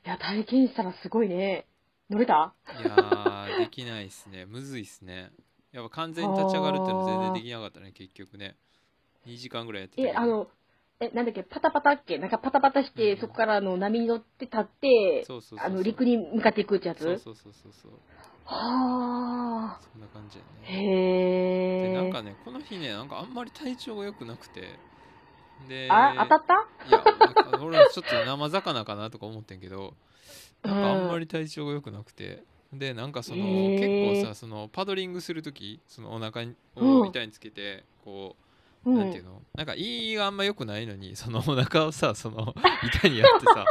Speaker 1: いや、体験したらすごいね。乗れた
Speaker 2: いやーできないっすね。むずいっすね。やっぱ完全に立ち上がるってのも全然できなかったね、結局ね。2時間ぐらいやってたけ
Speaker 1: え、
Speaker 2: ど
Speaker 1: あの、え、なんだっけ、パタパタっけなんかパタパタして、
Speaker 2: うん
Speaker 1: そこからあの波に乗って立って、
Speaker 2: そうそうそうそ
Speaker 1: あ
Speaker 2: う
Speaker 1: の陸に向かっていくってやつ
Speaker 2: そうそうそうそうそう。
Speaker 1: はあ。
Speaker 2: そんな感じや
Speaker 1: へ
Speaker 2: ね。で、
Speaker 1: え。
Speaker 2: なんかね、この日ね、なんかあんまり体調が良くなくて。で、
Speaker 1: あ、当たった
Speaker 2: いや、なんか俺はちょっと生魚かなとか思ってんけど、なんかあんまり体調が良くなくて、で、なんかその、
Speaker 1: へー
Speaker 2: 結構さ、そのパドリングするとき、そのお腹に
Speaker 1: う
Speaker 2: を
Speaker 1: ん
Speaker 2: 板につけて、こう、
Speaker 1: う。
Speaker 2: なんていうんの、なんかいいがあんま良くないのに、そのお腹をさ、その 板にやってさ、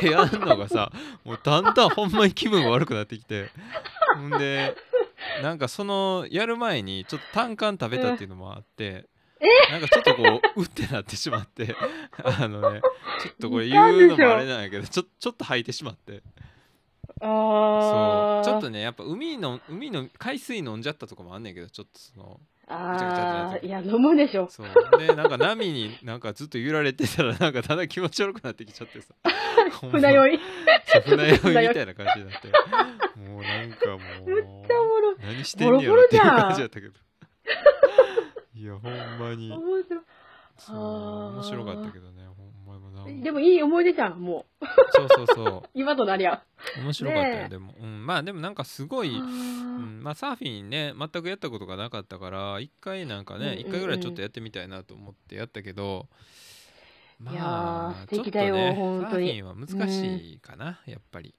Speaker 2: で、やんのがさ、もうだんだんほんまに気分が悪くなってきて、ほんで、なんかそのやる前にちょっと単管食べたっていうのもあって、なんかちょっとこううってなってしまってあのねちょっとこれ言うのもあれなんやけどちょちょっと吐いてしまってそう
Speaker 1: ああ。
Speaker 2: ちょっとねやっぱ海の海の海水飲んじゃったとかもあんねんけどちょっとそのちゃくちゃってな
Speaker 1: あ
Speaker 2: って
Speaker 1: あ、いや、飲むでしょ。
Speaker 2: そうでなんか波になんかずっと揺られてたらなんかただ気持ち悪くなってきちゃってさほん ま
Speaker 1: 船酔い。
Speaker 2: そう船酔いみたいな感じになってもうなんか
Speaker 1: めっ
Speaker 2: も
Speaker 1: ちゃお
Speaker 2: う
Speaker 1: もろい。
Speaker 2: 何してんねやろっていう感じだったけどいやほんまに
Speaker 1: 面
Speaker 2: そう
Speaker 1: あー
Speaker 2: 面白かったけどねほんまにもうな
Speaker 1: 白
Speaker 2: ん
Speaker 1: い。
Speaker 2: か
Speaker 1: でもいい思い出じゃん、もう。
Speaker 2: そうそうそ
Speaker 1: 今となりゃ。
Speaker 2: う面白かったよ、
Speaker 1: ねえ
Speaker 2: でも、うん、まあでもなんかすごい、う
Speaker 1: あ
Speaker 2: んまあ、サーフィンね全くやったことがなかったから一回なんか
Speaker 1: うんうん
Speaker 2: ね
Speaker 1: うん
Speaker 2: 一、回ぐらいちょっとやってみたいなと思ってやったけど、
Speaker 1: いやー素敵だよ本当に
Speaker 2: サーフィンは難しいかな、やっぱり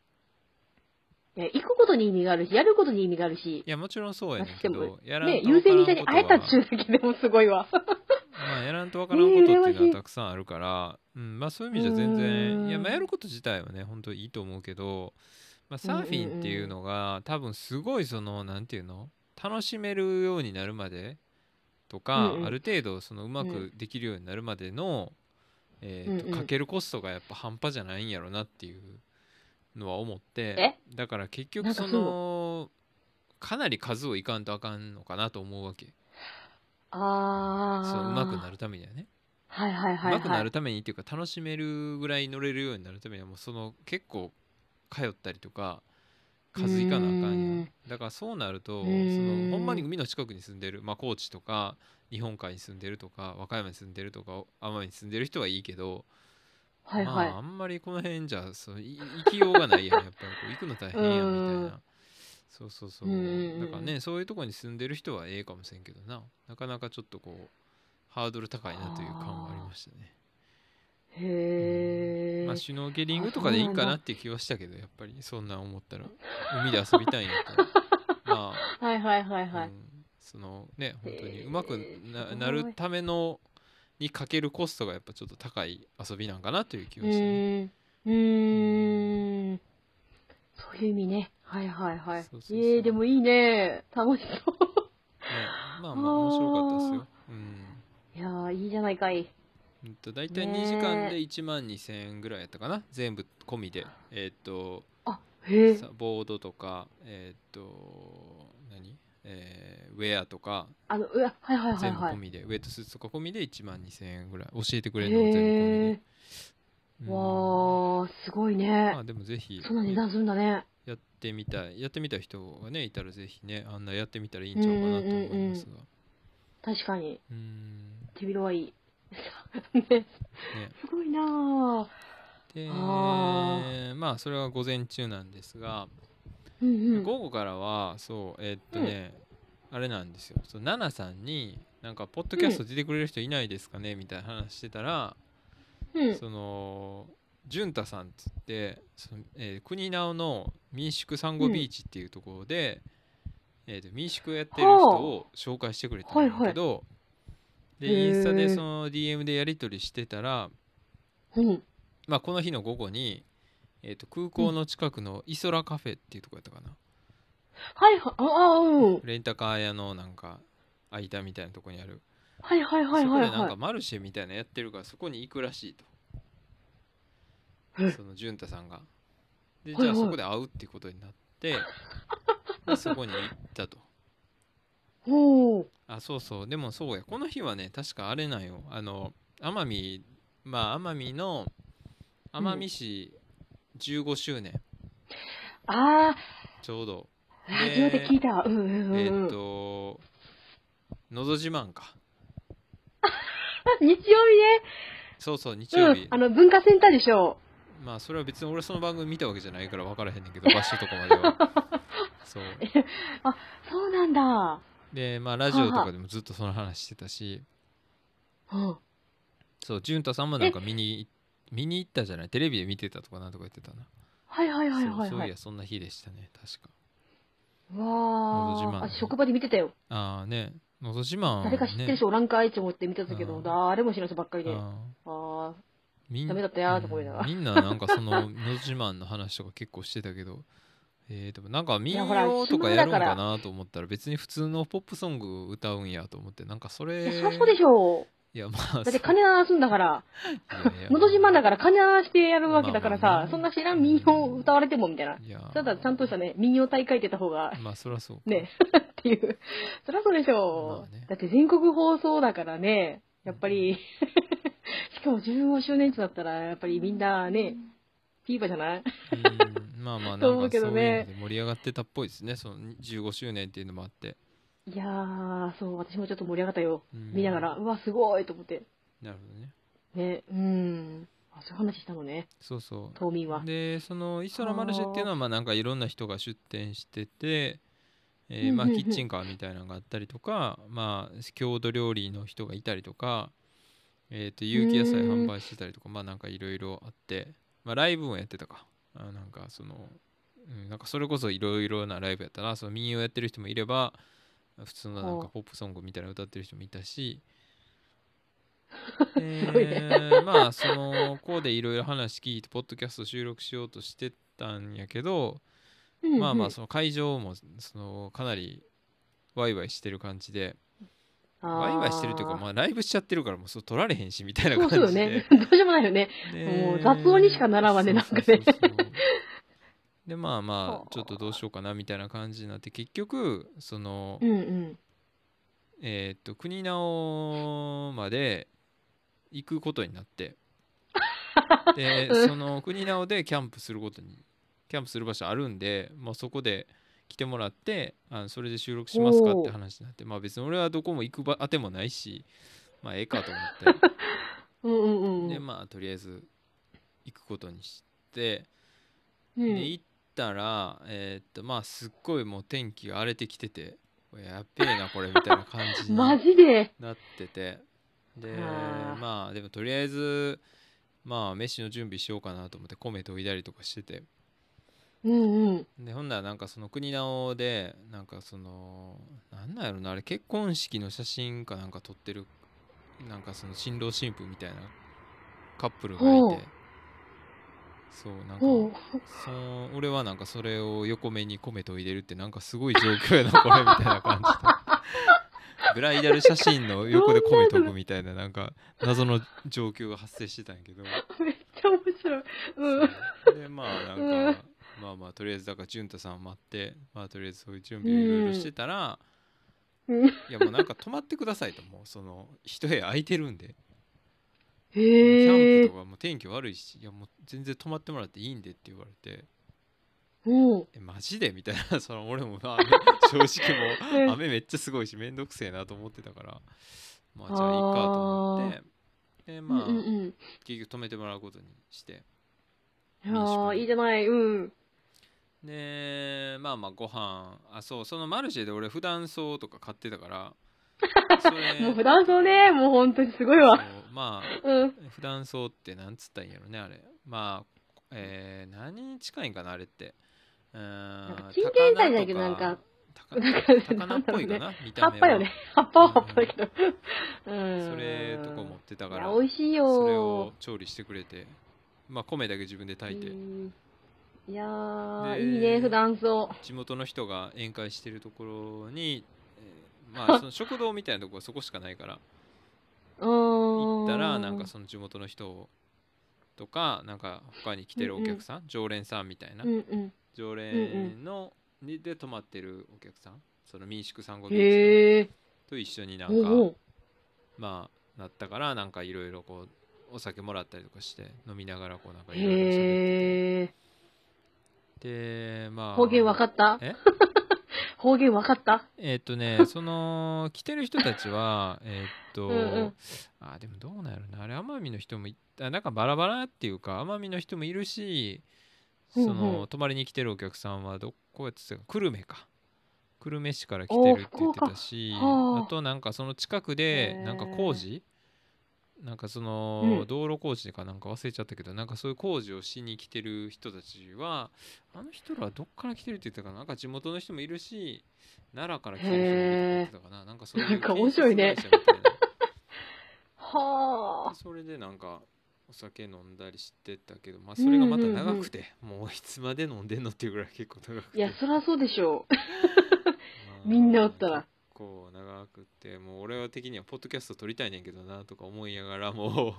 Speaker 1: ーいや、行くことに意味があるし、やることに意味があるし
Speaker 2: い。やもちろんそうやねんけ
Speaker 1: まあで
Speaker 2: どやらんと
Speaker 1: ね、
Speaker 2: 分
Speaker 1: 優先に
Speaker 2: から
Speaker 1: に会え
Speaker 2: んこと
Speaker 1: た
Speaker 2: は
Speaker 1: 中席でもすごいわ。
Speaker 2: まあやらんとわからんことっていうのはたくさんあるから、うん、まあそういう意味じゃ全
Speaker 1: うー
Speaker 2: 然
Speaker 1: ん
Speaker 2: いや、まあ、やること自体はね本当いいと思うけど、まあ、サーフィンっていうのが多分すごいそのなんていうの楽しめるようになるまでとか、
Speaker 1: うんうん
Speaker 2: ある程度そのうま
Speaker 1: う
Speaker 2: くできるようになるまでの、えーと
Speaker 1: うんうん
Speaker 2: かけるコストがやっぱ半端じゃないんやろなっていうのは思って
Speaker 1: え
Speaker 2: だから結
Speaker 1: な
Speaker 2: 局
Speaker 1: んか
Speaker 2: そのかなり数をいかんとあかんのかなと思うわけ
Speaker 1: ああ。
Speaker 2: そのうまくなるためにはね。
Speaker 1: はいはいは
Speaker 2: 上
Speaker 1: い
Speaker 2: 手くな
Speaker 1: はい
Speaker 2: る。ためにっていうか楽しめるぐらい乗れるようになるためにはもうその結構通ったりとか数いかなあか
Speaker 1: うー
Speaker 2: んやん
Speaker 1: ん
Speaker 2: だからそうなると
Speaker 1: う
Speaker 2: そ
Speaker 1: ー
Speaker 2: の
Speaker 1: ん
Speaker 2: ほんまに海の近くに住んでる、まあ、高知とか日本海に住んでるとか和歌山に住んでるとか奄美に住んでる人はいいけど、
Speaker 1: はいはい
Speaker 2: まあ、あ。んまりこの辺じゃそうい行きようがないやんやっぱりこう行くの大変やんみたいな。
Speaker 1: うん
Speaker 2: そうそうそう
Speaker 1: うんうんうん
Speaker 2: だからねそういうとこに住んでる人はええかもしれんけどななかなかちょっとこうハードル高いなという感はありましたね
Speaker 1: へえ。
Speaker 2: まあ、シュノーケリングとかでいいかなっていう気はしたけどやっぱりそんなん思ったら海で遊びたいんや ったらま
Speaker 1: はいはいはい
Speaker 2: あ、
Speaker 1: は
Speaker 2: う
Speaker 1: い。
Speaker 2: んそのね本当に
Speaker 1: へー
Speaker 2: うまく
Speaker 1: す
Speaker 2: な
Speaker 1: ごい
Speaker 2: なるためのにかけるコストがやっぱちょっと高い遊びなんかなという気
Speaker 1: う
Speaker 2: はして、ね
Speaker 1: ーん。うーん。そういう意味ね。はいはいはい
Speaker 2: そうそう。そう
Speaker 1: ええ、でもいいね。楽しそう。
Speaker 2: ねまあまあ面白かったですよ。うん
Speaker 1: いやー、いいじゃないかい。
Speaker 2: うんと大体
Speaker 1: ね
Speaker 2: 2
Speaker 1: え
Speaker 2: 時間で1万2000円ぐらいやったかな全部込みでえーっと
Speaker 1: あ、へえ
Speaker 2: さ。ボードとかえーっと何、えーウェアとか
Speaker 1: あの、うわ、はいはいはい
Speaker 2: 全部
Speaker 1: は
Speaker 2: 込
Speaker 1: い。
Speaker 2: みで、ウェットスーツとか込みで1万2000円ぐらい教えてくれるのも全部込
Speaker 1: へ
Speaker 2: みで
Speaker 1: え。、
Speaker 2: うん
Speaker 1: わー、すごい
Speaker 2: ま
Speaker 1: ね。
Speaker 2: あでもぜひ
Speaker 1: そんな値段するんだね。
Speaker 2: やってみたいやってみた人がねいたらぜひねあんなやってみたらいいんちゃうかなと思いますが
Speaker 1: 確かに。
Speaker 2: うん
Speaker 1: 手広はいい。ね
Speaker 2: ね
Speaker 1: すごいなー。
Speaker 2: で
Speaker 1: あ
Speaker 2: まあそれは午前中なんですが、
Speaker 1: うんうん。
Speaker 2: 午後からはそうえーっとね、あれなんですよそのナナさんになんかポッドキャスト出てくれる人いないですかね、みたいな話してたら
Speaker 1: うん。
Speaker 2: その潤太さんっつってその、えー国直の民宿産後ビーチっていうところで、えーと民宿やってる人を紹介してくれたんだけど、
Speaker 1: へ
Speaker 2: で
Speaker 1: ー
Speaker 2: インスタでその DM でやり取りしてたら、
Speaker 1: うん。
Speaker 2: まあ、この日の午後に、えー、と空港の近くのイソラカフェっていうとこやったかな、
Speaker 1: はいはい、ああ、うん。
Speaker 2: レンタカー屋のなんか間みたいなとこにある、
Speaker 1: はいはいはいはい
Speaker 2: そこでなん
Speaker 1: は
Speaker 2: かマルシェみたいなのやってるからそこに行くらしいと
Speaker 1: え
Speaker 2: その潤太さんがで
Speaker 1: はい
Speaker 2: じゃ
Speaker 1: は
Speaker 2: あ
Speaker 1: い
Speaker 2: そこで会うってことに なってでそこに行ったと
Speaker 1: い。おお。
Speaker 2: あそうそうでもそうやこの日はね確かあれなんよあの奄美まあ奄美の
Speaker 1: ん
Speaker 2: 奄美市15周年
Speaker 1: あ
Speaker 2: ちょうど、
Speaker 1: あ、ラジオで聞いたわ。うんうんうん。
Speaker 2: えっ、
Speaker 1: うん
Speaker 2: と「のど自慢」か
Speaker 1: あ日曜日ね。
Speaker 2: そうそう日
Speaker 1: う
Speaker 2: 曜
Speaker 1: ん
Speaker 2: 日。
Speaker 1: あの、文化センターでしょ。
Speaker 2: まあそれは別に俺その番組見たわけじゃないから分からへんねん けど場所とかまではそう
Speaker 1: そうなんだ。
Speaker 2: でまあラジオとかでもずっとその話してたし
Speaker 1: うん。
Speaker 2: そう潤太さんもなんか見に見に行ったじゃないテレビで見てたとかなんとか言ってたな、
Speaker 1: はいはいはいはい
Speaker 2: そう
Speaker 1: は
Speaker 2: そうい
Speaker 1: い。
Speaker 2: やそんな日でしたね確かのど自
Speaker 1: わあ、
Speaker 2: 慢
Speaker 1: あ職場で見てたよ。
Speaker 2: ああね「のど自慢、ね」
Speaker 1: 誰か知ってる人おらんかいって思って見てたけ
Speaker 2: うん
Speaker 1: ど、誰も知らん人ばっかりで。あ
Speaker 2: ああ
Speaker 1: あ、
Speaker 2: みん
Speaker 1: ダメだったやーとか思いながら
Speaker 2: うんみんななんかその「の ど自慢」の話とか結構してたけどえー、でもなんか民
Speaker 1: やほら
Speaker 2: 謡とかやるん
Speaker 1: 島だか
Speaker 2: かなと思ったら別に普通のポップソング歌うんやと思ってなんかそ
Speaker 1: い
Speaker 2: れ
Speaker 1: や、そりゃそうでしょう。
Speaker 2: いやまあ
Speaker 1: だって金回すんだから、元島だから金回してやるわけだからさ、
Speaker 2: まあまあね
Speaker 1: そんな知らん民謡を歌われてもみたいな。
Speaker 2: いや
Speaker 1: ただちゃんとしたね、民謡大会出た方が、
Speaker 2: まあそりゃそうか
Speaker 1: ね、っていう。 そりゃそうでしょ
Speaker 2: まあ
Speaker 1: う、
Speaker 2: ね
Speaker 1: だって全国放送だからね、やっぱり、 しかも15周年地だったら、やっぱりみんなね、ピーバじゃない
Speaker 2: うん まあまあ
Speaker 1: と
Speaker 2: な
Speaker 1: 思
Speaker 2: ん
Speaker 1: う
Speaker 2: か
Speaker 1: け
Speaker 2: そ
Speaker 1: ど
Speaker 2: ういう
Speaker 1: ね
Speaker 2: ので盛り上がってたっぽいですねその15周年っていうのもあって、
Speaker 1: いやー、そう、私もちょっと盛り上がったよ。
Speaker 2: うん
Speaker 1: 見ながら、うわ、すごいと思って。
Speaker 2: なるほどね
Speaker 1: ね、うん。あ、そういう話したのね、
Speaker 2: そうそう
Speaker 1: 島民は。
Speaker 2: でそのイソラマルシェっていうのはまあなんかいろんな人が出店してて、えー
Speaker 1: うん
Speaker 2: まあ、
Speaker 1: うんうん
Speaker 2: キッチンカーみたいなのがあったりとか、まあ、郷土料理の人がいたりとか、えー、と有機野菜販売してたりとかまあなんかいろいろあって、まあ、ライブもやってたかあなんかその、うん、なんかそれこそいろいろなライブやったなその民謡やってる人もいれば普通のなんか
Speaker 1: お
Speaker 2: ポップソングみたいなの歌ってる人もいたし
Speaker 1: ごいね
Speaker 2: えーまあそのこうでいろいろ話聞いてポッドキャスト収録しようとしてたんやけど、
Speaker 1: うんうん
Speaker 2: まあまあその会場もそのかなりワイワイしてる感じでワイワイしてるというかまあライブしちゃってるからもうそう取られへんしみたいな
Speaker 1: そ
Speaker 2: 感
Speaker 1: う
Speaker 2: じ
Speaker 1: そう
Speaker 2: で
Speaker 1: よね。 どうしようもないよね。
Speaker 2: で
Speaker 1: もう雑音にしかならんわね
Speaker 2: そうそうそうそう
Speaker 1: なんか
Speaker 2: でまあま
Speaker 1: はあ
Speaker 2: あちょっとどうしようかなみたいな感じになって結局その、
Speaker 1: うんうん。
Speaker 2: えーっと国直まで行くことになって で
Speaker 1: うん
Speaker 2: その国直でキャンプすることにキャンプする場所あるんで、まあ、そこで来てもらってあそれで収録しますかっ
Speaker 1: お
Speaker 2: て
Speaker 1: ー
Speaker 2: 話になってまあ別に俺はどこも行く場当てもないしまあええかと思って
Speaker 1: うん うんうん。
Speaker 2: でまあとりあえず行くことにして
Speaker 1: う
Speaker 2: で
Speaker 1: ん、
Speaker 2: 行ったらえーっとまあすっごいもう天気が荒れてきててやっべえなこれみたいな感じ に
Speaker 1: マジで。
Speaker 2: なっててで
Speaker 1: あー
Speaker 2: まあでもとりあえずまあ飯の準備しようかなと思って米研いだりとかしてて
Speaker 1: うんうん。
Speaker 2: でほんならなんかその国直でなんかそのなんなんやろなあれ結婚式の写真かなんか撮ってるなんかその新郎新婦みたいなカップルが
Speaker 1: ほ
Speaker 2: いうてそうなん
Speaker 1: おう
Speaker 2: かその俺はなんかそれを横目に米と入れるってなんかすごい状況やなこれみたいな感じでブライダル写真の横で米とくみたいななんか謎の状況が発生してたんやけど
Speaker 1: めっちゃ面白い。うん。
Speaker 2: そうでまあ
Speaker 1: う
Speaker 2: なん
Speaker 1: ん
Speaker 2: かまあまあとりあえずだから潤太さんを待ってまあとりあえずそういう準備をいろいろしてたら
Speaker 1: うん
Speaker 2: いやもうなんか泊まってくださいともうその一部屋空いてるんで
Speaker 1: へ
Speaker 2: キャンプ
Speaker 1: え
Speaker 2: と。かもう天気悪いしいやもう全然泊まってもらっていいんでって言われて
Speaker 1: うん。
Speaker 2: えマジでみたいな その俺もまあ正直
Speaker 1: う
Speaker 2: も
Speaker 1: ん
Speaker 2: う雨めっちゃすごいしめんどくせえなと思ってたからまあじゃあいいかと思ってで
Speaker 1: うん
Speaker 2: まあ
Speaker 1: うんうん。
Speaker 2: 結局泊めてもらうことにして
Speaker 1: ああ、いいじゃない。うん。
Speaker 2: でまあまあご飯あそうそのマルシェで俺普段そうとか買ってたからそ れ
Speaker 1: もう普段そうね、もう本当にすごいわ。
Speaker 2: そうまあ
Speaker 1: うん。
Speaker 2: 普段そうってなんつったらいいんやろねあれまあえー、何に近いんかなあれってうーん
Speaker 1: なんかチンゲン菜じゃないけどなんか
Speaker 2: 高菜
Speaker 1: なん
Speaker 2: と
Speaker 1: か
Speaker 2: か高菜っぽ いかな
Speaker 1: 葉
Speaker 2: 見た
Speaker 1: っ
Speaker 2: 目
Speaker 1: ぱ
Speaker 2: は
Speaker 1: よね。葉っぱは葉っぱだけど。うん。
Speaker 2: それとか持ってた
Speaker 1: い
Speaker 2: から
Speaker 1: や、美味しいよ。
Speaker 2: それを調理してくれてまあ米だけ自分で炊いて
Speaker 1: うんいやー、
Speaker 2: で
Speaker 1: いいね、普段そ
Speaker 2: 地元の人が宴会してるところに、えーまあその食堂みたいなとこはそこしかないから
Speaker 1: う。うん。
Speaker 2: 行ったらなんかその地元の人とかなんか他に来てるお客さん、常連さんみたいな、
Speaker 1: うんうん。
Speaker 2: 常連のにで泊まってるお客さんその民宿産後ビーチ
Speaker 1: へえ。
Speaker 2: と一緒になん
Speaker 1: お
Speaker 2: か
Speaker 1: お。
Speaker 2: まあなったからなんかいろいろこうお酒もらったりとかして飲みながらこうなんかいろいろ喋って
Speaker 1: へえ。
Speaker 2: てでまあ
Speaker 1: 方言わかった
Speaker 2: え
Speaker 1: 方言わかった
Speaker 2: えーっとねその来てる人たちはえーっと
Speaker 1: うんうん
Speaker 2: あーでもどうなんやろなあれ奄美の人もいあなんかバラバラっていうか奄美の人もいるしその、
Speaker 1: うんうん
Speaker 2: 泊まりに来てるお客さんはどこやってたか久留米か久留米市から来てるって言ってたし
Speaker 1: おー福岡はあ
Speaker 2: あとなんかその近くで
Speaker 1: へー
Speaker 2: なんか工事なんかその、
Speaker 1: うん
Speaker 2: 道路工事かなんか忘れちゃったけどなんかそういう工事をしに来てる人たちはあの人らはどっから来てるって言ってたかななんか地元の人もいるし奈良から来てる人もいるって言ってたかななんかそういう
Speaker 1: なんか面白いね
Speaker 2: 建設会社みたいな
Speaker 1: はあ。
Speaker 2: それでなんかお酒飲んだりしてたけどまあそれがまた長くて、もういつまで飲んでんのっていうぐらい結構長くて
Speaker 1: いや、そりゃそうでしょう。
Speaker 2: まあ
Speaker 1: みんなおったら
Speaker 2: 構長くてもう俺は的にはポッドキャスト撮りたいねんけどなとか思いながらも
Speaker 1: 本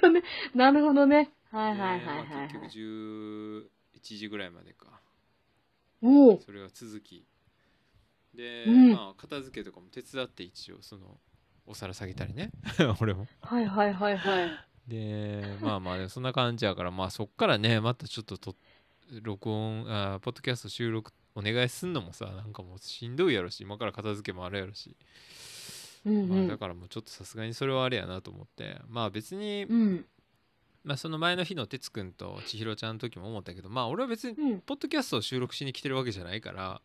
Speaker 1: 当ね。なるほどね。
Speaker 2: う
Speaker 1: はいはいはい
Speaker 2: ねま
Speaker 1: はい、は
Speaker 2: あ
Speaker 1: い
Speaker 2: 結局11時ぐらいまでか
Speaker 1: おお。
Speaker 2: それが続きで、
Speaker 1: うん
Speaker 2: まあ、片付けとかも手伝って一応そのお皿下げたりね 俺も
Speaker 1: はいはいはいはい。
Speaker 2: でまあまあでもそんな感じやからまあそっからねまたちょっとと録音あポッドキャスト収録お願いすんのもさなんかもうしんどいやろし今から片付けもあるやろし、
Speaker 1: うんう
Speaker 2: まあ、
Speaker 1: ん。
Speaker 2: だからもうちょっとさすがにそれはあれやなと思ってまあ別に、
Speaker 1: うん。
Speaker 2: まあ、その前の日の哲くんと千尋ちゃんの時も思ったけどまあ俺は別に
Speaker 1: うん。
Speaker 2: ポッドキャストを収録しに来てるわけじゃないから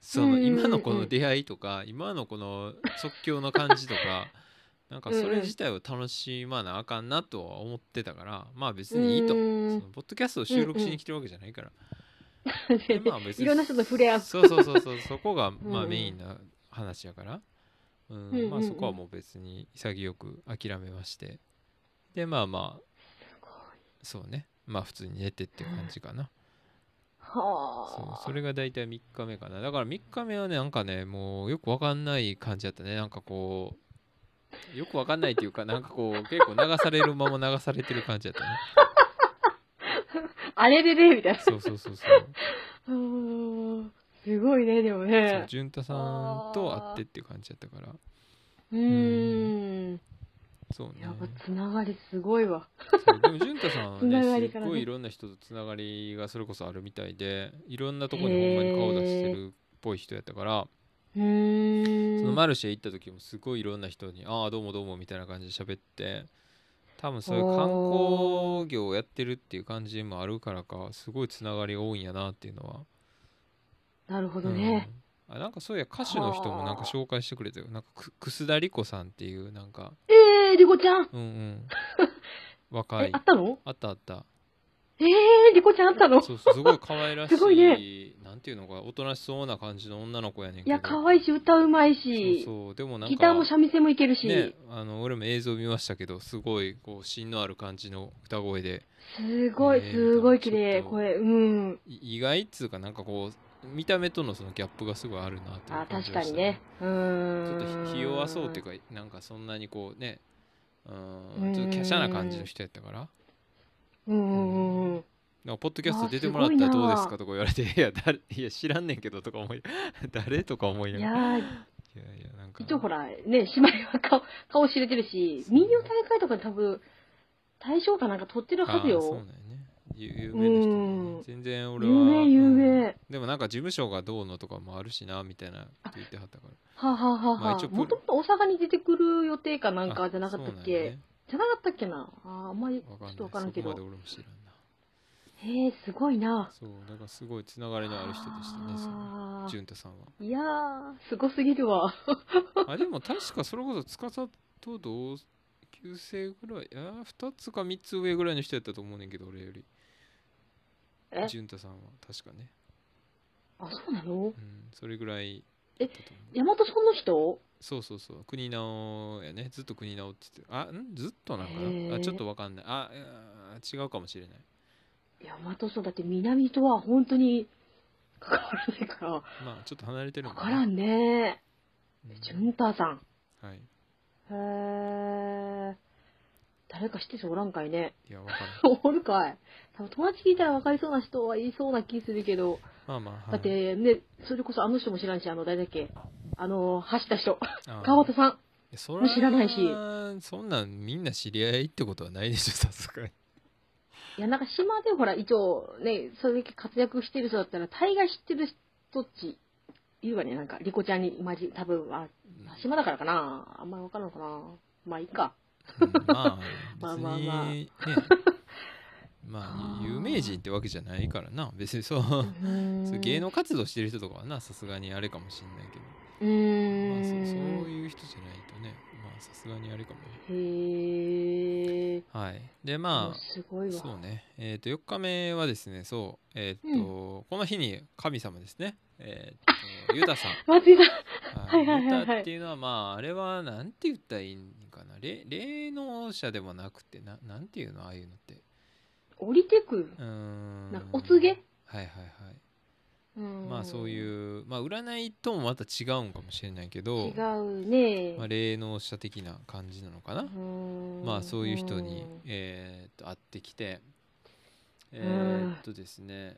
Speaker 2: そ
Speaker 1: うんうん
Speaker 2: の
Speaker 1: うんうん
Speaker 2: 今のこの出会いとか今のこの即興の感じと かなんかそれ自体を楽しまなあかんなとは思ってたからまあ別にいい
Speaker 1: う
Speaker 2: とそ
Speaker 1: ー
Speaker 2: の
Speaker 1: ん
Speaker 2: ポッドキャストを収録しに来てるわけじゃない からでまあ別に
Speaker 1: いろんな人と触れ合う。
Speaker 2: そうそうそ うそうそこがま
Speaker 1: うん
Speaker 2: あ
Speaker 1: うん
Speaker 2: メインな話やからう
Speaker 1: うんうんうん
Speaker 2: んまあそこはもう別に潔く諦めましてでまあまあそうねまあ普通に寝てっていう感じかなそ
Speaker 1: はあ。
Speaker 2: うそれが大体3日目かなだから3日目はねなんかねもうよくわかんない感じだったねなんかこうよくわかんないっていうかなんかこう結構流されるまま流されてる感じだったね
Speaker 1: あれれれみたいな。
Speaker 2: そうそうそうそう
Speaker 1: うーんすごいね、でも
Speaker 2: そう
Speaker 1: ね。
Speaker 2: 潤太さんと会ってっていう感じだったから
Speaker 1: うーん。
Speaker 2: そうね
Speaker 1: やっぱつながりすごいわ。
Speaker 2: そうでも潤太さんは
Speaker 1: つなが
Speaker 2: ね
Speaker 1: り
Speaker 2: す
Speaker 1: か
Speaker 2: っ
Speaker 1: らね
Speaker 2: ごいいろんな人とつながりがそれこそあるみたいでいろんなとこにほんまに顔出してるっぽい人やったから
Speaker 1: うーん。
Speaker 2: そのマルシェ行った時もすごいいろんな人に「ああどうもどうも」みたいな感じで喋って多分そういう観光業をやってるっていう感じもあるからかすごいつながりが多いんやなっていうのは、
Speaker 1: なるほど
Speaker 2: うん
Speaker 1: ね。
Speaker 2: あなんかそういや歌手の人もなんか紹介してくれたよなんかく楠田莉子さんっていうなんか
Speaker 1: えー、リコちゃん。
Speaker 2: うんうん
Speaker 1: え、
Speaker 2: 若い
Speaker 1: あったの
Speaker 2: あったあった
Speaker 1: えー、リコちゃんあったの
Speaker 2: そうそうすごい可愛らし い
Speaker 1: すごい
Speaker 2: なんていうのかおとなしそうな感じの女の子やねん
Speaker 1: い
Speaker 2: けど
Speaker 1: や、可愛いし、歌うまい
Speaker 2: そう
Speaker 1: し、
Speaker 2: そうでもなんか
Speaker 1: ギターも三味線もいけるし、
Speaker 2: ね、あの俺も映像見ましたけどすごいこう芯のある感じの歌声です
Speaker 1: ごい、
Speaker 2: ねえ
Speaker 1: すごい綺
Speaker 2: ちょ
Speaker 1: 麗、
Speaker 2: っと
Speaker 1: 声、うん。
Speaker 2: い意外っつうかなんかこう見た目とのそのギャップがすごいあるなってい
Speaker 1: あ
Speaker 2: う、感じ
Speaker 1: 確
Speaker 2: が
Speaker 1: か
Speaker 2: し
Speaker 1: に
Speaker 2: た
Speaker 1: ね。う
Speaker 2: ちょっ
Speaker 1: ーん。
Speaker 2: とひ弱そうっていうかなんかそんなにこうねう
Speaker 1: うんん
Speaker 2: ちょっと華奢な感じの人やったから
Speaker 1: うんうんうんうん。
Speaker 2: なんかポッドキャスト出てもらったらどうですかとか言われて「いや誰いや知らんねんけど」とか 思い誰とか思いないが
Speaker 1: や
Speaker 2: ら
Speaker 1: ー、
Speaker 2: いやいやなんか
Speaker 1: 一応ほら、ね、姉妹は顔、 顔知れてるし、
Speaker 2: そうね
Speaker 1: 民謡大会とかで多分、大賞かなんか取ってるはず
Speaker 2: あーそ
Speaker 1: よ。
Speaker 2: うなんやねゆ有名な人だね、
Speaker 1: うん
Speaker 2: 全然俺は
Speaker 1: 有名、有
Speaker 2: うん
Speaker 1: 名。
Speaker 2: でもなんか事務所がどうのとかもあるしなみたいな言ってはったから
Speaker 1: はあ、はあはあ
Speaker 2: まあ
Speaker 1: は
Speaker 2: 一
Speaker 1: あ、
Speaker 2: 応プ
Speaker 1: もともと大阪に出てくる予定かなんかじゃなかったっけ、
Speaker 2: あ
Speaker 1: じゃなかったっけなあーあんまりち
Speaker 2: そうなんやね
Speaker 1: ょ
Speaker 2: わ
Speaker 1: っ
Speaker 2: かん
Speaker 1: と
Speaker 2: ない
Speaker 1: わからんけど
Speaker 2: そこまで。俺も知らんな
Speaker 1: へえ、すごいな。
Speaker 2: そうだからすごいつながりのある人でしたねその
Speaker 1: あー
Speaker 2: 潤太さんは
Speaker 1: いやー、すごすぎるわ。
Speaker 2: あでも確かそれこそ司と同級生ぐらいあ2つか3つ上ぐらいの人やったと思うねんけど俺より
Speaker 1: え
Speaker 2: 潤太さんは確かね
Speaker 1: あ、そうなの
Speaker 2: うんそれぐらい
Speaker 1: え
Speaker 2: だったと思う
Speaker 1: 大和村の人
Speaker 2: そうそうそう国直やねずっと国直って言ってあんずっとなんか
Speaker 1: へー
Speaker 2: なあちょっとわかんないああー違うかもしれない
Speaker 1: 大和村だって南とは本当に関わらないか
Speaker 2: まあちょっと離れてる
Speaker 1: ら。
Speaker 2: の
Speaker 1: わからんね。
Speaker 2: うん
Speaker 1: ジュンターさん。
Speaker 2: はい
Speaker 1: へー。誰か知ってる人おらんかいね。
Speaker 2: いやわからん
Speaker 1: おるかい。多分友達聞いたら分かりそうな人はいそうな気するけど、
Speaker 2: まあまあ、
Speaker 1: だ
Speaker 2: はい、
Speaker 1: ってね、それこそあの人も知らんし、あの、誰だっけ、あの、走った人、
Speaker 2: ああ
Speaker 1: 川端さん。
Speaker 2: いやそ
Speaker 1: も知らないし
Speaker 2: らそんなんみんな知り合いってことはないでしょ、さす がに。
Speaker 1: いや、なんか島でほら、一応ね、それだけ活躍してる人だったら、大概知ってる人っち、いるわね、なんか、リコちゃんに、まじ、多分、あ、島だからかな。あんまり分からんのかな。まあ、いいか。
Speaker 2: うんまあ、
Speaker 1: まあ
Speaker 2: 別
Speaker 1: まあまあ
Speaker 2: にね、まあ、有名人ってわけじゃないからな、別にそう、そう芸
Speaker 1: 能
Speaker 2: 能活動してる人とかはな、さすがにあれかもしれないけど、
Speaker 1: う
Speaker 2: まあそう、そう
Speaker 1: ーん。
Speaker 2: いう人じゃないとね、まあ、さすがにあれかもね。
Speaker 1: へえ。
Speaker 2: はい。で、
Speaker 1: も
Speaker 2: ま
Speaker 1: う
Speaker 2: あ、
Speaker 1: すごいわ。
Speaker 2: そうね、えっ、と、4日目はですね、そう、えっ、と、この日に神様ですね、えっ、と、ユダさん。
Speaker 1: 松井さん。
Speaker 2: はい
Speaker 1: はいはいはいはい
Speaker 2: 歌っていうのはまああれはなんて言ったらいいんかな霊霊能者でもなくてななんていうのああいうのって
Speaker 1: 降りてくる。
Speaker 2: うーん
Speaker 1: なんかお告げ
Speaker 2: はいはいはい
Speaker 1: うんうん
Speaker 2: まあそう
Speaker 1: う
Speaker 2: いう、まあ、占いともまた違うんかもしれないけど
Speaker 1: 違、うね、
Speaker 2: まあ、霊能者的な感じなのかな、
Speaker 1: うん
Speaker 2: まあそういう人に、
Speaker 1: ん
Speaker 2: えーっと会ってきてえーっとですね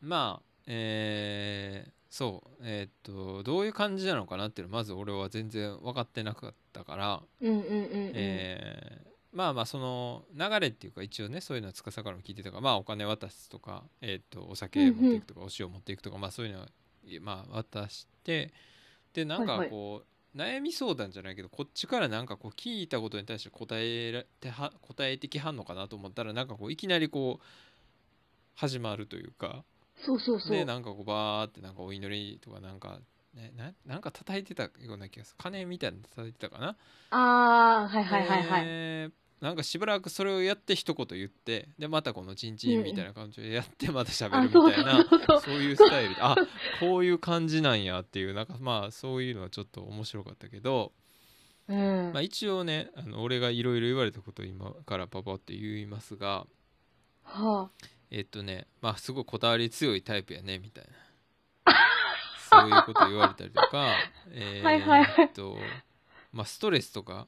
Speaker 2: まあえーそうえーっとどういう感じなのかなっていうのまず俺は全然分かってなかったから、
Speaker 1: うんうんうん うん
Speaker 2: えーまあまあその流れっていうか一応ねそういうのは司からも聞いてたからまあお金渡すとか、えー、とお酒持っていくとか、お塩持っていくとかまあそういうのは、まあ、渡してでなんか
Speaker 1: はいはい
Speaker 2: こう、悩み相談じゃないけどこっちからなんかこう聞いたことに対して答えらては答えてきはんのかなと思ったらなんかこういきなりこう始まるというか
Speaker 1: そうそうそう
Speaker 2: でなんかこうバーってなんかお祈りとかなんか、ね、ななんか叩いてたような気がする鐘みたいなの叩いてたかな
Speaker 1: ああはいはいはいはい、
Speaker 2: えーなんかしばらくそれをやって一言言ってでまたこのチンチンみたいな感じでやってまた喋るみたいな、
Speaker 1: あそうそうそう
Speaker 2: そういうスタイルで あこういう感じなんやっていうなんかまあそういうのはちょっと面白かったけど、
Speaker 1: うん
Speaker 2: まあ、一応ねあの俺がいろいろ言われたことを今からパパって言いますが
Speaker 1: は
Speaker 2: えっとねまあすごいこだわり強いタイプやねみ たいなそういうこと言われたりとかえ
Speaker 1: はいはいはい
Speaker 2: ーっとまあストレスとか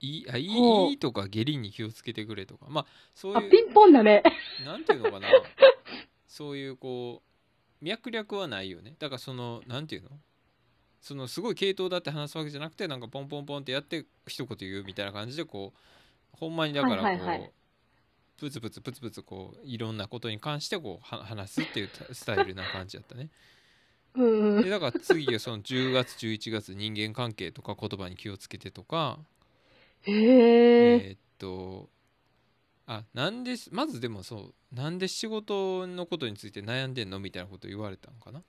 Speaker 2: いいあい
Speaker 1: ほう
Speaker 2: いいいとか下痢に気をつけてくれとかまあそ
Speaker 1: あ、あ
Speaker 2: うい
Speaker 1: ピンポンだね
Speaker 2: うなんていうのかなそういうこう脈略はないよねだからそのなんていうのそのすごい系統だって話すわけじゃなくてなんかポンポンポンってやって一言言うみたいな感じでこうほんまにだからこう、
Speaker 1: はいはいはい
Speaker 2: プツプツプツプツこういろんなことに関してこうは話すっていうタスタイルな感じだったね。
Speaker 1: うんう
Speaker 2: で
Speaker 1: ん
Speaker 2: だから次がその10月11月人間関係とか言葉に気をつけてとか
Speaker 1: へえ
Speaker 2: えーっとあなんですまずでもそうなんで仕事のことについて悩んでんのみたいなこと言われたのかな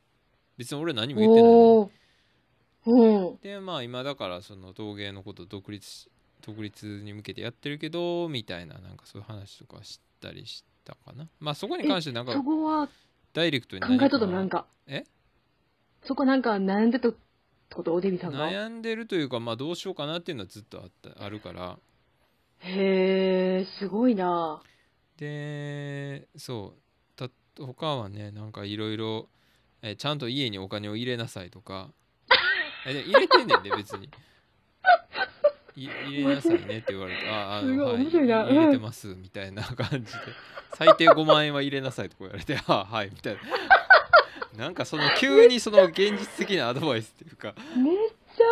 Speaker 2: 別に俺何も言ってないのに
Speaker 1: おーうん
Speaker 2: でまあ今だからその陶芸のこと独立し独立に向けてやってるけどみたいななんかそういう話とかしたりしたかなまあそこに関してなんか
Speaker 1: そこは
Speaker 2: ダイレクトに
Speaker 1: 考
Speaker 2: 何
Speaker 1: えとったのなんか
Speaker 2: え
Speaker 1: そこなんか悩んでたってことおデビさんがへ
Speaker 2: 悩んでるというかまあどうしようかなっていうのはずっとあったあるから
Speaker 1: えすごいな
Speaker 2: でそうた他はねなんかいろいろえちゃんと家にお金を入れなさいとかえで入れてんね んで別にい入れなさいねって言われてああ
Speaker 1: す
Speaker 2: の
Speaker 1: ごい
Speaker 2: はい
Speaker 1: 面白いなうん
Speaker 2: 入れてますみたい な感じで最低5万円は入れなさいとか言われてああはいみたい ななんかその急にその現実的なアドバイスっていうか
Speaker 1: めっちゃ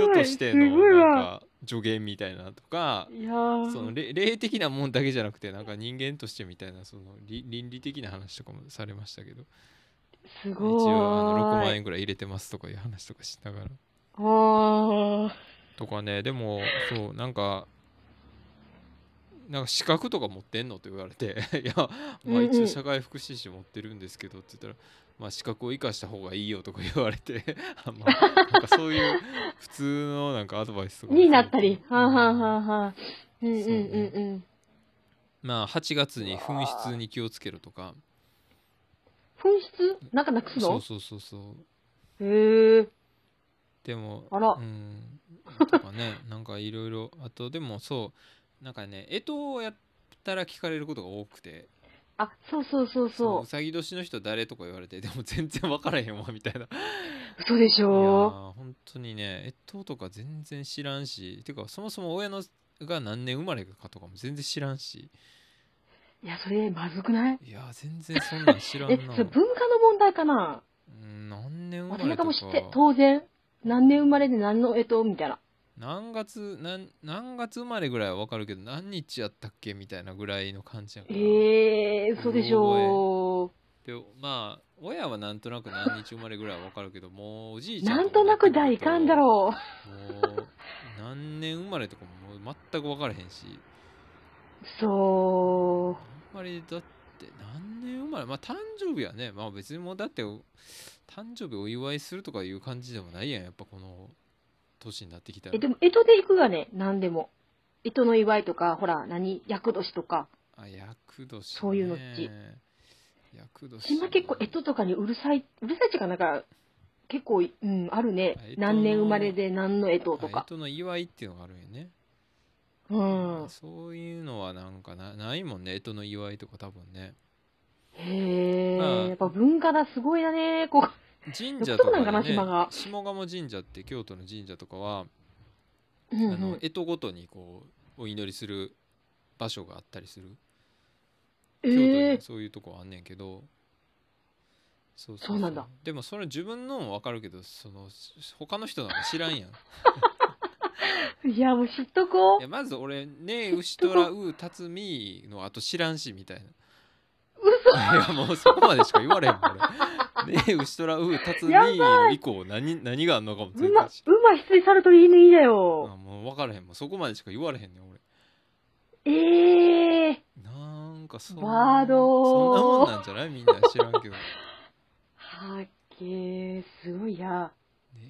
Speaker 1: おも
Speaker 2: 人
Speaker 1: ろい
Speaker 2: として
Speaker 1: すごい
Speaker 2: のなん
Speaker 1: わ
Speaker 2: か助言みたいなのとか
Speaker 1: いやー
Speaker 2: そのれ霊的なもんだけじゃなくてなんか人間としてみたいなそのり倫理的な話とかもされましたけど
Speaker 1: す
Speaker 2: 一
Speaker 1: ごい
Speaker 2: 応あの6万円ぐらい入れてますとかいう話とかしなが
Speaker 1: あ
Speaker 2: ら
Speaker 1: あ
Speaker 2: とかねでもそうなんかなんか資格とか持ってんのって言われて 「いや、まあ、
Speaker 1: うんうん
Speaker 2: 一応社会福祉士持ってるんですけど」って言ったら「まあ、資格を生かした方がいいよ」とか言われて、 あまあ、なんかそういう普通のなんかアドバイスとかも
Speaker 1: になったり
Speaker 2: されて
Speaker 1: はんはんはんはんうんうんうんうん
Speaker 2: まあ8月に紛失に気をつけろとか
Speaker 1: 紛失なんかなくす
Speaker 2: そう
Speaker 1: の
Speaker 2: そうそうそう
Speaker 1: へえ
Speaker 2: でも
Speaker 1: あら
Speaker 2: うんとかね なんかいろいろあとでもそうなんかね干支をやったら聞かれることが多くて
Speaker 1: あそうそうそう
Speaker 2: う
Speaker 1: そ
Speaker 2: さぎ年の人誰とか言われてでも全然分からへんわみ たいないう
Speaker 1: 嘘でし
Speaker 2: や
Speaker 1: ょ
Speaker 2: ー本当にね干支とか全然知らんしてかそもそも親のが何年生まれかとかも全然知らんし
Speaker 1: いやそれまずくない
Speaker 2: いやー全然そんなん知ら ん
Speaker 1: え
Speaker 2: な
Speaker 1: それ文化の問題かな
Speaker 2: うん何年生ま
Speaker 1: 私な
Speaker 2: れ
Speaker 1: んか
Speaker 2: と
Speaker 1: も
Speaker 2: か
Speaker 1: 知って当然何年生まれで何の干支みたいな
Speaker 2: 何月何何月生まれぐらいは分かるけど何日やったっけみたいなぐらいの感じやから、
Speaker 1: ええー、嘘でしょ
Speaker 2: でまあ親はなんとなく何日生まれぐらいは分かるけどもうおじいちゃん
Speaker 1: なんとなく
Speaker 2: 大
Speaker 1: 大
Speaker 2: ん
Speaker 1: んだろう
Speaker 2: もう何年生まれとかももう全く分からへんし
Speaker 1: そ
Speaker 2: あんまりだって何年生まれまあ誕生日はねまあ別にもうだって誕生日お祝いするとかいう感じでもないやんやっぱこの年になってきた
Speaker 1: うえ
Speaker 2: ら
Speaker 1: でも干支で行くがね何でも干支の祝いとかほら何厄年とか
Speaker 2: あ厄年、ね、
Speaker 1: そういうのっち
Speaker 2: 厄年
Speaker 1: 私は結構干支とかにうるさいうるさいっていうかなんか結構うんあるね
Speaker 2: あ干支の
Speaker 1: 何年生まれで何の干支と
Speaker 2: あ干
Speaker 1: か
Speaker 2: 支の祝いっていうのがあるんよね、
Speaker 1: うん
Speaker 2: そういうのはなんかなないもんね干支の祝いとか多分ね、
Speaker 1: へえ、
Speaker 2: まあ
Speaker 1: やっぱ文化だすごいだねここ
Speaker 2: 神社
Speaker 1: ど
Speaker 2: とか
Speaker 1: こなんかな
Speaker 2: ね
Speaker 1: 島が
Speaker 2: 下鴨神社って京都の神社とかは、
Speaker 1: うんうん
Speaker 2: あの干支ごとにこうお祈りする場所があったりする
Speaker 1: え
Speaker 2: 京都
Speaker 1: ー
Speaker 2: にそういうとこあんねんけど、そう
Speaker 1: そうなんだ
Speaker 2: でもそれ自分のも分かるけどその他の人なんか知らんやんい
Speaker 1: いやもう知っとこう
Speaker 2: やまず俺「ねえ牛とらうたつみ」のあと知らんしみたいな嘘いやもうそこまでしか言われへんもん俺「ねえ牛とらうたつみ」の以降何何があんのかも
Speaker 1: う
Speaker 2: 全
Speaker 1: ま
Speaker 2: 然
Speaker 1: う
Speaker 2: 知
Speaker 1: ま失礼されといいねいいだ
Speaker 2: らん
Speaker 1: よ
Speaker 2: あもう分からへんもうそこまでしか言われへんねん俺
Speaker 1: ええー、
Speaker 2: なんかそん
Speaker 1: ワードー
Speaker 2: そんなもんなんじゃないみんな知らんけど。ね
Speaker 1: はっけーすごいや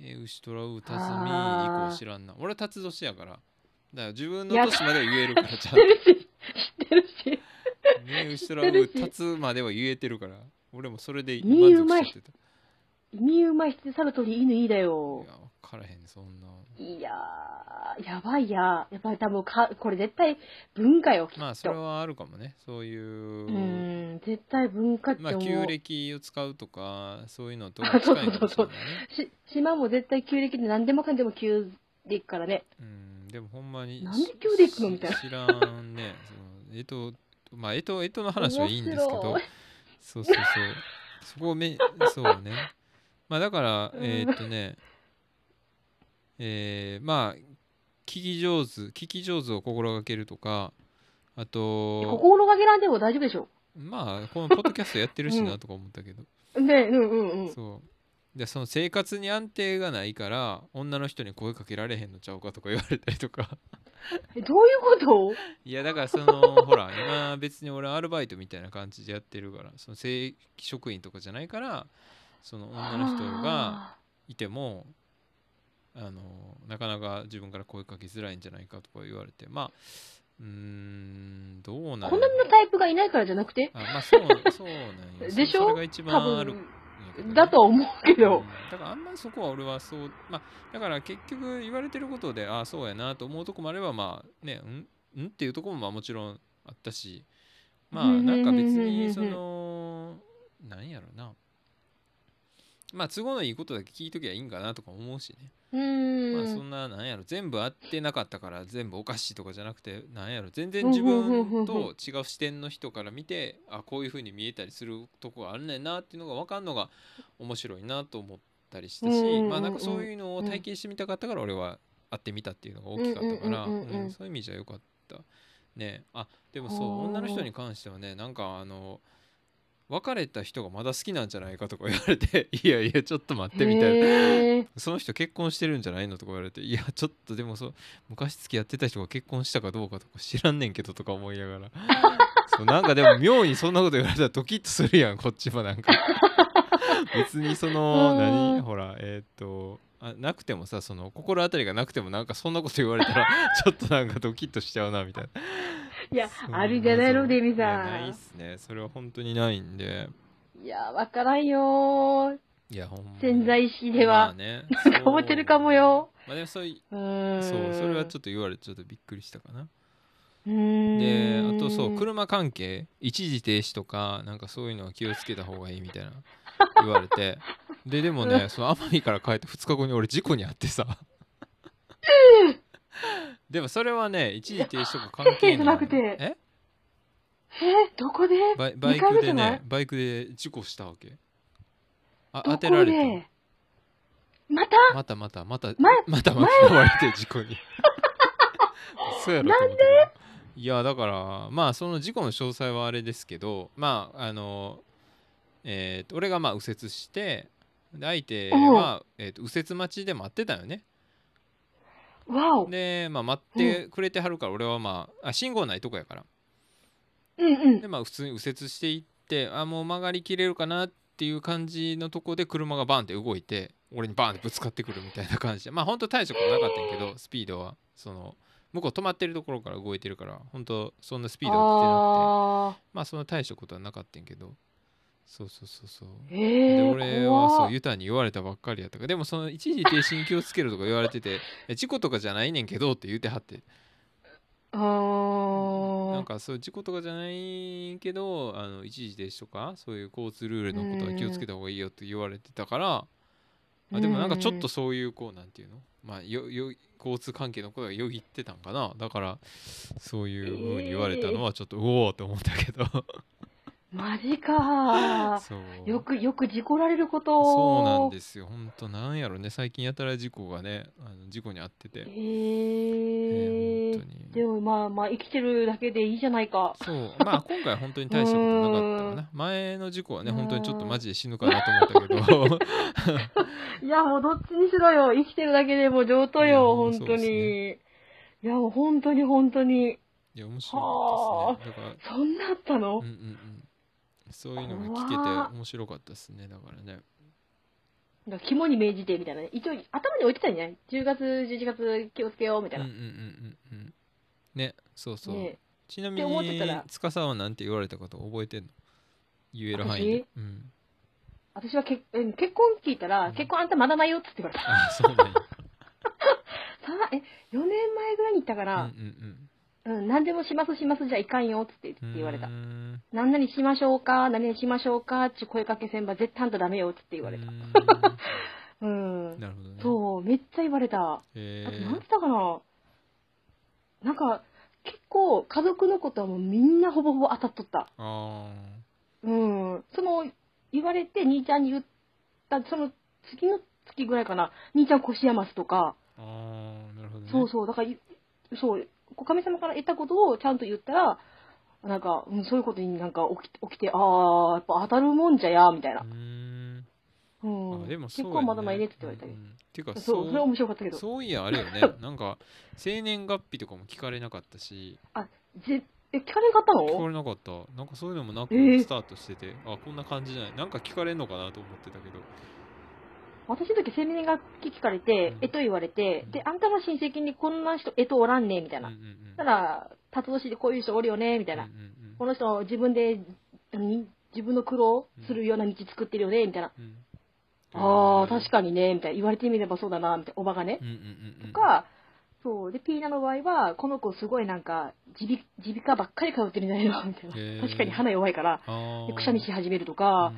Speaker 2: え、牛とらうたつみ
Speaker 1: あー
Speaker 2: 以降知らんな。俺は辰年やから。だから自分の
Speaker 1: いや
Speaker 2: 年までは言えるからち
Speaker 1: 知
Speaker 2: ゃ
Speaker 1: っ
Speaker 2: ん
Speaker 1: てるし知ってるし
Speaker 2: と。ねえ、牛とらうたつまでは言えてるから。俺もそれで満足しちゃってた。
Speaker 1: みうまいしてさるとり犬いいだ
Speaker 2: い
Speaker 1: よ
Speaker 2: や、。分からへん、そんな。
Speaker 1: いやー、やばいや。やっぱり多分か、これ絶対文化よ、きっと。
Speaker 2: まあ、それはあるかもね。そういうう。
Speaker 1: ん、絶対文化って
Speaker 2: まあ、
Speaker 1: 思う。
Speaker 2: 旧暦を使うとか、そういう のと近いのかもしれないね。
Speaker 1: し島も絶対旧暦で何でもかんでも旧暦からね。
Speaker 2: うん、でもほんまに
Speaker 1: なんで今日で行くのみたいな
Speaker 2: 知らんねそのえとまあえとえとの話はいいんですけど
Speaker 1: 面白い
Speaker 2: そうそうそうそこをめそうねまあだから
Speaker 1: うん
Speaker 2: えーっとねえーまあ聞き上手聞き上手を心がけるとかあと
Speaker 1: 心がけなんでも大丈夫でしょ。
Speaker 2: まあこのポッドキャストやってるし
Speaker 1: う
Speaker 2: なんとか思ったけど、
Speaker 1: ね、うんうんうん。
Speaker 2: そうでその生活に安定がないから女の人に声かけられへんのちゃうかとか言われたりとか
Speaker 1: えどういうこと
Speaker 2: いやだからそのほら今別に俺アルバイトみたいな感じでやってるからその正規職員とかじゃないからその女の人が
Speaker 1: あ
Speaker 2: いてもあのなかなか自分から声かけづらいんじゃないかとか言われてまあうーんどう
Speaker 1: ー
Speaker 2: なん
Speaker 1: こんなタイプがいないからじゃなくて
Speaker 2: あまあそうそうなんよ
Speaker 1: でしょ
Speaker 2: それが一
Speaker 1: 多
Speaker 2: 番あるんや
Speaker 1: 分、
Speaker 2: けどね
Speaker 1: だとは思うけ
Speaker 2: う
Speaker 1: ど
Speaker 2: ん。だからあんまりそこは俺はそうまあだから結局言われてることでああそうやなと思うとこもあればまあねうんんっていうとこもまあもちろんあったしまあ
Speaker 1: うんうん
Speaker 2: なんか別
Speaker 1: うんうんう
Speaker 2: に
Speaker 1: ん
Speaker 2: そのなんやろなまあ都合のいいことだけ聞いときゃいいんかなとか思うしね、
Speaker 1: う
Speaker 2: まあそ
Speaker 1: ーん。
Speaker 2: んななんやろ全部合ってなかったから全部おかしいとかじゃなくてなんやろ全然
Speaker 1: うんうん
Speaker 2: 自
Speaker 1: うんうんうん
Speaker 2: 分と違う視点の人から見てあこういう風に見えたりするとこがあるねんなっていうのが分かんのが面白いなと思ったりした
Speaker 1: うんうんうん
Speaker 2: し
Speaker 1: うん
Speaker 2: まあなんかそういうのを体験してみたかったから俺は会ってみたっていうのが大きかったから
Speaker 1: うんうんうんうんうん
Speaker 2: うんそういう意味じゃよかったねあでもそ
Speaker 1: ほう
Speaker 2: う女の人に関してはねなんかあの別れた人がまだ好きなんじゃないかとか言われて「いやいやちょっと待って」みたいな
Speaker 1: へー
Speaker 2: その人結婚してるんじゃないのとか言われて、いや、ちょっとでもそう、昔付き合ってた人が結婚したかどうかとか知らんねんけどとか思いな がら。そうなんかでも妙にそんなこと言われたらドキッとするやん、こっちもなんか。別にその、
Speaker 1: う
Speaker 2: 何、
Speaker 1: ん
Speaker 2: ほら、えーっと、あなくてもさ、その心当たりがなくてもなんかそんなこと言われ たら、ちょっとなんかドキッとしちゃうなみたいな。
Speaker 1: いや
Speaker 2: そ、ん
Speaker 1: あるんじゃないの、デミ
Speaker 2: いや
Speaker 1: さん。
Speaker 2: ないっすね。それは本当にないんで。
Speaker 1: いや、わからんよー。
Speaker 2: いや、ほんまに
Speaker 1: 潜在意識で
Speaker 2: まあ
Speaker 1: は。
Speaker 2: ね、
Speaker 1: なんか思ってるかもよ。
Speaker 2: まあでもそういう
Speaker 1: うーん。
Speaker 2: そうそれはち
Speaker 1: ょ
Speaker 2: ょっと言われてちょっとびっくりしたか
Speaker 1: っ
Speaker 2: な。
Speaker 1: と。で
Speaker 2: であとそう車関係一時停止とかなんかそういうのは気をつけた方がいいみたいな言われてででもねその奄美から帰って2日後に俺事故に遭ってさ。でもそれはね一時停止とか関係ない。
Speaker 1: 関係なくて
Speaker 2: え
Speaker 1: え、どこで
Speaker 2: バイバイ
Speaker 1: 二回
Speaker 2: ク
Speaker 1: 目じ
Speaker 2: で
Speaker 1: ゃない
Speaker 2: ねバイクで事故したわけ。あ
Speaker 1: ど
Speaker 2: 当
Speaker 1: こ
Speaker 2: てられて
Speaker 1: でまた
Speaker 2: またまたまた
Speaker 1: 前
Speaker 2: また巻き込まれて事故にそうやろと思っていやだからまあその事故の詳細はあれですけどまああのえーと俺がまあ右折してで相手は、えーと右折待ちで待ってたよね
Speaker 1: わお。うん
Speaker 2: で、まあ、待ってくれてはるから俺はまああ信号ないとこやから
Speaker 1: うん
Speaker 2: で。まあ普通に右折していってあもう曲がりきれるかなっていう感じのとこで車がバンって動いて俺にバンってぶつかってくるみたいな感じでまあ本当大したことなかったんやけどスピードはその向こう止まってるところから動いてるから本当そんなスピードは出てなくて
Speaker 1: あ
Speaker 2: まあそんな大したことはなかったんやけどそうそうそうそう。
Speaker 1: ーえ
Speaker 2: で
Speaker 1: ー、
Speaker 2: 俺は
Speaker 1: 怖
Speaker 2: そ
Speaker 1: っ
Speaker 2: うユタに言われたばっかりやったからでもその一時停止に気をつけるとか言われてていや事故とかじゃないねんけどって言うてはって
Speaker 1: あ
Speaker 2: な
Speaker 1: ー
Speaker 2: んかそういう事故とかじゃないけどあの一時停止とかそういう交通ルールのことは気をつけた方がいいよって言われてたから、あでもなんかちょっとそういうこうなんていうの、まあ、よよ交通関係のことがよぎってたんかなだからそういうふうに言われたのはちょっと、うおーって思ったけど
Speaker 1: うんマジかー
Speaker 2: そう
Speaker 1: よくよく事故られることを
Speaker 2: そうなんですよ本当なんやろね最近やたら事故がねあの事故に遭ってて、
Speaker 1: へ
Speaker 2: ね
Speaker 1: え
Speaker 2: 本当
Speaker 1: で
Speaker 2: に
Speaker 1: もまあまあ生きてるだけでいいじゃないか
Speaker 2: そうまあ今回本当に大したことなかったかな前の事故はね本当にちょっとマジで死ぬかなと思ったけど
Speaker 1: いやもうどっちにしろよ生きてるだけでもう上等
Speaker 2: いや
Speaker 1: よ
Speaker 2: も
Speaker 1: 本
Speaker 2: うそう
Speaker 1: 当
Speaker 2: です
Speaker 1: に、
Speaker 2: ね
Speaker 1: いやもう本当に本当に
Speaker 2: いや面白かったですね。だか
Speaker 1: そんなあった
Speaker 2: ら、
Speaker 1: の、
Speaker 2: うんうんうん、そういうのが
Speaker 1: 怖
Speaker 2: 聞け
Speaker 1: って
Speaker 2: 面白かったですね。だからね。
Speaker 1: なんか肝に銘じてみたいなね一応頭に置いてたんじゃない10月11月気をつけようみた
Speaker 2: う
Speaker 1: い
Speaker 2: んう
Speaker 1: な、
Speaker 2: んうんうんうん。ね、そうそう。
Speaker 1: ね
Speaker 2: ちなみ
Speaker 1: って思って
Speaker 2: に
Speaker 1: たら、
Speaker 2: 司はなんて言われたこと覚えてんの言える範囲で。うん。
Speaker 1: 私はけうん結婚聞いたら、
Speaker 2: うん
Speaker 1: 結婚あんたまだないよって言われた
Speaker 2: あ、そ うなんや。
Speaker 1: さあえ4年前ぐらいに行ったか
Speaker 2: う
Speaker 1: ら
Speaker 2: ん、うん
Speaker 1: うん何でもしますしますじゃいかんよってって
Speaker 2: うん。
Speaker 1: 言われた
Speaker 2: うーん
Speaker 1: 何々しましょうか、何々しましょうかって声かけせんば絶対あんたダメよって言われた。
Speaker 2: う
Speaker 1: うん
Speaker 2: ーん。なるほどね。う。
Speaker 1: そう、めっちゃ言われた。あ
Speaker 2: え
Speaker 1: と、なんつったかななんか、結構家族のことはもうみんなほぼほぼ当たっとった。
Speaker 2: あ
Speaker 1: うん。その、言われて兄ちゃんに言った、その次の月ぐらいかな、兄ちゃん腰やますとか、
Speaker 2: ーあー、なるほどね。
Speaker 1: そうそう、だからい、そう、おかみ様から得たことをちゃんと言ったら、なんか、うん、そういうことになんか起き起きて、ああ、やっぱ当たるもんじゃや、みたいな
Speaker 2: う。ーん。
Speaker 1: うん
Speaker 2: あ、でもそ
Speaker 1: 結
Speaker 2: うや
Speaker 1: 構まだまいねって言われたけ
Speaker 2: うんうんっていうか、
Speaker 1: ど。そう、それは面白かったけど。
Speaker 2: そういやあれよ ねなんか生年月日とかも聞かれなかったし
Speaker 1: ぜえ、聞かれんかった
Speaker 2: 聞か
Speaker 1: の
Speaker 2: れなかったなんかそういうのもなく
Speaker 1: えー
Speaker 2: スタートしてて、あこんな感じじゃないなんか聞かれんのかなと思ってたけど
Speaker 1: 私の時、生年月日聞かれて
Speaker 2: うん、
Speaker 1: えと言われて
Speaker 2: うん、
Speaker 1: で、あんたの親戚にこんな人、えとおらんねみたいな。
Speaker 2: うんうん
Speaker 1: たら、辰年でこういう人おるよねみたい
Speaker 2: うんう
Speaker 1: な。
Speaker 2: ん
Speaker 1: この人、自分で、何自分の苦労するような道作ってるよねみたいな。
Speaker 2: うんうん
Speaker 1: ああ、確
Speaker 2: か
Speaker 1: かにねみたいな。言われてみればそうだなみたいな。おばがね。
Speaker 2: に、うんうんうんうん、
Speaker 1: とか、そう。で、ピーナの場合は、この子すごいなんか、耳鼻耳鼻科ばっかり通ってるんじゃないのみたいな
Speaker 2: へー。
Speaker 1: 確かに鼻弱いから、
Speaker 2: あ
Speaker 1: で
Speaker 2: ー
Speaker 1: くしゃみし始めるとか、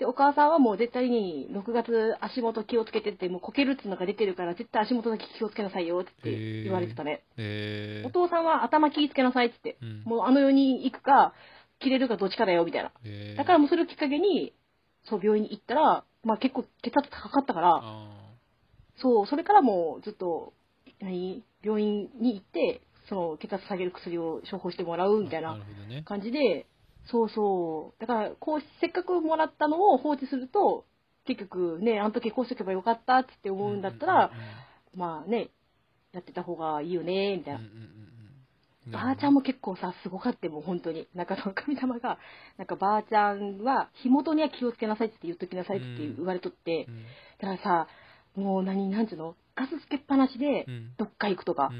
Speaker 1: で、お母さんはもう絶対に6月足元気をつけてって、もうこけるっていうのが出てるから、絶対足元だけ気をつけなさいよって言われてたね。
Speaker 2: えー
Speaker 1: お父さんは頭気をつけなさいってって、
Speaker 2: うん
Speaker 1: もうあの世に行くか、切れるかどっちかだよみたいな。
Speaker 2: えー
Speaker 1: だからもうそれをきっかけに、そう、病院に行ったら、まあ結構血圧高かったから、
Speaker 2: あ
Speaker 1: そう、それからもうずっと、何病院に行って、その血圧下げる薬を処方してもらう
Speaker 2: ー
Speaker 1: みたいな
Speaker 2: なるほどね
Speaker 1: 感じで、そうそう。だから、こう、せっかくもらったのを放置すると、結局ね、あの時こうしとけばよかったっつって思うんだったら、まあね、やってた方がいいよね、みた
Speaker 2: う
Speaker 1: い
Speaker 2: んう
Speaker 1: な。
Speaker 2: んうんうんうんうんうん
Speaker 1: ばあちゃんも結構さ、すごかったよ、もう本当に。なんかその神様が、なんかばあちゃんは、火元には気をつけなさいっつって言っときなさいって言われとって、
Speaker 2: うん
Speaker 1: だからさ、もう何、なんつうのガスつけっぱなしで
Speaker 2: う、ん
Speaker 1: どっか行くとか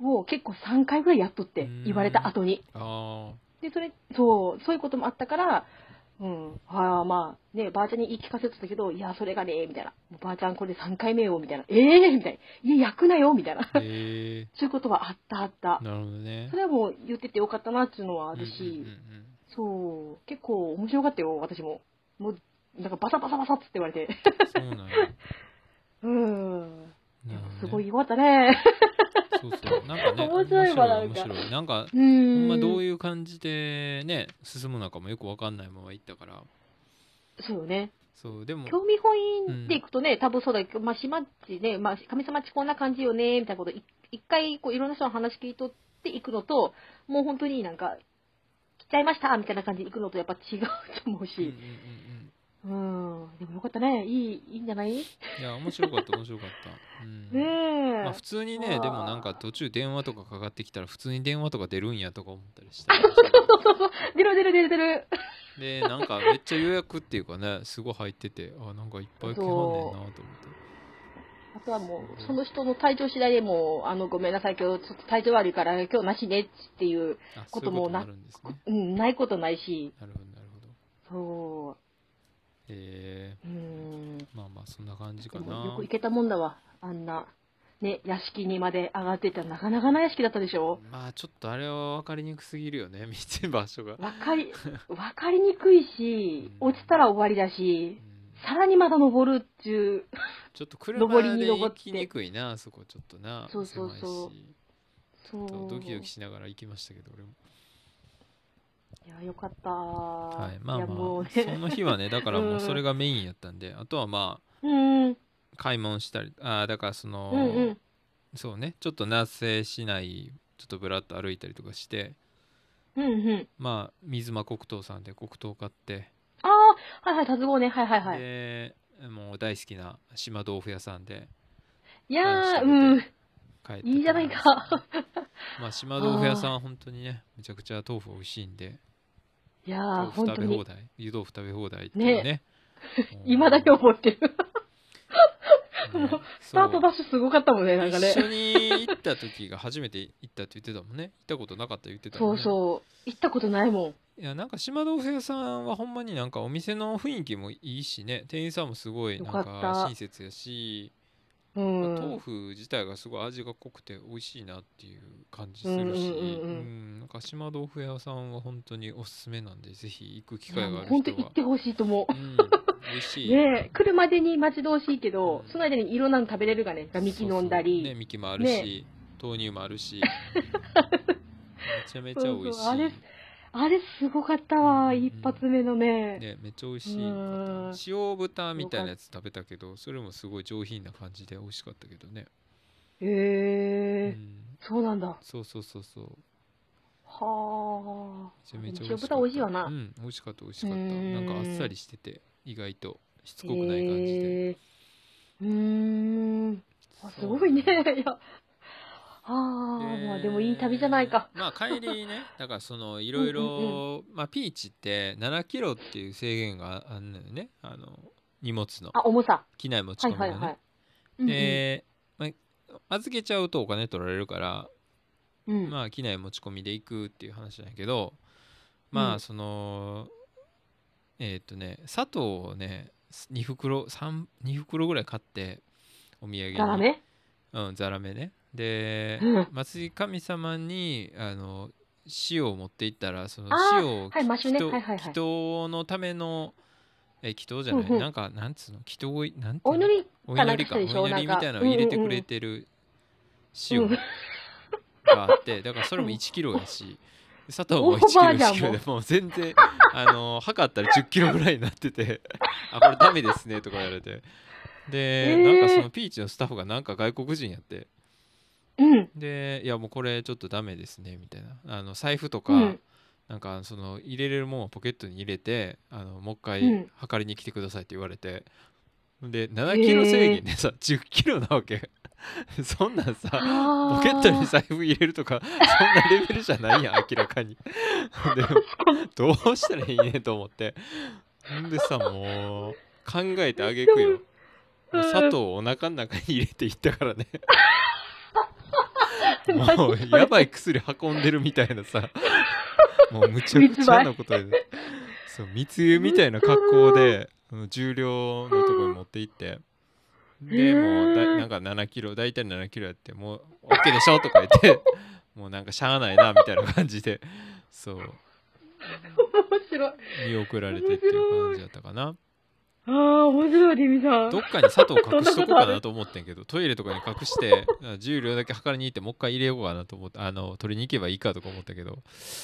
Speaker 2: う、ん
Speaker 1: もう結構3回ぐらいやっとって
Speaker 2: うん、
Speaker 1: 言われた後に。
Speaker 2: あ
Speaker 1: で、それ、そう、そういうこともあったから、うん、ああ、まあ、ね、ばあちゃんに言い聞かせてたけど、いや、それがね、みたいな。もうばあちゃんこれ3回目よ、みたいな。ええみたいな。いや、焼くなよ、みたいな。
Speaker 2: ー
Speaker 1: そう
Speaker 2: え
Speaker 1: いうことはあった、あった
Speaker 2: ー。なるほどね
Speaker 1: それはもう言っててよかったな、っていうのはある
Speaker 2: うんうん
Speaker 1: し
Speaker 2: うんう、ん
Speaker 1: そう、結構面白かったよ、私も。もう、なんかバサバサバサっつって言われて。
Speaker 2: そうなんや
Speaker 1: うん。
Speaker 2: なるほどね
Speaker 1: すごいよかったね。
Speaker 2: そうそう。なんかね、
Speaker 1: 面白いわ
Speaker 2: 面白
Speaker 1: なんか
Speaker 2: い面白い。なんか、
Speaker 1: う
Speaker 2: ほ
Speaker 1: ん。
Speaker 2: んまどういう感じでね、進むのかもよくわかんないまま行ったから。
Speaker 1: そうよね。
Speaker 2: そう、でも、
Speaker 1: 興味本位でいくとね、多分そうだけど、まあ、島っちね、まあ、神様っちこんな感じよね、みたいなこと、い一回、こう、いろんな人の話聞いとっていくのと、もう本当になんか、来ちゃいました、みたいな感じで行くのと、やっぱ違うと思う
Speaker 2: うんうんう
Speaker 1: し。
Speaker 2: ん
Speaker 1: うん。でもよかったね。いい、いいんじゃないね
Speaker 2: うんいや、面白かった、面白かった。うん
Speaker 1: え。
Speaker 2: まあ、普通にね、
Speaker 1: うわ
Speaker 2: でもなんか途中電話とかかかってきたら普通に電話とか出るんやとか思ったりして。
Speaker 1: そうそうそう。出る出る出る出る。
Speaker 2: で、なんかめっちゃ予約っていうかね、すごい入ってて、あ、なんかいっぱい来はんねんなと思って。
Speaker 1: あとはもう、その人の体調次第でもう、あの、ごめんなさい、今日ちょっと体調悪いから、今日なしね、っていう、
Speaker 2: あ、
Speaker 1: こ
Speaker 2: そういうこと
Speaker 1: とも
Speaker 2: も
Speaker 1: な
Speaker 2: なるんですね。
Speaker 1: うん、ないことないし、
Speaker 2: なるほど、なるほど。
Speaker 1: そ
Speaker 2: え
Speaker 1: う。うん。
Speaker 2: ー、まあまあそんな感じ
Speaker 1: で
Speaker 2: か
Speaker 1: も
Speaker 2: な
Speaker 1: よく。行けたもんだわ、あんなね、屋敷にまで上がっていったらなかなかな屋敷だったでしょ
Speaker 2: まあちょっとあれは分かりにくすぎるよね見 てる場所が、
Speaker 1: わか り、わかりにくいし、落ちたら終わりだ
Speaker 2: う
Speaker 1: し、
Speaker 2: ん
Speaker 1: さらにまだ登るっていう、
Speaker 2: ちょっと車
Speaker 1: 上りに
Speaker 2: で
Speaker 1: 上
Speaker 2: 行
Speaker 1: って
Speaker 2: きにくいなあそこちょっとな
Speaker 1: そうそう
Speaker 2: 狭い
Speaker 1: そう
Speaker 2: し
Speaker 1: そう。
Speaker 2: とドキドキしながら行きましたけど俺も
Speaker 1: いや、よかった。
Speaker 2: は
Speaker 1: は
Speaker 2: いまあまあ
Speaker 1: もう
Speaker 2: そ
Speaker 1: ね、
Speaker 2: の日 はねだからもううんそれがメインやったんであとはまあ
Speaker 1: うん、うん
Speaker 2: 買い物したりあーだからその、
Speaker 1: うん、
Speaker 2: そうねちょっと那須市内ちょっとぶらっと歩いたりとかして
Speaker 1: うん、うん。
Speaker 2: まあ水間黒糖さんで黒糖買って、
Speaker 1: ああ、はいはい、達合ね、はいはいはい。
Speaker 2: でもう大好きな島豆腐屋さんで
Speaker 1: い
Speaker 2: い
Speaker 1: やー、うん、
Speaker 2: 帰って
Speaker 1: いいじゃないか。
Speaker 2: まあ島豆腐屋さんは本当にねめちゃくちゃ豆腐美味しいんで
Speaker 1: いやー、
Speaker 2: 豆腐
Speaker 1: 本当
Speaker 2: 食べ放
Speaker 1: に、
Speaker 2: 題湯豆腐食べ放題っていうね
Speaker 1: いまだに覚えてる。
Speaker 2: もうね
Speaker 1: スタートダッ
Speaker 2: そ
Speaker 1: シ
Speaker 2: う
Speaker 1: ュすごかったもんね、なんかね
Speaker 2: 一。緒に行った時が初めて行ったって言ってたもんね行ったことなかった言ってた
Speaker 1: そ
Speaker 2: もん
Speaker 1: う
Speaker 2: ね
Speaker 1: そう、行ったことないもん。
Speaker 2: いやなんか島豆腐屋さんはほんまになんかお店の雰囲気もいいしね店員さんもすごいなん
Speaker 1: よかっ
Speaker 2: か
Speaker 1: た
Speaker 2: 親切やし、
Speaker 1: う
Speaker 2: まあ
Speaker 1: ん。
Speaker 2: 豆腐自体がすごい味が濃くて美味しいなっていう感じするし、
Speaker 1: うんうんうんうん
Speaker 2: うんなんか島豆腐屋さんは本当におすすめなんでぜひ行く機
Speaker 1: いや
Speaker 2: 会
Speaker 1: も
Speaker 2: が
Speaker 1: う
Speaker 2: ある
Speaker 1: 本当
Speaker 2: 人
Speaker 1: に行
Speaker 2: は
Speaker 1: っ、てほしいと思う。
Speaker 2: うん、美味しい、
Speaker 1: ねえ、来るまでに待ち遠しいけど
Speaker 2: うん、
Speaker 1: その間にいろんなの食べれるがね、がみき飲んだ
Speaker 2: そうそうね
Speaker 1: り、
Speaker 2: ミキもあるし、豆乳もあるしめちゃめちゃ美味しい
Speaker 1: そうそうあれあれすごかったわ、一発目のね。
Speaker 2: ねめっちゃ美味
Speaker 1: う
Speaker 2: しい、
Speaker 1: ん。
Speaker 2: 塩豚みたいなやつ食べたけどそれもすごい上品な感じで美味しかったけどね、う
Speaker 1: へえ、
Speaker 2: ん、
Speaker 1: そうなんだ。は
Speaker 2: そうそうそうそうめ
Speaker 1: あ。
Speaker 2: ちゃめちゃ
Speaker 1: 塩
Speaker 2: 美味しかっ
Speaker 1: 豚
Speaker 2: た
Speaker 1: 美味しいわな
Speaker 2: うん美味しかった美味しかった
Speaker 1: うん
Speaker 2: なんかあっさりしてて意外としつ
Speaker 1: へ
Speaker 2: こくない感じで、
Speaker 1: え。うーん。あすごいね。い
Speaker 2: そう
Speaker 1: や。ああ、
Speaker 2: で
Speaker 1: まあでもいい旅じゃないか。
Speaker 2: まあ帰りねだからそのいろいろまあピーチって7キロっていう制限があるのよねあの荷物の
Speaker 1: あ、重さ。
Speaker 2: 機内持ち
Speaker 1: は
Speaker 2: 込
Speaker 1: い
Speaker 2: みの
Speaker 1: はい
Speaker 2: ね、
Speaker 1: はい。うん
Speaker 2: で、まあ、預けちゃうとお金取られるから
Speaker 1: うん、
Speaker 2: まあ機内持ち込みで行くっていう話なんやけどま
Speaker 1: う
Speaker 2: あ
Speaker 1: ん
Speaker 2: その、えーっとね砂糖をね2袋三二袋ぐらい買ってお土産に
Speaker 1: だらね。
Speaker 2: うん、ザラメねで
Speaker 1: うん
Speaker 2: 松井神様にあの塩を持っていったらその
Speaker 1: あー
Speaker 2: 塩を
Speaker 1: はいマシュね
Speaker 2: 祈祷
Speaker 1: はいはいはい
Speaker 2: 祈祷のためのえ祈祷じゃない、
Speaker 1: うんうん
Speaker 2: なんかなんつうの祈祷をいなんていうの
Speaker 1: お祈り
Speaker 2: お祈りか、お
Speaker 1: なんかそうでしょ
Speaker 2: 祈りみたい
Speaker 1: な
Speaker 2: なのを
Speaker 1: んか
Speaker 2: 入れてくれてる
Speaker 1: う
Speaker 2: 塩
Speaker 1: んうん
Speaker 2: があって、だからそ れも1キロやし、砂糖も1
Speaker 1: オーバー
Speaker 2: キ
Speaker 1: じ
Speaker 2: ロ
Speaker 1: ゃ
Speaker 2: 1
Speaker 1: ん
Speaker 2: キロでもう全然、あの測ったら10キロぐらいになってて、あ、これダメですねとか言われて。で、
Speaker 1: えー
Speaker 2: なんかそのピーチのスタッフがなんか外国人やって、
Speaker 1: うん。
Speaker 2: で、いやもうこれちょっとダメですねみたいな。あの財布とか、
Speaker 1: うん。
Speaker 2: なんかその入れれるもんはポケットに入れてあのもう
Speaker 1: う
Speaker 2: 一回
Speaker 1: ん
Speaker 2: 測りに来てくださいって言われて、で7キロ制限でさ、10キロなわけ そんなんさ
Speaker 1: ポ
Speaker 2: ポケットに財布入れるとかそんなレベルじゃないやん明らかにでどうしたらいいねと思ってんでさもう考えてあげくよ
Speaker 1: うん
Speaker 2: もう砂糖をお腹の中に入れていったからね
Speaker 1: 何
Speaker 2: もう
Speaker 1: それ
Speaker 2: やばい薬運んでるみたいなさもうむちゃくちゃなことでそう密輸みたいな格好であの重量のところに持って行ってでもうだ
Speaker 1: うん
Speaker 2: なんか7キロ大体7キロやってもう OK でしょとか言って もうなんかしゃあないなみたいな感じでそう
Speaker 1: 面白い。あ
Speaker 2: 見送られてっていう感じだったかな
Speaker 1: あー、面白い、デミさん。
Speaker 2: どっかに砂糖隠しとこうか
Speaker 1: そんなことあ
Speaker 2: な
Speaker 1: る
Speaker 2: と思ってんけどトイレとかに隠して重量だけ測りに行ってもう一回入れようかなと思ってあの取りに行けばいいかとか思ったけど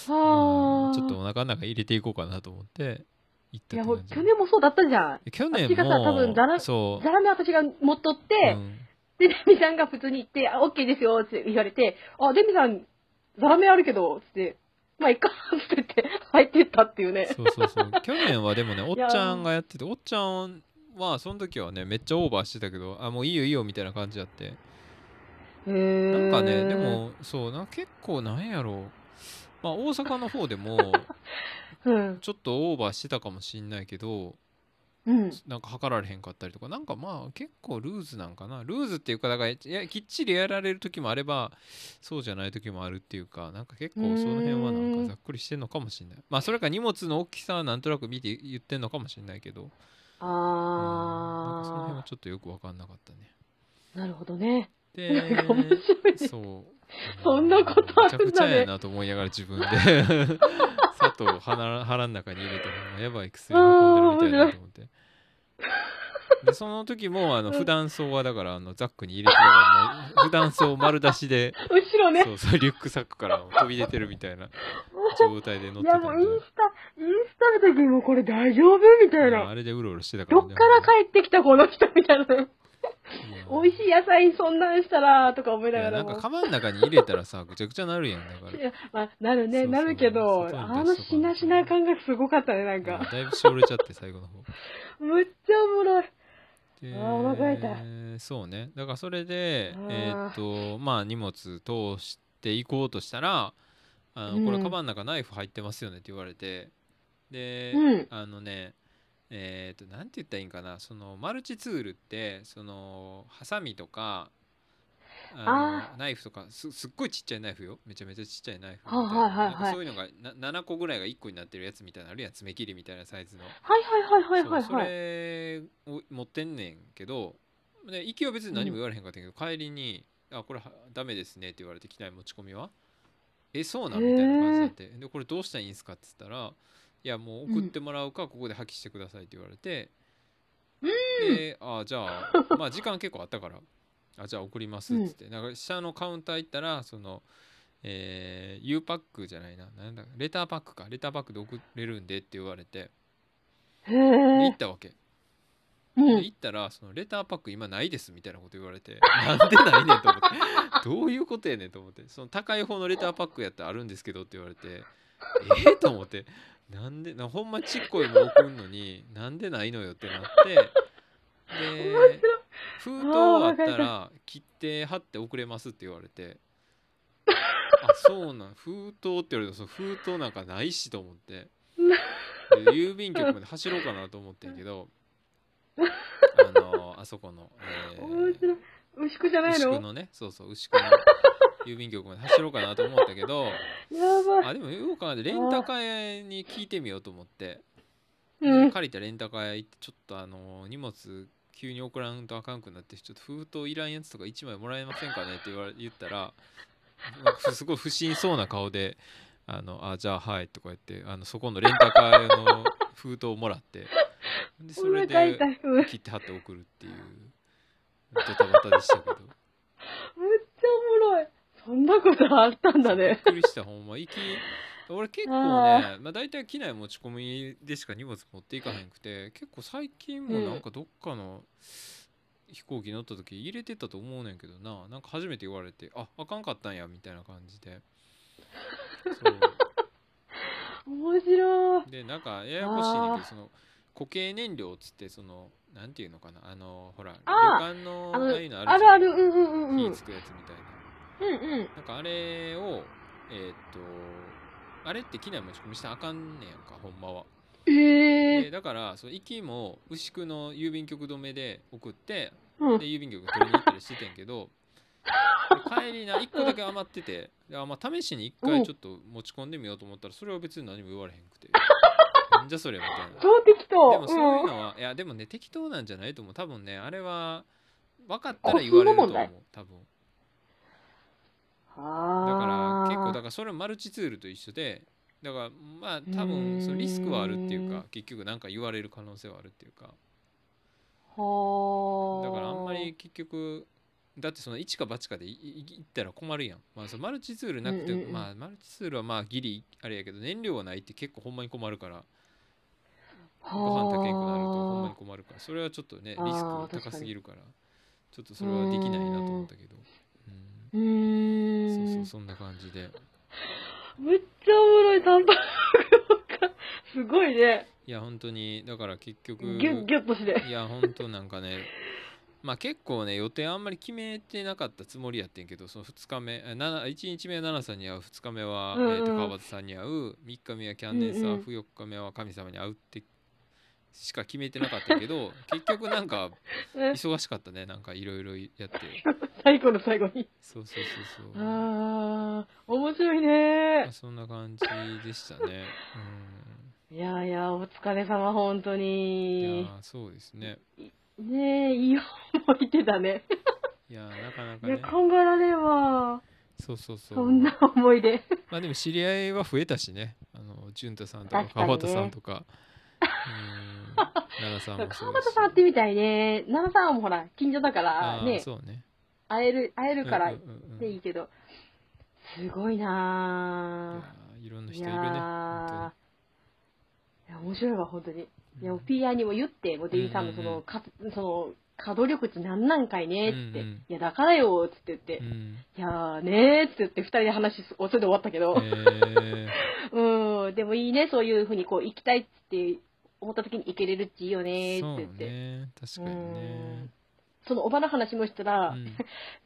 Speaker 2: ま
Speaker 1: あ
Speaker 2: あ
Speaker 1: あ。
Speaker 2: ちょっとお腹の中に入れていこうかなと思って行った
Speaker 1: い
Speaker 2: っ
Speaker 1: や、
Speaker 2: て
Speaker 1: もう
Speaker 2: 感じ
Speaker 1: 去年もそうだったじゃん。
Speaker 2: 去
Speaker 1: あっ
Speaker 2: 年
Speaker 1: ちがさ多分ざ
Speaker 2: も
Speaker 1: ら
Speaker 2: そう
Speaker 1: ザラメ私が持っとって、
Speaker 2: うん
Speaker 1: で、デミさんが普通に行って、あ、オッケーですよって言われて、あ、デミさん、ザラメあるけど、つって、まあ、いっか、つって言って、 入ってったっていうね。
Speaker 2: そうそうそう 去年はでもねおっ
Speaker 1: い
Speaker 2: ち
Speaker 1: やー
Speaker 2: ゃんがやってておっちゃんはその時はねめっちゃオーバーしてたけどあもういいよいいよみたいな感じやって
Speaker 1: へ
Speaker 2: な
Speaker 1: ー
Speaker 2: んかねで、もそうな結構なんやろうまあ大阪の方でも
Speaker 1: うん。
Speaker 2: ちょっとオーバーしてたかもしんないけど
Speaker 1: うん。
Speaker 2: なんか測られへんかったりとかなんかまあ結構ルーズなんかなルーズっていうかだからいやきっちりやられる時もあればそうじゃない時もあるっていうかなんか結構その辺はなん
Speaker 1: うー
Speaker 2: か
Speaker 1: ん
Speaker 2: ざっくりしてんのかもしんないまあそれか荷物の大きさはなんとなく見て言ってんのかもしんないけどうんなんかその辺は
Speaker 1: あ
Speaker 2: ちょっとよく分かんなかったね。
Speaker 1: ー、なるほどね。
Speaker 2: で
Speaker 1: なんか面白いね
Speaker 2: そう
Speaker 1: そんなことあるんだね
Speaker 2: めちゃくちゃやなと思いながら自分で砂糖を腹腹の中に入れてほんまやばい薬を運んでるみたいだなと思ってでその時もあの
Speaker 1: うん
Speaker 2: 普段装はだからあのザックに入れてたからもう普段装丸出しで
Speaker 1: 後ろね
Speaker 2: そうそうリュックサックから飛び出てるみたいな状態で乗っ
Speaker 1: い
Speaker 2: てた
Speaker 1: や
Speaker 2: んで
Speaker 1: もうインスタインスタ見た時にもうこれ大丈夫みたい
Speaker 2: あ
Speaker 1: な
Speaker 2: れでうろうろしてたから
Speaker 1: どっから帰ってきたこの人みたいなね
Speaker 2: うん
Speaker 1: 美味しい野菜そんなんしたらとか思い
Speaker 2: い
Speaker 1: なが
Speaker 2: やな
Speaker 1: ら
Speaker 2: ん
Speaker 1: も
Speaker 2: か釜の中に入れたらさぐちゃぐちゃなるやんだから
Speaker 1: いやまあ、なるね
Speaker 2: そうそう
Speaker 1: なるけど
Speaker 2: 外に出しとかな
Speaker 1: あのしなしな感がすごかったねなん
Speaker 2: うん
Speaker 1: か、
Speaker 2: だいぶしおれちゃって最後の方
Speaker 1: むっちゃおもろい
Speaker 2: で
Speaker 1: あーお腹痛
Speaker 2: そうねだからそれで
Speaker 1: あー
Speaker 2: えーっとまあ荷物通していこうとしたら「あのこ
Speaker 1: う
Speaker 2: れ
Speaker 1: ん
Speaker 2: カバンの中ナイフ入ってますよね」って言われてで、
Speaker 1: うん
Speaker 2: あのねえーっとなんて言ったらいいんかなそのマルチツールってそのハサミとかあのナイフとかすすっごいちっちゃいナイフよめちゃめちゃちっちゃいナイフみたいな
Speaker 1: はいはいはいはい
Speaker 2: なんかそういうのがな7個ぐらいが1個になってるやつみたいなのあるやん爪切りみたいなサイズの。
Speaker 1: はいはいはいはいはい
Speaker 2: そうそ
Speaker 1: はい
Speaker 2: れを持ってんねんけどで行きは別に何も言われへんかったけど、帰りに「あこれはダメですね」って言われて機内持ち込みは「えそうなん?」みたいな感じになって「でこれどうしたらいいんすか?」って言ったら「いやもう送ってもらうか、ここで破棄してください」って言われて、で「あじ ゃあまあ時間結構あったからあじゃあ送ります」っつって、なんか下のカウンター行ったらそのえー、U パックじゃないななんだレターパックかレターパックで送れるんでって言われて
Speaker 1: へ
Speaker 2: で行
Speaker 1: え
Speaker 2: ったわけ
Speaker 1: う
Speaker 2: で
Speaker 1: ん
Speaker 2: 行ったらそのレターパック今ないですみたいなこと言われて なんでないねんと思ってどういうことやねんと思ってその高い方のレターパックやったらあるんですけどって言われてええと思ってなんでなほんまちっこいの送んのになんでないのよってなってで封筒あったら切って貼って送れますって言われてあそうなん封筒って言われてその封筒なんかないしと思ってで郵便局まで走ろうかなと思ってんけどあのあそこの、えー
Speaker 1: 面白い牛久じゃない
Speaker 2: 牛
Speaker 1: の
Speaker 2: 久のねそうそう牛久の郵便局まで走ろうかなと思ったけど
Speaker 1: やばい
Speaker 2: あでもよく考えてレンタカー屋に聞いてみようと思って、
Speaker 1: うん
Speaker 2: 借りたレンタカー屋行ってちょっとあの荷物急に送らんとあかんくなってちょっと封筒いらんやつとか1枚もらえませんかねって言われ言ったらなんかすごい不審そうな顔で「あのあじゃあはい」とか言ってあのそこのレンタカー屋の封筒をもらってでそれ
Speaker 1: お腹
Speaker 2: で
Speaker 1: 痛いうん
Speaker 2: 切って貼って送るっていうドタバタでしたけど
Speaker 1: むっちゃおもろい。そんなことあったんだ
Speaker 2: びっ
Speaker 1: ね。
Speaker 2: くりしたほんま行き俺結構ねまあ、大体機内持ち込みでしか荷物持っていかへんくて結構最近もなんかどっかの飛行機乗った時入れてたと思うねんけどななんか初めて言われてああかんかったんやみたいな感じでそう
Speaker 1: 面白い。
Speaker 2: でなんかややこしいねんけどその固形燃料っつってそのなんていうのかなあのほら旅
Speaker 1: あ
Speaker 2: 館の
Speaker 1: あ
Speaker 2: あ
Speaker 1: の
Speaker 2: あいうのあるじゃん
Speaker 1: あるある、うんうんうんうん。うん
Speaker 2: 火つくやつみたいな
Speaker 1: うん。
Speaker 2: なんかあれをえーっとあれって機内持ち込みしたらあかんねやんかほんまは、
Speaker 1: え
Speaker 2: で
Speaker 1: え。
Speaker 2: だからその行きも牛久の郵便局止めで送って
Speaker 1: う
Speaker 2: で
Speaker 1: ん。
Speaker 2: 郵便局取りに行ったりしててんけどで帰りな1個だけ余っててであ、まあ、試しに1
Speaker 1: う
Speaker 2: 回
Speaker 1: ん
Speaker 2: ちょっと持ち込んでみようと思ったらそれは別に何も言われへんく てなんじゃそれみたいな
Speaker 1: 超適当。
Speaker 2: でもそういう
Speaker 1: うん。
Speaker 2: のは、いやでもね適当なんじゃないと思う多分ねあれは分かったら言われると
Speaker 1: 個数の問
Speaker 2: 思
Speaker 1: 題
Speaker 2: う多分だから
Speaker 1: ああ。
Speaker 2: 結構だからそれマルチツールと一緒でだからまあ多分そのリスクはあるっていう
Speaker 1: うー
Speaker 2: か
Speaker 1: ん
Speaker 2: 結局なんか言われる可能性はあるっていうか
Speaker 1: ほー
Speaker 2: だからあんまり。結局だってその一か八かでいいいったら困るやん、まあ、そのマルチツールなくて、
Speaker 1: うんうんうん
Speaker 2: まあ、マルチツールはまあギリあれやけど燃料はないって結構ほんまに困るからご飯炊けんくなるとほんまに
Speaker 1: は
Speaker 2: 困るからそれはちょっとねリス
Speaker 1: あ
Speaker 2: ク
Speaker 1: ー
Speaker 2: が
Speaker 1: 確か
Speaker 2: 高
Speaker 1: に
Speaker 2: すぎるからちょっとそれはできないなと思ったけどうん
Speaker 1: ーう
Speaker 2: そう
Speaker 1: ー。
Speaker 2: そうんそんな感じで。
Speaker 1: むっちゃおもろい。短パンが。すごいね。
Speaker 2: いや本当にだから結
Speaker 1: ギ
Speaker 2: 局
Speaker 1: ュッギュッとして。
Speaker 2: いや本当なんかねまあ結構ね予定あんまり決めてなかったつもりやってんけどその2日目えなな1日目は奈々さんに会う2日目は、
Speaker 1: うんうん
Speaker 2: えーと川端さんに会う3日目はキャンデンサー、
Speaker 1: うんうん
Speaker 2: 4日目は神様に会うってしか決めてなかったけ ど結局なんか
Speaker 1: うん
Speaker 2: 忙しかったねなんかいろいろやって
Speaker 1: 最後の最後に。
Speaker 2: そうそうそうそう
Speaker 1: あ
Speaker 2: ま
Speaker 1: あ。面白いね
Speaker 2: あ。そんな感じでしたね
Speaker 1: いやいや、お疲れ様、本当
Speaker 2: うんい
Speaker 1: に
Speaker 2: や。ーそうですね
Speaker 1: ねえ、いい思い出だね。
Speaker 2: いやーなかないか
Speaker 1: や
Speaker 2: ね
Speaker 1: 考えられんわ
Speaker 2: そうそうそう
Speaker 1: そんな思い出
Speaker 2: まあでも知り合いは増えたしねあの潤太さんとか
Speaker 1: 確かにね
Speaker 2: 川端さんとかうん奈良さ
Speaker 1: 川
Speaker 2: んもそうだ
Speaker 1: 端
Speaker 2: し
Speaker 1: さん会ってみたいね奈良さんもほら近所だから
Speaker 2: あ
Speaker 1: ね
Speaker 2: ーそうね
Speaker 1: 会える会えるから
Speaker 2: うん
Speaker 1: ね
Speaker 2: うんうんうん
Speaker 1: いいけどすごいない
Speaker 2: やーいろん
Speaker 1: ぁ
Speaker 2: な人
Speaker 1: い
Speaker 2: い
Speaker 1: や
Speaker 2: るね本
Speaker 1: ーいや面白いわ本当に
Speaker 2: 当に
Speaker 1: いや、ピアにも言って、もうデイさんのそ
Speaker 2: うんうんう
Speaker 1: の、
Speaker 2: ん
Speaker 1: かその、稼働力値何なんかいねーって、
Speaker 2: うんうん
Speaker 1: いや、だからよーっつって言って、
Speaker 2: う
Speaker 1: い
Speaker 2: ん
Speaker 1: やーねーっつって言って、二人で話すをそれで終わったけど、
Speaker 2: え
Speaker 1: うん、でもいいね、そういうふうにこう、行きたいっつって思った時に行けれるっていいよねー
Speaker 2: ー、そ
Speaker 1: って
Speaker 2: う
Speaker 1: 言って、そ,、
Speaker 2: ね確かにね
Speaker 1: のおばの話もしたら、
Speaker 2: うん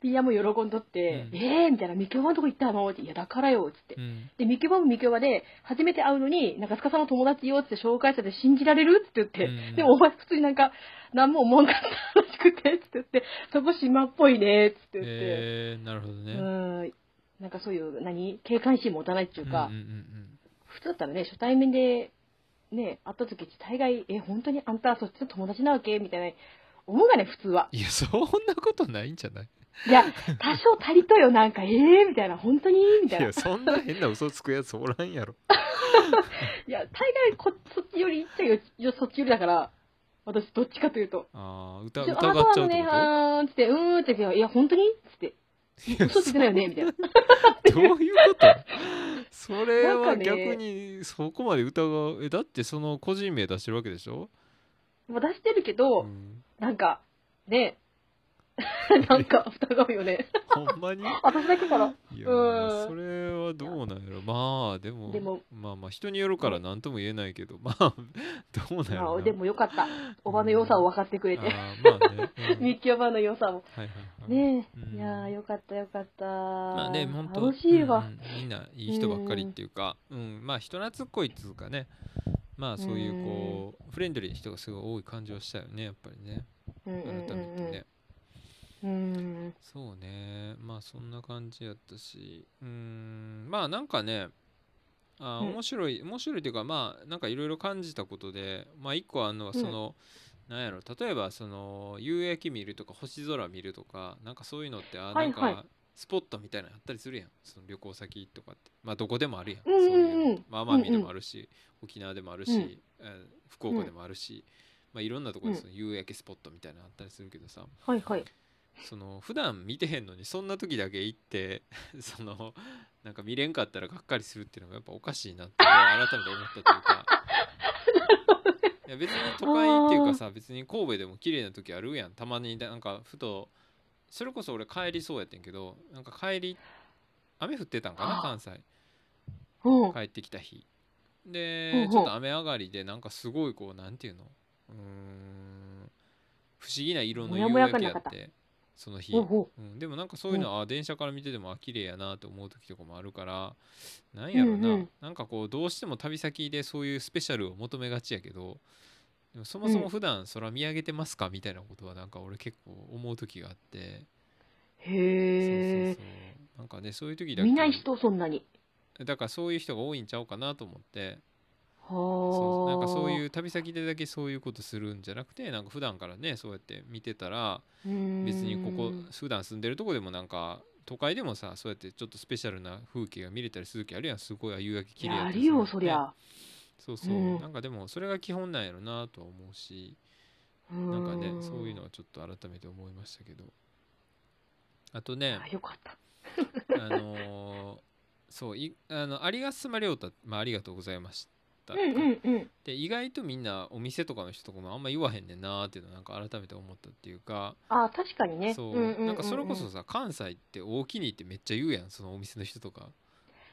Speaker 1: ピアも喜んどって、
Speaker 2: うん
Speaker 1: えーみたいな、ミキョバのとこ行ったのって、いや、だからよーっつって。
Speaker 2: うん
Speaker 1: で、ミキョバもミキョバで、初めて会うのに、なんか、スカさんの友達よっつって紹介されて信じられるって言って、
Speaker 2: うん
Speaker 1: でもお前普通になんか、何も思わんかったらしくて、つって言って、そこ島っぽいね、つって言って、
Speaker 2: えー、なるほどね
Speaker 1: うん、なんかそういう、何警戒心持たないっていうか、
Speaker 2: うんうん
Speaker 1: 普通だったらね、初対面で、ね、会った時って大概、え、本当にあんたそっちの友達なわけみたいな、思うがね、普通は。
Speaker 2: うん、いやそんなことないんじゃない
Speaker 1: いや、多少足りとよ、なんか、えー、みたいな、本当にみ
Speaker 2: い
Speaker 1: たいな。
Speaker 2: や
Speaker 1: い
Speaker 2: そんな変な嘘つくやつおらんやろ
Speaker 1: や、大概こ、そっちより言っちゃうよ、そっちよりだから、私、どっちかというと。
Speaker 2: ああ疑
Speaker 1: ち
Speaker 2: 疑
Speaker 1: ょ
Speaker 2: っち
Speaker 1: あな
Speaker 2: ゃう
Speaker 1: た
Speaker 2: っ
Speaker 1: は
Speaker 2: てこと
Speaker 1: ね、はーん、つって、うーんって言って、いや、本当につ って、
Speaker 2: いや
Speaker 1: 嘘ついてないよねみたいな。
Speaker 2: どういうこと それ
Speaker 1: な
Speaker 2: は
Speaker 1: んかね
Speaker 2: 逆にそこまで疑うえだってその個人名出してるわけでしょ、
Speaker 1: まあ出してるけど、
Speaker 2: うん、
Speaker 1: なんか、ね なんか疑うよね。
Speaker 2: ほんまにいや
Speaker 1: 私だけから。
Speaker 2: ーそれはどうなんやろまあでも
Speaker 1: でも
Speaker 2: まあまあ人によるから何とも言えないけどまあ どうなんや
Speaker 1: ま
Speaker 2: ろ
Speaker 1: あ、
Speaker 2: な
Speaker 1: でもよかった。おばの良さを分かってくれて。
Speaker 2: あーまあね、 うん
Speaker 1: ミッキーおばの良さも。
Speaker 2: はいはいはい
Speaker 1: ねえ、
Speaker 2: うん
Speaker 1: いやーよかったよかった。
Speaker 2: まあね本当
Speaker 1: 楽しいわ。
Speaker 2: うんうんみんないい人ばっかりっていうか、うんまあ人懐っこいっていうかねまあそういうこう、フレンドリーな人がすごい多い感じはしたよねやっぱりね
Speaker 1: うんうん
Speaker 2: 改めてね、
Speaker 1: うんうん。
Speaker 2: そうねまあそんな感じやったしうーんまあなんかねあー
Speaker 1: うん
Speaker 2: 面白い、面白いというかまあなんかいろいろ感じたことでまあ一個あるのは
Speaker 1: うん
Speaker 2: その、なんやろ例えばその夕焼け見るとか星空見るとかなんかそういうのってあー
Speaker 1: は
Speaker 2: ないん
Speaker 1: はい
Speaker 2: かスポットみたいなのあったりするやんその旅行先とかってまあどこでもあるやん、
Speaker 1: うんうんうん
Speaker 2: そういうのまあ
Speaker 1: うんうん
Speaker 2: 奄美でもあるし、沖縄でもあるし、
Speaker 1: うん
Speaker 2: えー福岡でもあるし、まあいろんなところでその夕焼けスポットみたいなのあったりするけどさ、
Speaker 1: はいはい。
Speaker 2: その普段見てへんのにそんな時だけ行って そのなんか見れんかったらがっかりするっていうのがやっぱおかしいなって改めて思ったとい うかいや別に都会っていうかさ別に神戸でも綺麗な時あるやんたまになんかふとそれこそ俺帰りそうやってんけどなんか帰り雨降ってたんかな
Speaker 1: あ
Speaker 2: 関西
Speaker 1: うん。
Speaker 2: 帰ってきた日
Speaker 1: ほう
Speaker 2: で
Speaker 1: ほう
Speaker 2: ちょっと雨上がりでなんかすごいこうなんていうのうーん不思議な色の
Speaker 1: も
Speaker 2: 夕
Speaker 1: やもや
Speaker 2: 焼
Speaker 1: 感
Speaker 2: け
Speaker 1: な
Speaker 2: や
Speaker 1: かっ
Speaker 2: ったてその日
Speaker 1: おうおう
Speaker 2: うん、でもなんかそういうのは、あ電車から見ててもあ綺麗やなと思う時とかもあるからなんやろな、
Speaker 1: うんうん
Speaker 2: なんかこうどうしても旅先でそういうスペシャルを求めがちやけどでもそもそうも
Speaker 1: ん
Speaker 2: 普段空見上げてますかみたいなことはなんか俺結構思う時があって、
Speaker 1: へえ
Speaker 2: そう。そうそうなんかねそういう時だけ
Speaker 1: 見ない人、そんなに。
Speaker 2: だからそういう人が多いんちゃうかなと思って
Speaker 1: は
Speaker 2: そう
Speaker 1: あ。。
Speaker 2: なんかそういうう旅先でだけそういうことするんじゃなくてなんか普段からねそうやって見てたら別にここ普段住んでるとこでもなんか都会でもさそうやってちょっとスペシャルな風景が見れたりする時あるやんすごい夕焼け綺
Speaker 1: い
Speaker 2: 麗や
Speaker 1: や、
Speaker 2: った
Speaker 1: あ
Speaker 2: りす
Speaker 1: る
Speaker 2: るの
Speaker 1: よ、
Speaker 2: ね
Speaker 1: そりゃ。
Speaker 2: そうそう、
Speaker 1: うん
Speaker 2: なんかでもそれが基本なんやろなとは思うし
Speaker 1: な
Speaker 2: なんかねそういうのはちょっと改めて思いましたけどあとね
Speaker 1: あ、よかった。
Speaker 2: あのーそういあの有賀ま亮太、まあ、ありがとうございました、
Speaker 1: うんうんうん。
Speaker 2: で意外とみんなお店とかの人とかもあんま言わへんねんなーっていうのをなんか改めて思ったっていうか
Speaker 1: あー、確かにね。
Speaker 2: そう,、
Speaker 1: んんんん
Speaker 2: なんかそれこそさ関西って大きにってめっちゃ言うやんそのお店の人とか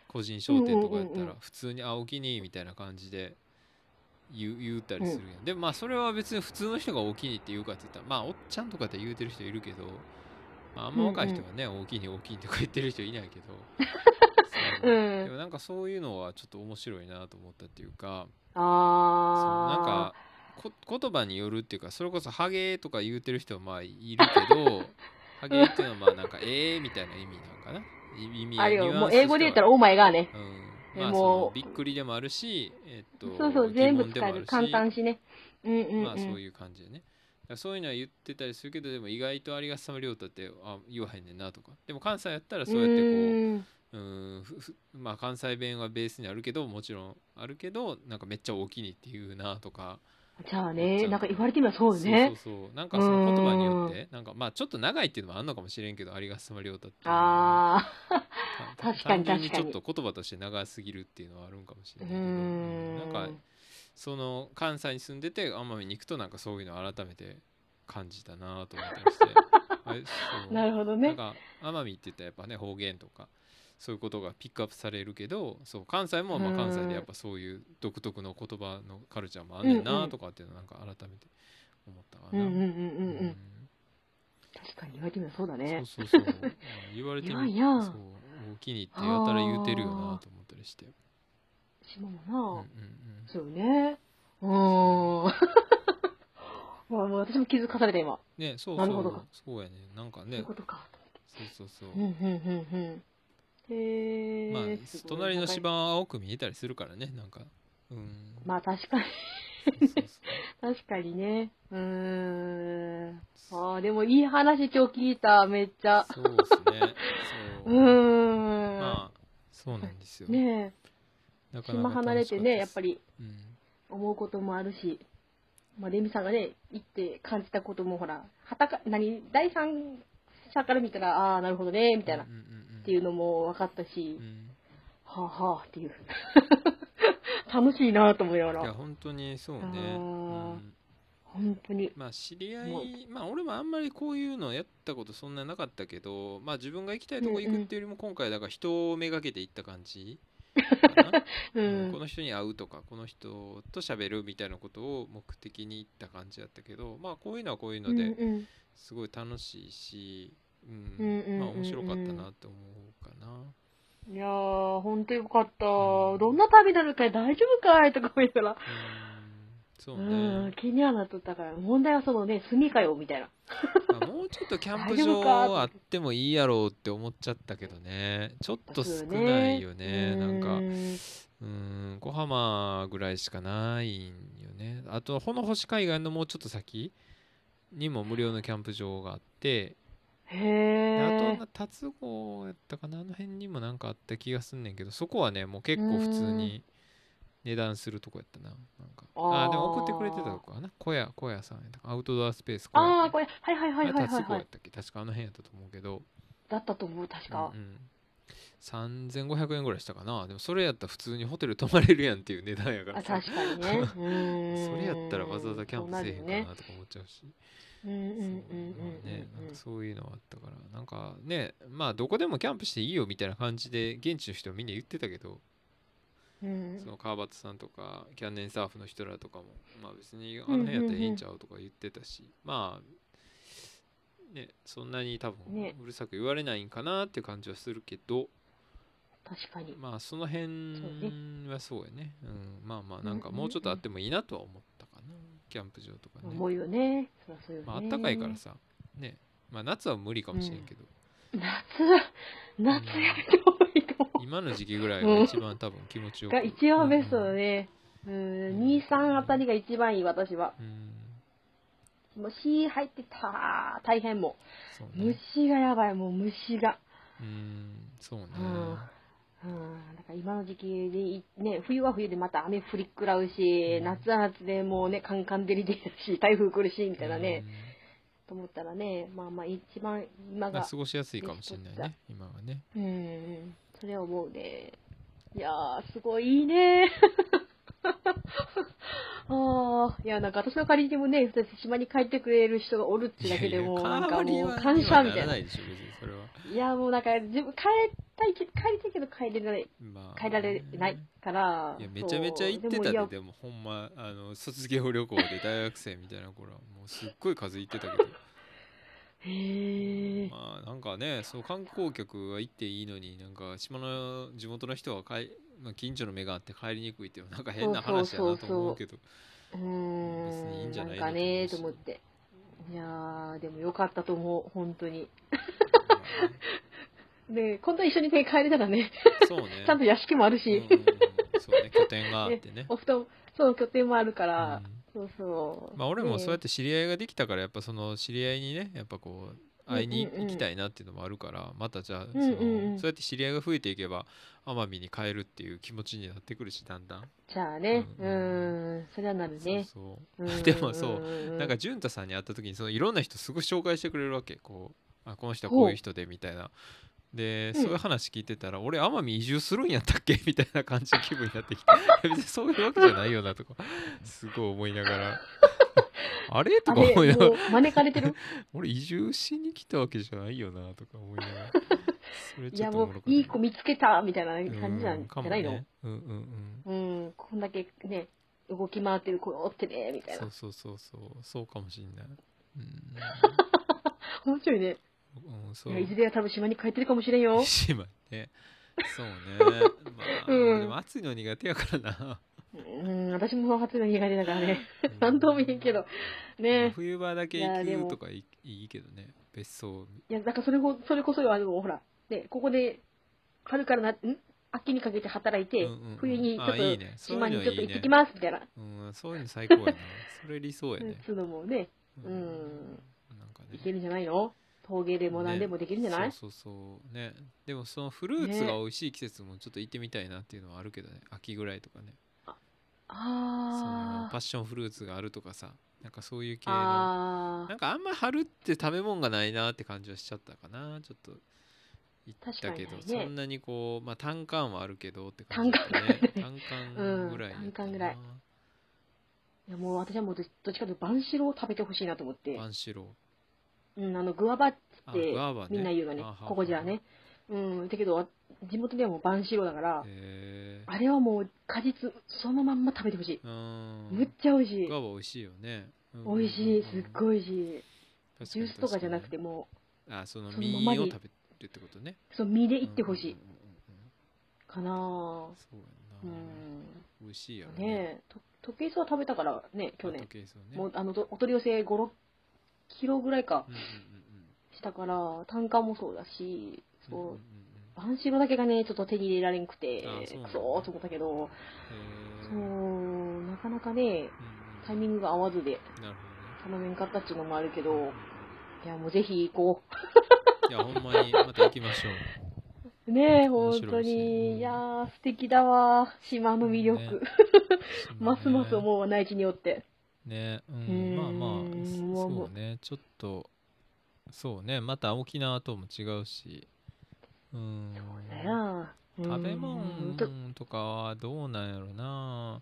Speaker 2: 個人商店とかやった
Speaker 1: うんうんうんう
Speaker 2: ら
Speaker 1: ん
Speaker 2: 普通に「あ大きに」みたいな感じで言う言うたりするやん、でもまあそれは別に普通の人が大きにって言うかって言ったらまあおっちゃんとかって言うてる人いるけど、まあ、あんま若い人がね、大きに大きにとか言ってる人いないけど そう
Speaker 1: うん
Speaker 2: でもなんかそういうのはちょっと面白いなと思ったっていうかそうなん
Speaker 1: あ
Speaker 2: かこ言葉によるっていうかそれこそハゲとか言うてる人はまあいる けどハゲっていうのはまあなんかええみたいな意味なのかない意味
Speaker 1: あ。あれよ、
Speaker 2: ニュ
Speaker 1: も
Speaker 2: ア
Speaker 1: う
Speaker 2: ンスとしては
Speaker 1: 英語で言ったら、オーマイがね。
Speaker 2: うんまあそ
Speaker 1: も
Speaker 2: の
Speaker 1: う
Speaker 2: びっくりでもあるしえっと
Speaker 1: そうそう、
Speaker 2: 疑
Speaker 1: 全部
Speaker 2: 問で
Speaker 1: 使
Speaker 2: も
Speaker 1: え
Speaker 2: ある
Speaker 1: る。
Speaker 2: し
Speaker 1: 簡単しね。うんうん、うん。
Speaker 2: まあそういう感じでねらそういうのは言ってたりするけどでも意外と有ヶ沢亮太ってあ言わへんねんなとかでも関西やったらそうやってこ
Speaker 1: う
Speaker 2: う
Speaker 1: ん
Speaker 2: うーんふふまあ関西弁はベースにあるけどもちろんあるけどなんかめっちゃ大きにっていうなとか
Speaker 1: じゃあ
Speaker 2: じ
Speaker 1: ね
Speaker 2: ゃあ
Speaker 1: なんか言われてみればそうね
Speaker 2: そうそうそうなんかその言葉によってなんかまあちょっと長いっていうのもあんのかもしれんけど有ヶ沢亮太っていうのは
Speaker 1: あ
Speaker 2: た
Speaker 1: 確かに
Speaker 2: 単純
Speaker 1: 確かに
Speaker 2: ちょっと言葉として長すぎるっていうのはあるんかもし
Speaker 1: あう
Speaker 2: れないけどうん
Speaker 1: ん
Speaker 2: なんかその関西に住んでて奄美に行くとなんかそういうの改めて感じたなと思った りしてあれそう
Speaker 1: なるほど
Speaker 2: な
Speaker 1: ね
Speaker 2: んか奄美って言ったらやっぱね方言とかそういうことがピックアップされるけどそう関西もま
Speaker 1: う
Speaker 2: あ
Speaker 1: ん
Speaker 2: 関西でやっぱそういう独特の言葉のカルチャーもあんねんなとかっていうのなんか改めて思ったか
Speaker 1: うん
Speaker 2: な。
Speaker 1: うんうんう
Speaker 2: うん
Speaker 1: うん確かに言われてみればそうだね
Speaker 2: そうそうそう まあ言われて
Speaker 1: いやい
Speaker 2: み
Speaker 1: や
Speaker 2: るそうお気に入ってやたら言うてるよなと思ったりして。
Speaker 1: 島
Speaker 2: うんうん
Speaker 1: もな
Speaker 2: うん
Speaker 1: そうねうーん まあもう私も気づかされた今
Speaker 2: ねそう
Speaker 1: な
Speaker 2: そ
Speaker 1: るほどか
Speaker 2: うそうやねなんか
Speaker 1: そうい
Speaker 2: ね
Speaker 1: うことか
Speaker 2: そうそうそう
Speaker 1: うんうんうんうんへえ
Speaker 2: まあ
Speaker 1: すごい
Speaker 2: 隣の芝は青く見えたりするからねなんかうん
Speaker 1: まあ確かに
Speaker 2: そうそうそう
Speaker 1: 確かにね。うーん。ああ、でもいい話今日聞いた、めっちゃ。
Speaker 2: そうですね。
Speaker 1: う
Speaker 2: そう。
Speaker 1: ーん。
Speaker 2: まあ、そうなんですよ。
Speaker 1: ね
Speaker 2: な
Speaker 1: え、島離れてね、やっぱ
Speaker 2: り。
Speaker 1: り
Speaker 2: うん
Speaker 1: 思うこともあるし、まあ、レミさんがね、行って感じたことも、ほら、はたか、何、第三者から見たら、ああー、なるほどね、みたいな、
Speaker 2: う
Speaker 1: っ
Speaker 2: んうんうん、
Speaker 1: ていうのも分かったし、
Speaker 2: うん。
Speaker 1: はあはあっていう。 楽しいなと思いないが
Speaker 2: や、
Speaker 1: ら。
Speaker 2: 本当にそうね。
Speaker 1: あー
Speaker 2: うん
Speaker 1: 本当に。
Speaker 2: まあ知り合
Speaker 1: もう
Speaker 2: いまあ俺もあんまりこういうのやったことそんななかったけどまあ自分が行きたいとこ行くっていうよりも今回だから人をめがけて行った感じかな、
Speaker 1: う
Speaker 2: うんこ
Speaker 1: ん。
Speaker 2: の人に会うとかこの人と喋るみたいなことを目的に行った感じだったけどまあこういうのはこういうので、
Speaker 1: うんうん
Speaker 2: すごい楽しいし、う
Speaker 1: うんうんうんうん
Speaker 2: ん、まあ面白かったなと思うかな。
Speaker 1: いやー、ほんとよかった。
Speaker 2: うん
Speaker 1: どんな旅なのかい大丈夫かいとか思いながら。
Speaker 2: うん、そう
Speaker 1: う
Speaker 2: ね。
Speaker 1: ん、気にはなっとったから、問題はそのね、住かよ、みたいな。
Speaker 2: まあもうちょっとキャンプ
Speaker 1: 大丈夫
Speaker 2: 場
Speaker 1: か
Speaker 2: あってもいいやろうって思っちゃったけどね。ちょっと少ないよね。なんか、うん、小浜ぐらいしかないんよね。あと、ほの星海岸のもうちょっと先にも無料のキャンプ場があって、
Speaker 1: へ
Speaker 2: であ
Speaker 1: え
Speaker 2: と、達郷やったかなあの辺にもなんかあった気がすんねんけどそこはねもう結構普通に値段するとこやったななんかあ
Speaker 1: あー
Speaker 2: でも送ってくれてたとこかな小屋小屋さんやったかアウトドアスペース小
Speaker 1: あ
Speaker 2: 屋
Speaker 1: あ、これ、はいはいはいはいはい、
Speaker 2: 達郷
Speaker 1: は
Speaker 2: やっ
Speaker 1: い。
Speaker 2: たっけ確かあの辺やったと思うけど、
Speaker 1: だったと思う、確か
Speaker 2: う。んうん、3500円ぐらいしたかなでもそれやったら普通にホテル泊まれるやんっていう値段やから
Speaker 1: あ
Speaker 2: さ
Speaker 1: 確かに ね。うーん
Speaker 2: それやったらわざわざキャンプせえへんかなとか思っちゃうし。
Speaker 1: そうなるよねうんうん
Speaker 2: そう
Speaker 1: うん
Speaker 2: まあね
Speaker 1: うん
Speaker 2: な
Speaker 1: うんん
Speaker 2: か。そういうのはあったからなんかねまあどこでもキャンプしていいよみたいな感じで現地の人はみんな言ってたけど、
Speaker 1: うん
Speaker 2: その川端さんとかキャンデンサーフの人らとかもまあ別にあの辺やったらいいんちゃうとか言ってたし、まあねそんなに多分
Speaker 1: ね
Speaker 2: うるさく言われないんかなっていう感じはするけど、
Speaker 1: 確かに。
Speaker 2: まあその辺はそうやねうん、まあまあなんかもうちょっとあってもいいなとは思ったかなキャンプ場とかね。
Speaker 1: 思うよね。そりゃそうよね。
Speaker 2: まああったかいからさ、ね、まあ夏は無理かもしれんけど、
Speaker 1: 夏、夏やめた方がいいかも。
Speaker 2: 今の時期ぐらいが一番多分気持ちよく
Speaker 1: が一番ベストだね。うん、2、3あたりが一番いい、私は。
Speaker 2: うん、うん
Speaker 1: もう C 入ってたら大変も
Speaker 2: そう
Speaker 1: う。
Speaker 2: ね
Speaker 1: 虫がやばい、もう虫が。
Speaker 2: うんそうね、
Speaker 1: うんうん、だから今の時期でい、ね、冬は冬でまた雨降り食らうし
Speaker 2: う、ん
Speaker 1: 夏は夏でもうね、カンカン照りでだし、台風来るし、みたいなね、と思ったらね、まあまあ一番
Speaker 2: う
Speaker 1: 今
Speaker 2: んまあ
Speaker 1: が、
Speaker 2: 過ごしやすいかもしれない
Speaker 1: ベ
Speaker 2: ね今はね
Speaker 1: うんうん、それは思うね。いやー、すごいいいね。 あーいや、なんか私の借りにもね、島に帰ってくれる人がおるってだけでもう、なんかもう感謝みたいな
Speaker 2: な。いでしょ別にそれはい
Speaker 1: やもうなんか自分帰ったいけ帰りたいけど帰れない
Speaker 2: まあ
Speaker 1: 帰られないから
Speaker 2: いやめちゃめちゃ行って
Speaker 1: そ
Speaker 2: た
Speaker 1: う
Speaker 2: で
Speaker 1: で
Speaker 2: で
Speaker 1: も
Speaker 2: もほんまあの卒業旅行で大学生みたいな頃はもうすっごい数行ってたけ ど
Speaker 1: いやへえ
Speaker 2: まあなんかねそう観光客は行っていいのになんか島の地元の人はかい、まあ、近所の目があって帰りにくいっていうなんか変な話やなと思うけど
Speaker 1: う
Speaker 2: 別にいい
Speaker 1: ーん
Speaker 2: んじ
Speaker 1: な
Speaker 2: ゃ
Speaker 1: ん
Speaker 2: ない
Speaker 1: かねと
Speaker 2: と
Speaker 1: 思っ
Speaker 2: 思うして
Speaker 1: いやーでもよかったと思う本当にで今度一緒にね帰れたらね
Speaker 2: そうね
Speaker 1: ちゃんと屋敷もある
Speaker 2: うんうん
Speaker 1: し
Speaker 2: うん、そうね拠点があってね
Speaker 1: お布団そう拠点もあるから
Speaker 2: う、ん
Speaker 1: そうそう。。
Speaker 2: まあ、俺もそうやってて知り合いができたからやっぱその知り合いにねやっぱこう会いに行きたいなっていうのもあるから、またじゃあその、
Speaker 1: うんうんうん
Speaker 2: そうやって知り合いが増えていけば奄美に帰るっていう気持ちになってくるしだんだん、
Speaker 1: じゃあね、
Speaker 2: う
Speaker 1: うんん、それはなるね。
Speaker 2: そう
Speaker 1: う
Speaker 2: そうんでもそう、
Speaker 1: う
Speaker 2: なんか
Speaker 1: う
Speaker 2: 潤太さんに会った時にそのいろんな人すごい紹介してくれるわけこうあこの人はこういう人でみたいなで、
Speaker 1: うん
Speaker 2: そういう話聞いてたら俺奄美移住するんやったっけみ たいな感じの気分になってきていや別にそういうわけじゃないよなとかすごい思いな がらあれと
Speaker 1: あ
Speaker 2: か思い
Speaker 1: れ
Speaker 2: ながら
Speaker 1: もう招かれて る
Speaker 2: 俺移住しに来たわけじゃないよなとか思いなが らそれ
Speaker 1: い
Speaker 2: ちょ
Speaker 1: や
Speaker 2: っとお
Speaker 1: も
Speaker 2: もろかっ
Speaker 1: う
Speaker 2: た
Speaker 1: いい子見つけたみたいな
Speaker 2: うん
Speaker 1: 感じなんじ
Speaker 2: か
Speaker 1: ゃ
Speaker 2: も
Speaker 1: ないの
Speaker 2: ねうんうんうん
Speaker 1: うん、こんだけね、動き回ってる子おってね、みたい
Speaker 2: そ
Speaker 1: な
Speaker 2: う。そうそうそうそうかもしんないうん、
Speaker 1: 面白いね。
Speaker 2: うん、そ
Speaker 1: いうや、いずれは多分島に帰ってるかもしれん よ。
Speaker 2: しまってそうねまあ、
Speaker 1: うん
Speaker 2: でも暑いの苦手やから な
Speaker 1: うん、私も初の苦手だからね。なんとも言えんけど。
Speaker 2: まあ
Speaker 1: ね。
Speaker 2: 冬場だけ
Speaker 1: いやで
Speaker 2: 行く
Speaker 1: も
Speaker 2: とかいいいけどね別荘
Speaker 1: いや、だからそれこ、それこそよ、あの、ほら、ね、ここで、春からな、ん秋にかけて働いて、
Speaker 2: うんうんうん
Speaker 1: 冬にちょっ
Speaker 2: あ
Speaker 1: と、
Speaker 2: いいねそういうの
Speaker 1: 島にちょっと
Speaker 2: い
Speaker 1: 行っ
Speaker 2: いね
Speaker 1: てきます、みたいな。
Speaker 2: うんそういうの最高やなそれ理想や
Speaker 1: うん
Speaker 2: ね、
Speaker 1: つうのもね、うん
Speaker 2: なんかね
Speaker 1: いけるんじゃないの陶芸でも何でもできるんじゃない、
Speaker 2: ね、そうそうそうねでもそのフルーツが美味しい季節もちょっと行ってみたいなっていうのはあるけどね秋ぐらいとかねその
Speaker 1: あ
Speaker 2: パッションフルーツがあるとかさなんかそういう
Speaker 1: あ。
Speaker 2: 系の
Speaker 1: あ
Speaker 2: なんかあんま春って食べ物がないなって感じはしちゃったかなちょっと行ったけど、
Speaker 1: 確かにないね
Speaker 2: そんなにこうまあ単管はあるけどって感じだったね単管ぐらいやったな、
Speaker 1: うん単管ぐらいあ。いや、もう私はもうどどっちかというと、バンシロウを食べてほしいなと思って。
Speaker 2: パンシロ
Speaker 1: うん、あの、グアバっ
Speaker 2: ー
Speaker 1: て
Speaker 2: グアバね
Speaker 1: みんな言うよね
Speaker 2: あは、は
Speaker 1: ここじゃね。うん、だけど、地元ではもうバンシローだから、
Speaker 2: へえ
Speaker 1: あれはもう果実そのまんま食べてほしい。
Speaker 2: う
Speaker 1: むっ
Speaker 2: ん
Speaker 1: ちゃ美味しい
Speaker 2: グ。アバ美味しいよね
Speaker 1: 美味しい、すっ
Speaker 2: い
Speaker 1: ごい美味しい。ジュースとかじゃなくて、も
Speaker 2: あその
Speaker 1: その
Speaker 2: 実
Speaker 1: まま
Speaker 2: を
Speaker 1: に
Speaker 2: 食べるってことね
Speaker 1: う、その身でいってほし
Speaker 2: う
Speaker 1: い
Speaker 2: んうんうん
Speaker 1: かなぁ
Speaker 2: うんそう
Speaker 1: う
Speaker 2: やんな、
Speaker 1: ん。
Speaker 2: 美味しいやろ
Speaker 1: ねえ、と時計そは食べたからね、去
Speaker 2: ホッ
Speaker 1: 年
Speaker 2: ト。ケースをね
Speaker 1: もう、あの、とお取り寄せ5、6キロぐらいか
Speaker 2: うんうん
Speaker 1: したから、単価もそうだし、
Speaker 2: うんうんうんうんう
Speaker 1: そ
Speaker 2: ん
Speaker 1: う、バンシローだけがね、ちょっと手に入れられんくて
Speaker 2: あそうなん、だ
Speaker 1: くそーと思ったけど、
Speaker 2: へー
Speaker 1: そう
Speaker 2: うんうん
Speaker 1: う、なかなかね、タイミングが合わずで
Speaker 2: なる
Speaker 1: 頼めんかったっていうのもあるけ
Speaker 2: ほど
Speaker 1: ど
Speaker 2: ね、
Speaker 1: いや、もうぜひ行こ
Speaker 2: いやほんまにまた行きましょう
Speaker 1: う。ねえ、
Speaker 2: 面
Speaker 1: 本
Speaker 2: 白
Speaker 1: 当
Speaker 2: いですね
Speaker 1: に。いやー、素敵だわー。島の魅 力。
Speaker 2: ね
Speaker 1: ますます
Speaker 2: う
Speaker 1: 思うわ、内地によって。
Speaker 2: ねう
Speaker 1: うんん
Speaker 2: まあまあ
Speaker 1: もうも
Speaker 2: そううねちょっとそうねまた沖縄とも違うしうん
Speaker 1: だよ
Speaker 2: 食べ
Speaker 1: うんと
Speaker 2: 物とかはどうなんやろな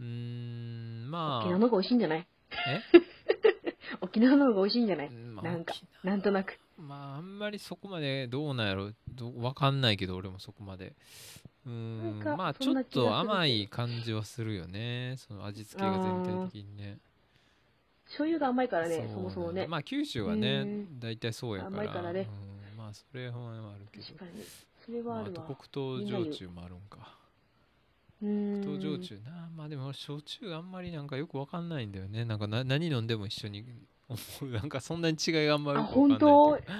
Speaker 2: うんま
Speaker 1: 沖縄
Speaker 2: あ
Speaker 1: の方が美味しいんじゃない
Speaker 2: え
Speaker 1: 沖縄の方が美味しいんじゃない
Speaker 2: うんまあ
Speaker 1: なんか
Speaker 2: 沖、
Speaker 1: な
Speaker 2: 縄
Speaker 1: んとなく。
Speaker 2: まああんまりそこまでどうなんやろどうわかんないけど俺もそこまでうーん
Speaker 1: なんか
Speaker 2: まあち
Speaker 1: そん
Speaker 2: ょっ
Speaker 1: な気がするけど
Speaker 2: と甘い感じはするよねその味付けが全体的にね
Speaker 1: 醤油が甘いからね、
Speaker 2: う
Speaker 1: そもそもね。
Speaker 2: まあ九州はね
Speaker 1: うん
Speaker 2: 大体そうやから
Speaker 1: 甘いからね
Speaker 2: うんまあそれはあるけど
Speaker 1: 確かに。それ
Speaker 2: ま
Speaker 1: は
Speaker 2: あ
Speaker 1: あ
Speaker 2: あ
Speaker 1: る
Speaker 2: と
Speaker 1: わ。
Speaker 2: 黒糖焼酎もあるんか
Speaker 1: うん。
Speaker 2: 黒糖焼酎なまあでも俺焼酎あんまりなんかよくわかんないんだよねなんかな何飲んでも一緒に なんかそんなに違いがあんまりよくわかんない
Speaker 1: あ本
Speaker 2: 当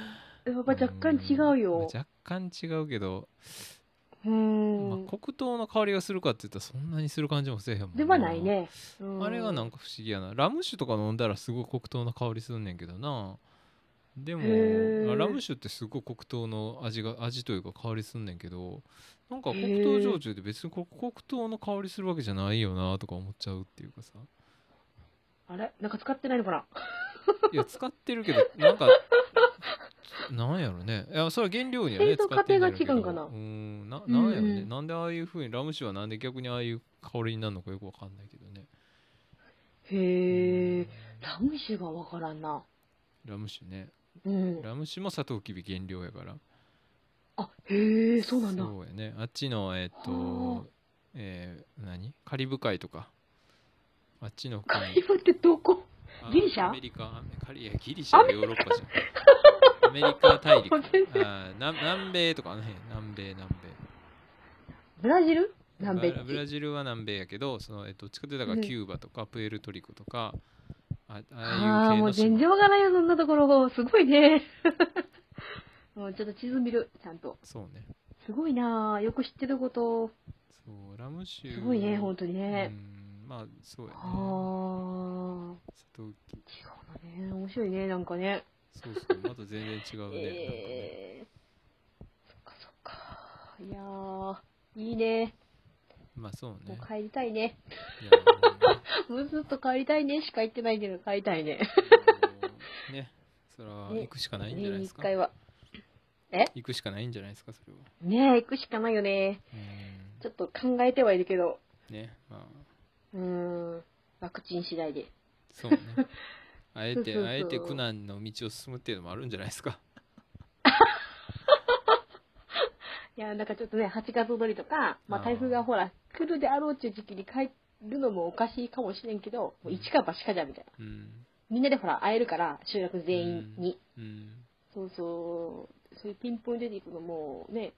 Speaker 1: やっぱ若干違うよ。
Speaker 2: 若干違うけど
Speaker 1: う
Speaker 2: まあ
Speaker 1: ん。
Speaker 2: 黒糖の香りがするかって言ったらそんなにする感じもせえへんもん
Speaker 1: ではないね。うん
Speaker 2: あれがなんか不思議やなラム酒とか飲んだらすごい黒糖の香りすんねんけどなでも
Speaker 1: へー
Speaker 2: あラム酒ってすごい黒糖の味が味というか香りすんねんけどなんか黒
Speaker 1: へ
Speaker 2: 糖
Speaker 1: ー
Speaker 2: 焼酎って別にこ黒糖の香りするわけじゃないよなとか思っちゃうっていうかさ
Speaker 1: あれなんか使ってないのかない
Speaker 2: や使っ てるけどなんかなんやろねいやそれは原料にはね
Speaker 1: 製造
Speaker 2: 使ってんやろけ
Speaker 1: 過程が
Speaker 2: ど
Speaker 1: 違うんかな
Speaker 2: うーんななんやろね、
Speaker 1: うんうん
Speaker 2: なんでああいうふうにラム酒はなんで逆にああいう香りになるのかよくわかんないけどね
Speaker 1: へえ。ラム酒がわからんな。
Speaker 2: ラム酒ね
Speaker 1: うん。
Speaker 2: ラム酒もサトウキビ原料やから
Speaker 1: あ、へえ、そうなんだ。
Speaker 2: そうやねあっちのえっ、
Speaker 1: はあ
Speaker 2: とえー何カリブ海とかあっちの国
Speaker 1: 会話ってどこ
Speaker 2: あ
Speaker 1: ギリシャ
Speaker 2: アメリカカリいやギリシャヨーロッパじゃんアメリカ大陸
Speaker 1: もう 全然
Speaker 2: あー南南米とかあの辺南米南米
Speaker 1: ブラジル南米っ
Speaker 2: ブラブラ
Speaker 1: ち。
Speaker 2: ジルは南米やけどその、えっとどっちかというとだから
Speaker 1: うん
Speaker 2: キューバとかプエルトリコとかああ
Speaker 1: あ
Speaker 2: あ
Speaker 1: あ、
Speaker 2: いう系
Speaker 1: も
Speaker 2: の
Speaker 1: う
Speaker 2: 島
Speaker 1: 全然わからんよ、そんなところ。すごいね。 もうちょっと地図見る、ちゃんと。
Speaker 2: そうね
Speaker 1: すごいなあよく知ってること。
Speaker 2: そうラム酒
Speaker 1: すごいね、本当にね
Speaker 2: う。んまあそうやね
Speaker 1: あ
Speaker 2: 同期
Speaker 1: 違うのね面白いねなんかね
Speaker 2: そうそうまた全然違うね、
Speaker 1: えー、そっかそっかいやーいいね
Speaker 2: なんかねまあそう
Speaker 1: も
Speaker 2: ね
Speaker 1: う帰りたいね
Speaker 2: いや
Speaker 1: もうずっと帰りたいねしか言ってないけど帰りたいね
Speaker 2: もうねそれは
Speaker 1: ね
Speaker 2: 行くしかないんじゃな
Speaker 1: 年
Speaker 2: いで
Speaker 1: に
Speaker 2: す
Speaker 1: 1
Speaker 2: か
Speaker 1: 回は
Speaker 2: 行くしかないんじゃないですかそれは
Speaker 1: ねえ行くしかないよね
Speaker 2: う
Speaker 1: ちょっと考えてはいるけど
Speaker 2: んねまあ
Speaker 1: うーんワクチン次第で
Speaker 2: そう ねあえ
Speaker 1: そうそうそ
Speaker 2: て
Speaker 1: う
Speaker 2: あえて苦難の道を進むっていうのもあるんじゃないですか
Speaker 1: いやなんかちょっとね8月踊りとか、まあ、台風がほら来るであろうっていう時期に帰るのもおかしいかもしれんけどもう一か八かじゃみたいな
Speaker 2: うん
Speaker 1: みんなでほら会えるから集落全員に、
Speaker 2: うん
Speaker 1: そうそうそういうピンポイントで行くのもね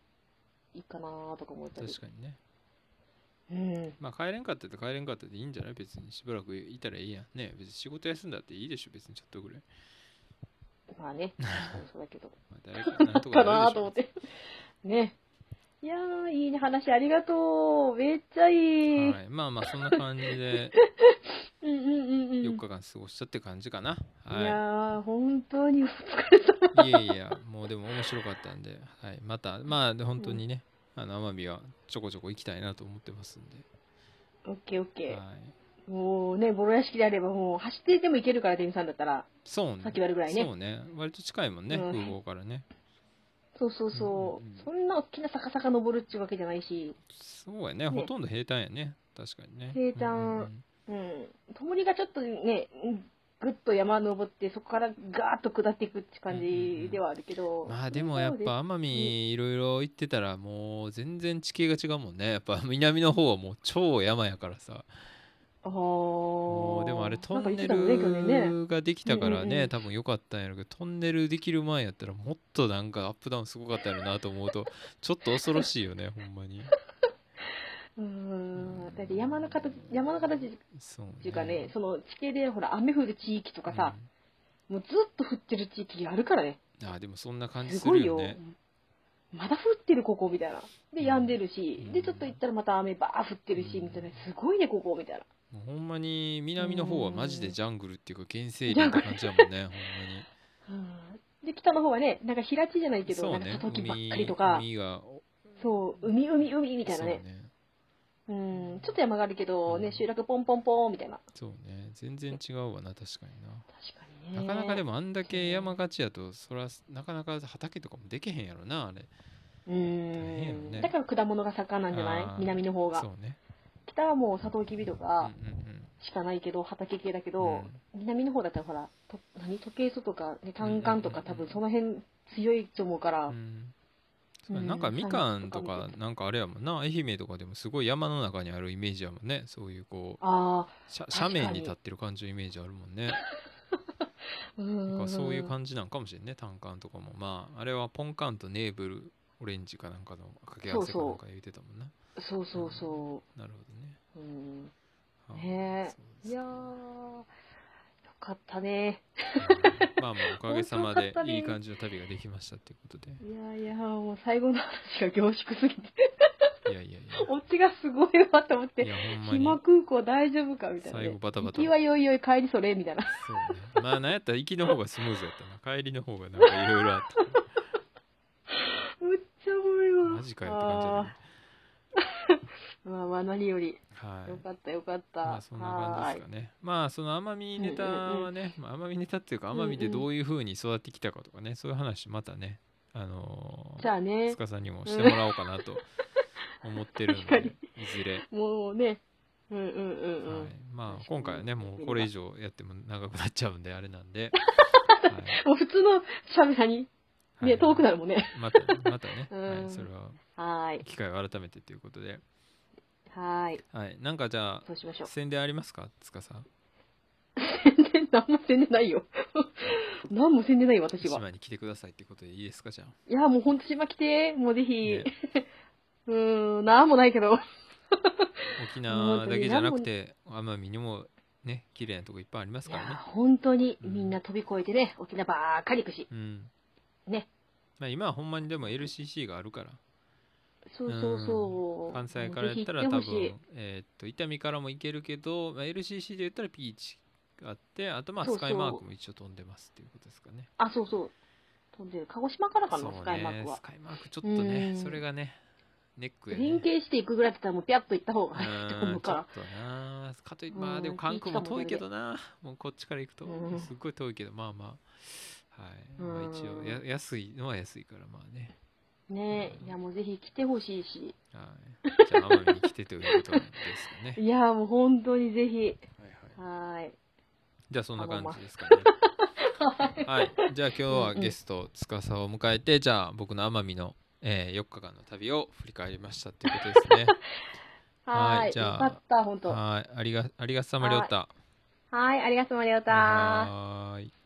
Speaker 1: いいかなとか思ったり
Speaker 2: 確かにね
Speaker 1: うん
Speaker 2: まあ帰れんかったら帰れんかったでいいんじゃない別にしばらくいたらいいやんね別に仕事休んだっていいでしょ別にちょっとぐらい、
Speaker 1: まあねそうだけど
Speaker 2: まあ、誰かなん とか
Speaker 1: か
Speaker 2: な
Speaker 1: な
Speaker 2: るで
Speaker 1: と思っ
Speaker 2: して
Speaker 1: ねいやーいいね話ありがとうめっちゃい
Speaker 2: ょ
Speaker 1: い、
Speaker 2: はいまあまあそんな感じで
Speaker 1: うんうんうんうん
Speaker 2: 4日間過ごしたって感じかな、
Speaker 1: いや
Speaker 2: は
Speaker 1: ー本当にお疲れ様
Speaker 2: い、いやいやもうでも面白かったんで、はい、またまあで本当にね、あの奄美はちょこちょこ行きたいなと思ってますん
Speaker 1: オッケーオッ
Speaker 2: で、
Speaker 1: ケ
Speaker 2: はい、
Speaker 1: ー。もうね、ボロ屋敷であればもう走ってでも行けるから、店員さんだったら。
Speaker 2: そうね
Speaker 1: 先割るぐらいね
Speaker 2: そうね割と近いもんね、
Speaker 1: うん
Speaker 2: 空港からね
Speaker 1: そうそうそう。
Speaker 2: うんうんうん
Speaker 1: そんな大きな坂坂登るっちゅうわけじゃないし。
Speaker 2: そうやね
Speaker 1: ね
Speaker 2: ほとんど平坦やね確かにね
Speaker 1: 平坦
Speaker 2: うんうん
Speaker 1: うん。ともりがちょっとね、ぐっと山登って、そこからガーッと下っていくって感じではあるけど。
Speaker 2: うんまあでもやっぱ奄美いろいろ行ってたらもう全然地形が違うもんねやっぱ南の方はもう超山やからさ
Speaker 1: あー
Speaker 2: もうでもあれトンネ
Speaker 1: なんか言ってたもんね去年ね
Speaker 2: ルができた
Speaker 1: う
Speaker 2: から
Speaker 1: んうんう
Speaker 2: ね
Speaker 1: ん
Speaker 2: 多分良かったんやろうけどトンネルできる前やったらもっとなんかアップダウンすごかったやろなと思うとちょっと恐ろしい よねほんまに
Speaker 1: うーん。だって山の形、山の形っ
Speaker 2: そう
Speaker 1: ていうかね、その地形でほら、雨降る地域とかさ、もうずっと降ってる地域があるからね。
Speaker 2: うんあでもそんな感じ
Speaker 1: す
Speaker 2: す
Speaker 1: ごい
Speaker 2: るよ
Speaker 1: よ
Speaker 2: ね。
Speaker 1: まだ降ってるここみたいな。で、
Speaker 2: うん
Speaker 1: 止んでるし
Speaker 2: う、ん
Speaker 1: で、ちょっと行ったらまた雨ばー降ってるし、
Speaker 2: うん
Speaker 1: みたいな。すごいね、ここみたいな。
Speaker 2: もうほんまに南の方はマジでジャングルっていうか原
Speaker 1: ジ
Speaker 2: 生
Speaker 1: ャ
Speaker 2: 林っ
Speaker 1: ン
Speaker 2: て
Speaker 1: グル
Speaker 2: 感じやもんねほんま
Speaker 1: で、
Speaker 2: に
Speaker 1: 北の方はね、なんか平地じゃないけど、
Speaker 2: そう
Speaker 1: なんか
Speaker 2: ね
Speaker 1: サトウキビばっ
Speaker 2: 海
Speaker 1: かりとか、
Speaker 2: 海がお
Speaker 1: そう、海、海、海みたいなね。う
Speaker 2: ね
Speaker 1: ん、ちょっと山があるけど、
Speaker 2: う
Speaker 1: ね
Speaker 2: ん、
Speaker 1: 集落ポンポンポンみたいな。
Speaker 2: そうねそうね全然違うわな確かに
Speaker 1: 確かに
Speaker 2: な、
Speaker 1: ね。
Speaker 2: なかなかでもあんだけ
Speaker 1: ね
Speaker 2: 山勝ちやとそらなかなか畑とかもできへんやろなあれ
Speaker 1: う
Speaker 2: 大変やもん
Speaker 1: ん。
Speaker 2: ね
Speaker 1: だから果物が盛んなんじゃ
Speaker 2: あ
Speaker 1: な
Speaker 2: ー
Speaker 1: い南の方が
Speaker 2: そ。うね
Speaker 1: 北はもうサトウキビと
Speaker 2: うんう
Speaker 1: か
Speaker 2: ん
Speaker 1: しかないけど、畑系だけど、南の方だったらほら、と何時計素とか、ね、単管とか、
Speaker 2: うんうんうんう
Speaker 1: 多
Speaker 2: ん
Speaker 1: 分その辺強いと思うから、
Speaker 2: うんうんそう
Speaker 1: う
Speaker 2: ね
Speaker 1: ん
Speaker 2: なんかみかんと
Speaker 1: 山
Speaker 2: か
Speaker 1: とか
Speaker 2: なんかあれやもんな愛媛とかでもすごい山の中にあるイメージやもんねそういうこう
Speaker 1: あ
Speaker 2: 斜
Speaker 1: 確かに
Speaker 2: 斜面に立ってる感じのイメージあるもんね
Speaker 1: あ、う
Speaker 2: なん
Speaker 1: ん。
Speaker 2: かそういう感じなんかもしれんね単管とかもまああれはポンカンとネーブルオレンジかなんかの掛け合わせかなんか言ってたもんな
Speaker 1: そうそうそ
Speaker 2: なるほどね
Speaker 1: う。うん、
Speaker 2: あ
Speaker 1: ねえ
Speaker 2: そうです
Speaker 1: いやー、よかったね。
Speaker 2: うんまあまあおかげさま
Speaker 1: 本
Speaker 2: で
Speaker 1: 当だね
Speaker 2: いい感じの旅ができましたっていうことで
Speaker 1: いやいや、もう最後の話が凝縮すぎて、
Speaker 2: いやいやい
Speaker 1: オチがすごいわと思っ
Speaker 2: やい
Speaker 1: て、
Speaker 2: やほんま
Speaker 1: 暇
Speaker 2: に
Speaker 1: 空港大丈夫かみたいな、ね。
Speaker 2: 最後バタバタ
Speaker 1: 行きはよいよい帰りそれみた いな。
Speaker 2: そうねまあなんやったら行きの方がスムーズやったな帰りの方がなんかいろいろあ って
Speaker 1: むっちゃおもろいわ。
Speaker 2: マジかよって感じだね
Speaker 1: あーまあまあ、何より。
Speaker 2: はい
Speaker 1: よかったよかった。
Speaker 2: まあそんな感じですかねまあその奄美ネタはねまあ奄美ネタっていうか奄美でどういうふうに育ってきたかとかねそういう話またねあの
Speaker 1: はーい
Speaker 2: ー
Speaker 1: じゃあね
Speaker 2: つ、かさんにもしてもらおうかなと思ってるん
Speaker 1: 確
Speaker 2: で
Speaker 1: か
Speaker 2: いずれ、
Speaker 1: もうね、うんうんうんうん。
Speaker 2: はい、ま
Speaker 1: 確
Speaker 2: あ
Speaker 1: かに
Speaker 2: 今回はねもうこれ以上やっても長くなっちゃうんであれな んで、
Speaker 1: もう普通のしゃべりに、
Speaker 2: はい
Speaker 1: ね、遠くな
Speaker 2: な
Speaker 1: るもんね。
Speaker 2: またねまたね、
Speaker 1: う
Speaker 2: は
Speaker 1: ん
Speaker 2: い、それは
Speaker 1: はーい。
Speaker 2: 機会を改めてということで、
Speaker 1: はーい。
Speaker 2: はい、なんかじゃあ
Speaker 1: そうしまし ょう。
Speaker 2: 宣伝ありますかつかさん
Speaker 1: 宣伝、何も宣伝ない よ。何も宣伝ないよ、私は。
Speaker 2: 島に来てくださいってことでいいですかじゃあ、
Speaker 1: いや、もうほんと島来て、もうぜひ、
Speaker 2: ね、
Speaker 1: うーん、何もないけど。
Speaker 2: 沖縄だけじゃなくて奄美にもね綺麗なとこいっぱいあります
Speaker 1: い
Speaker 2: からね
Speaker 1: や、本当にみんな飛び越えてね、沖縄ばっかり行くし。
Speaker 2: うん
Speaker 1: ね。
Speaker 2: まあ今はほんまにでも LCC があるから
Speaker 1: そうそうそう。
Speaker 2: 関西からやったら
Speaker 1: も
Speaker 2: 多
Speaker 1: うぜひ行ってほしい
Speaker 2: 分、えーっと伊丹からも行けるけど、まあ、LCC で言ったらピーチがあってあとまあ
Speaker 1: そう
Speaker 2: ス
Speaker 1: そう
Speaker 2: カイマークも一応飛んでますっていうことですかね。
Speaker 1: あ、そうそう。飛んでる。鹿児島からか
Speaker 2: そ
Speaker 1: な、
Speaker 2: うね
Speaker 1: スカイマークは
Speaker 2: ス。カイマークちょっとね、
Speaker 1: うん
Speaker 2: それがねネックやね。
Speaker 1: 連携していくぐらいだったらもうピャッと行った方が
Speaker 2: う
Speaker 1: いいと思
Speaker 2: ー
Speaker 1: うん
Speaker 2: ちょ
Speaker 1: か
Speaker 2: っ
Speaker 1: ら。
Speaker 2: となかといって
Speaker 1: うん
Speaker 2: まあでも関空も遠いけどなもうこっちから行くと
Speaker 1: うん
Speaker 2: すっごい遠いけどまあまあはい、まあ
Speaker 1: うん
Speaker 2: 一応や安いのは安いからまあね
Speaker 1: ねえ、いやもうぜひ来てほしいし。
Speaker 2: はいじゃあ奄美に来てということですかね
Speaker 1: いやもう本当にぜひ。
Speaker 2: はいは い
Speaker 1: はーい。
Speaker 2: じゃあそんな感じですかね
Speaker 1: はい。
Speaker 2: はいじゃあ今日
Speaker 1: う
Speaker 2: は
Speaker 1: んうん
Speaker 2: ゲスト司を迎えてじゃあ僕の奄美の、え4日間の旅を振り返りましたっていうこと ですねはい
Speaker 1: はい。
Speaker 2: じ
Speaker 1: よ
Speaker 2: ゃあ
Speaker 1: かった、本当。は
Speaker 2: はいありがありがとうさまりょうた
Speaker 1: い、ありがとう、マリオタ。
Speaker 2: はーい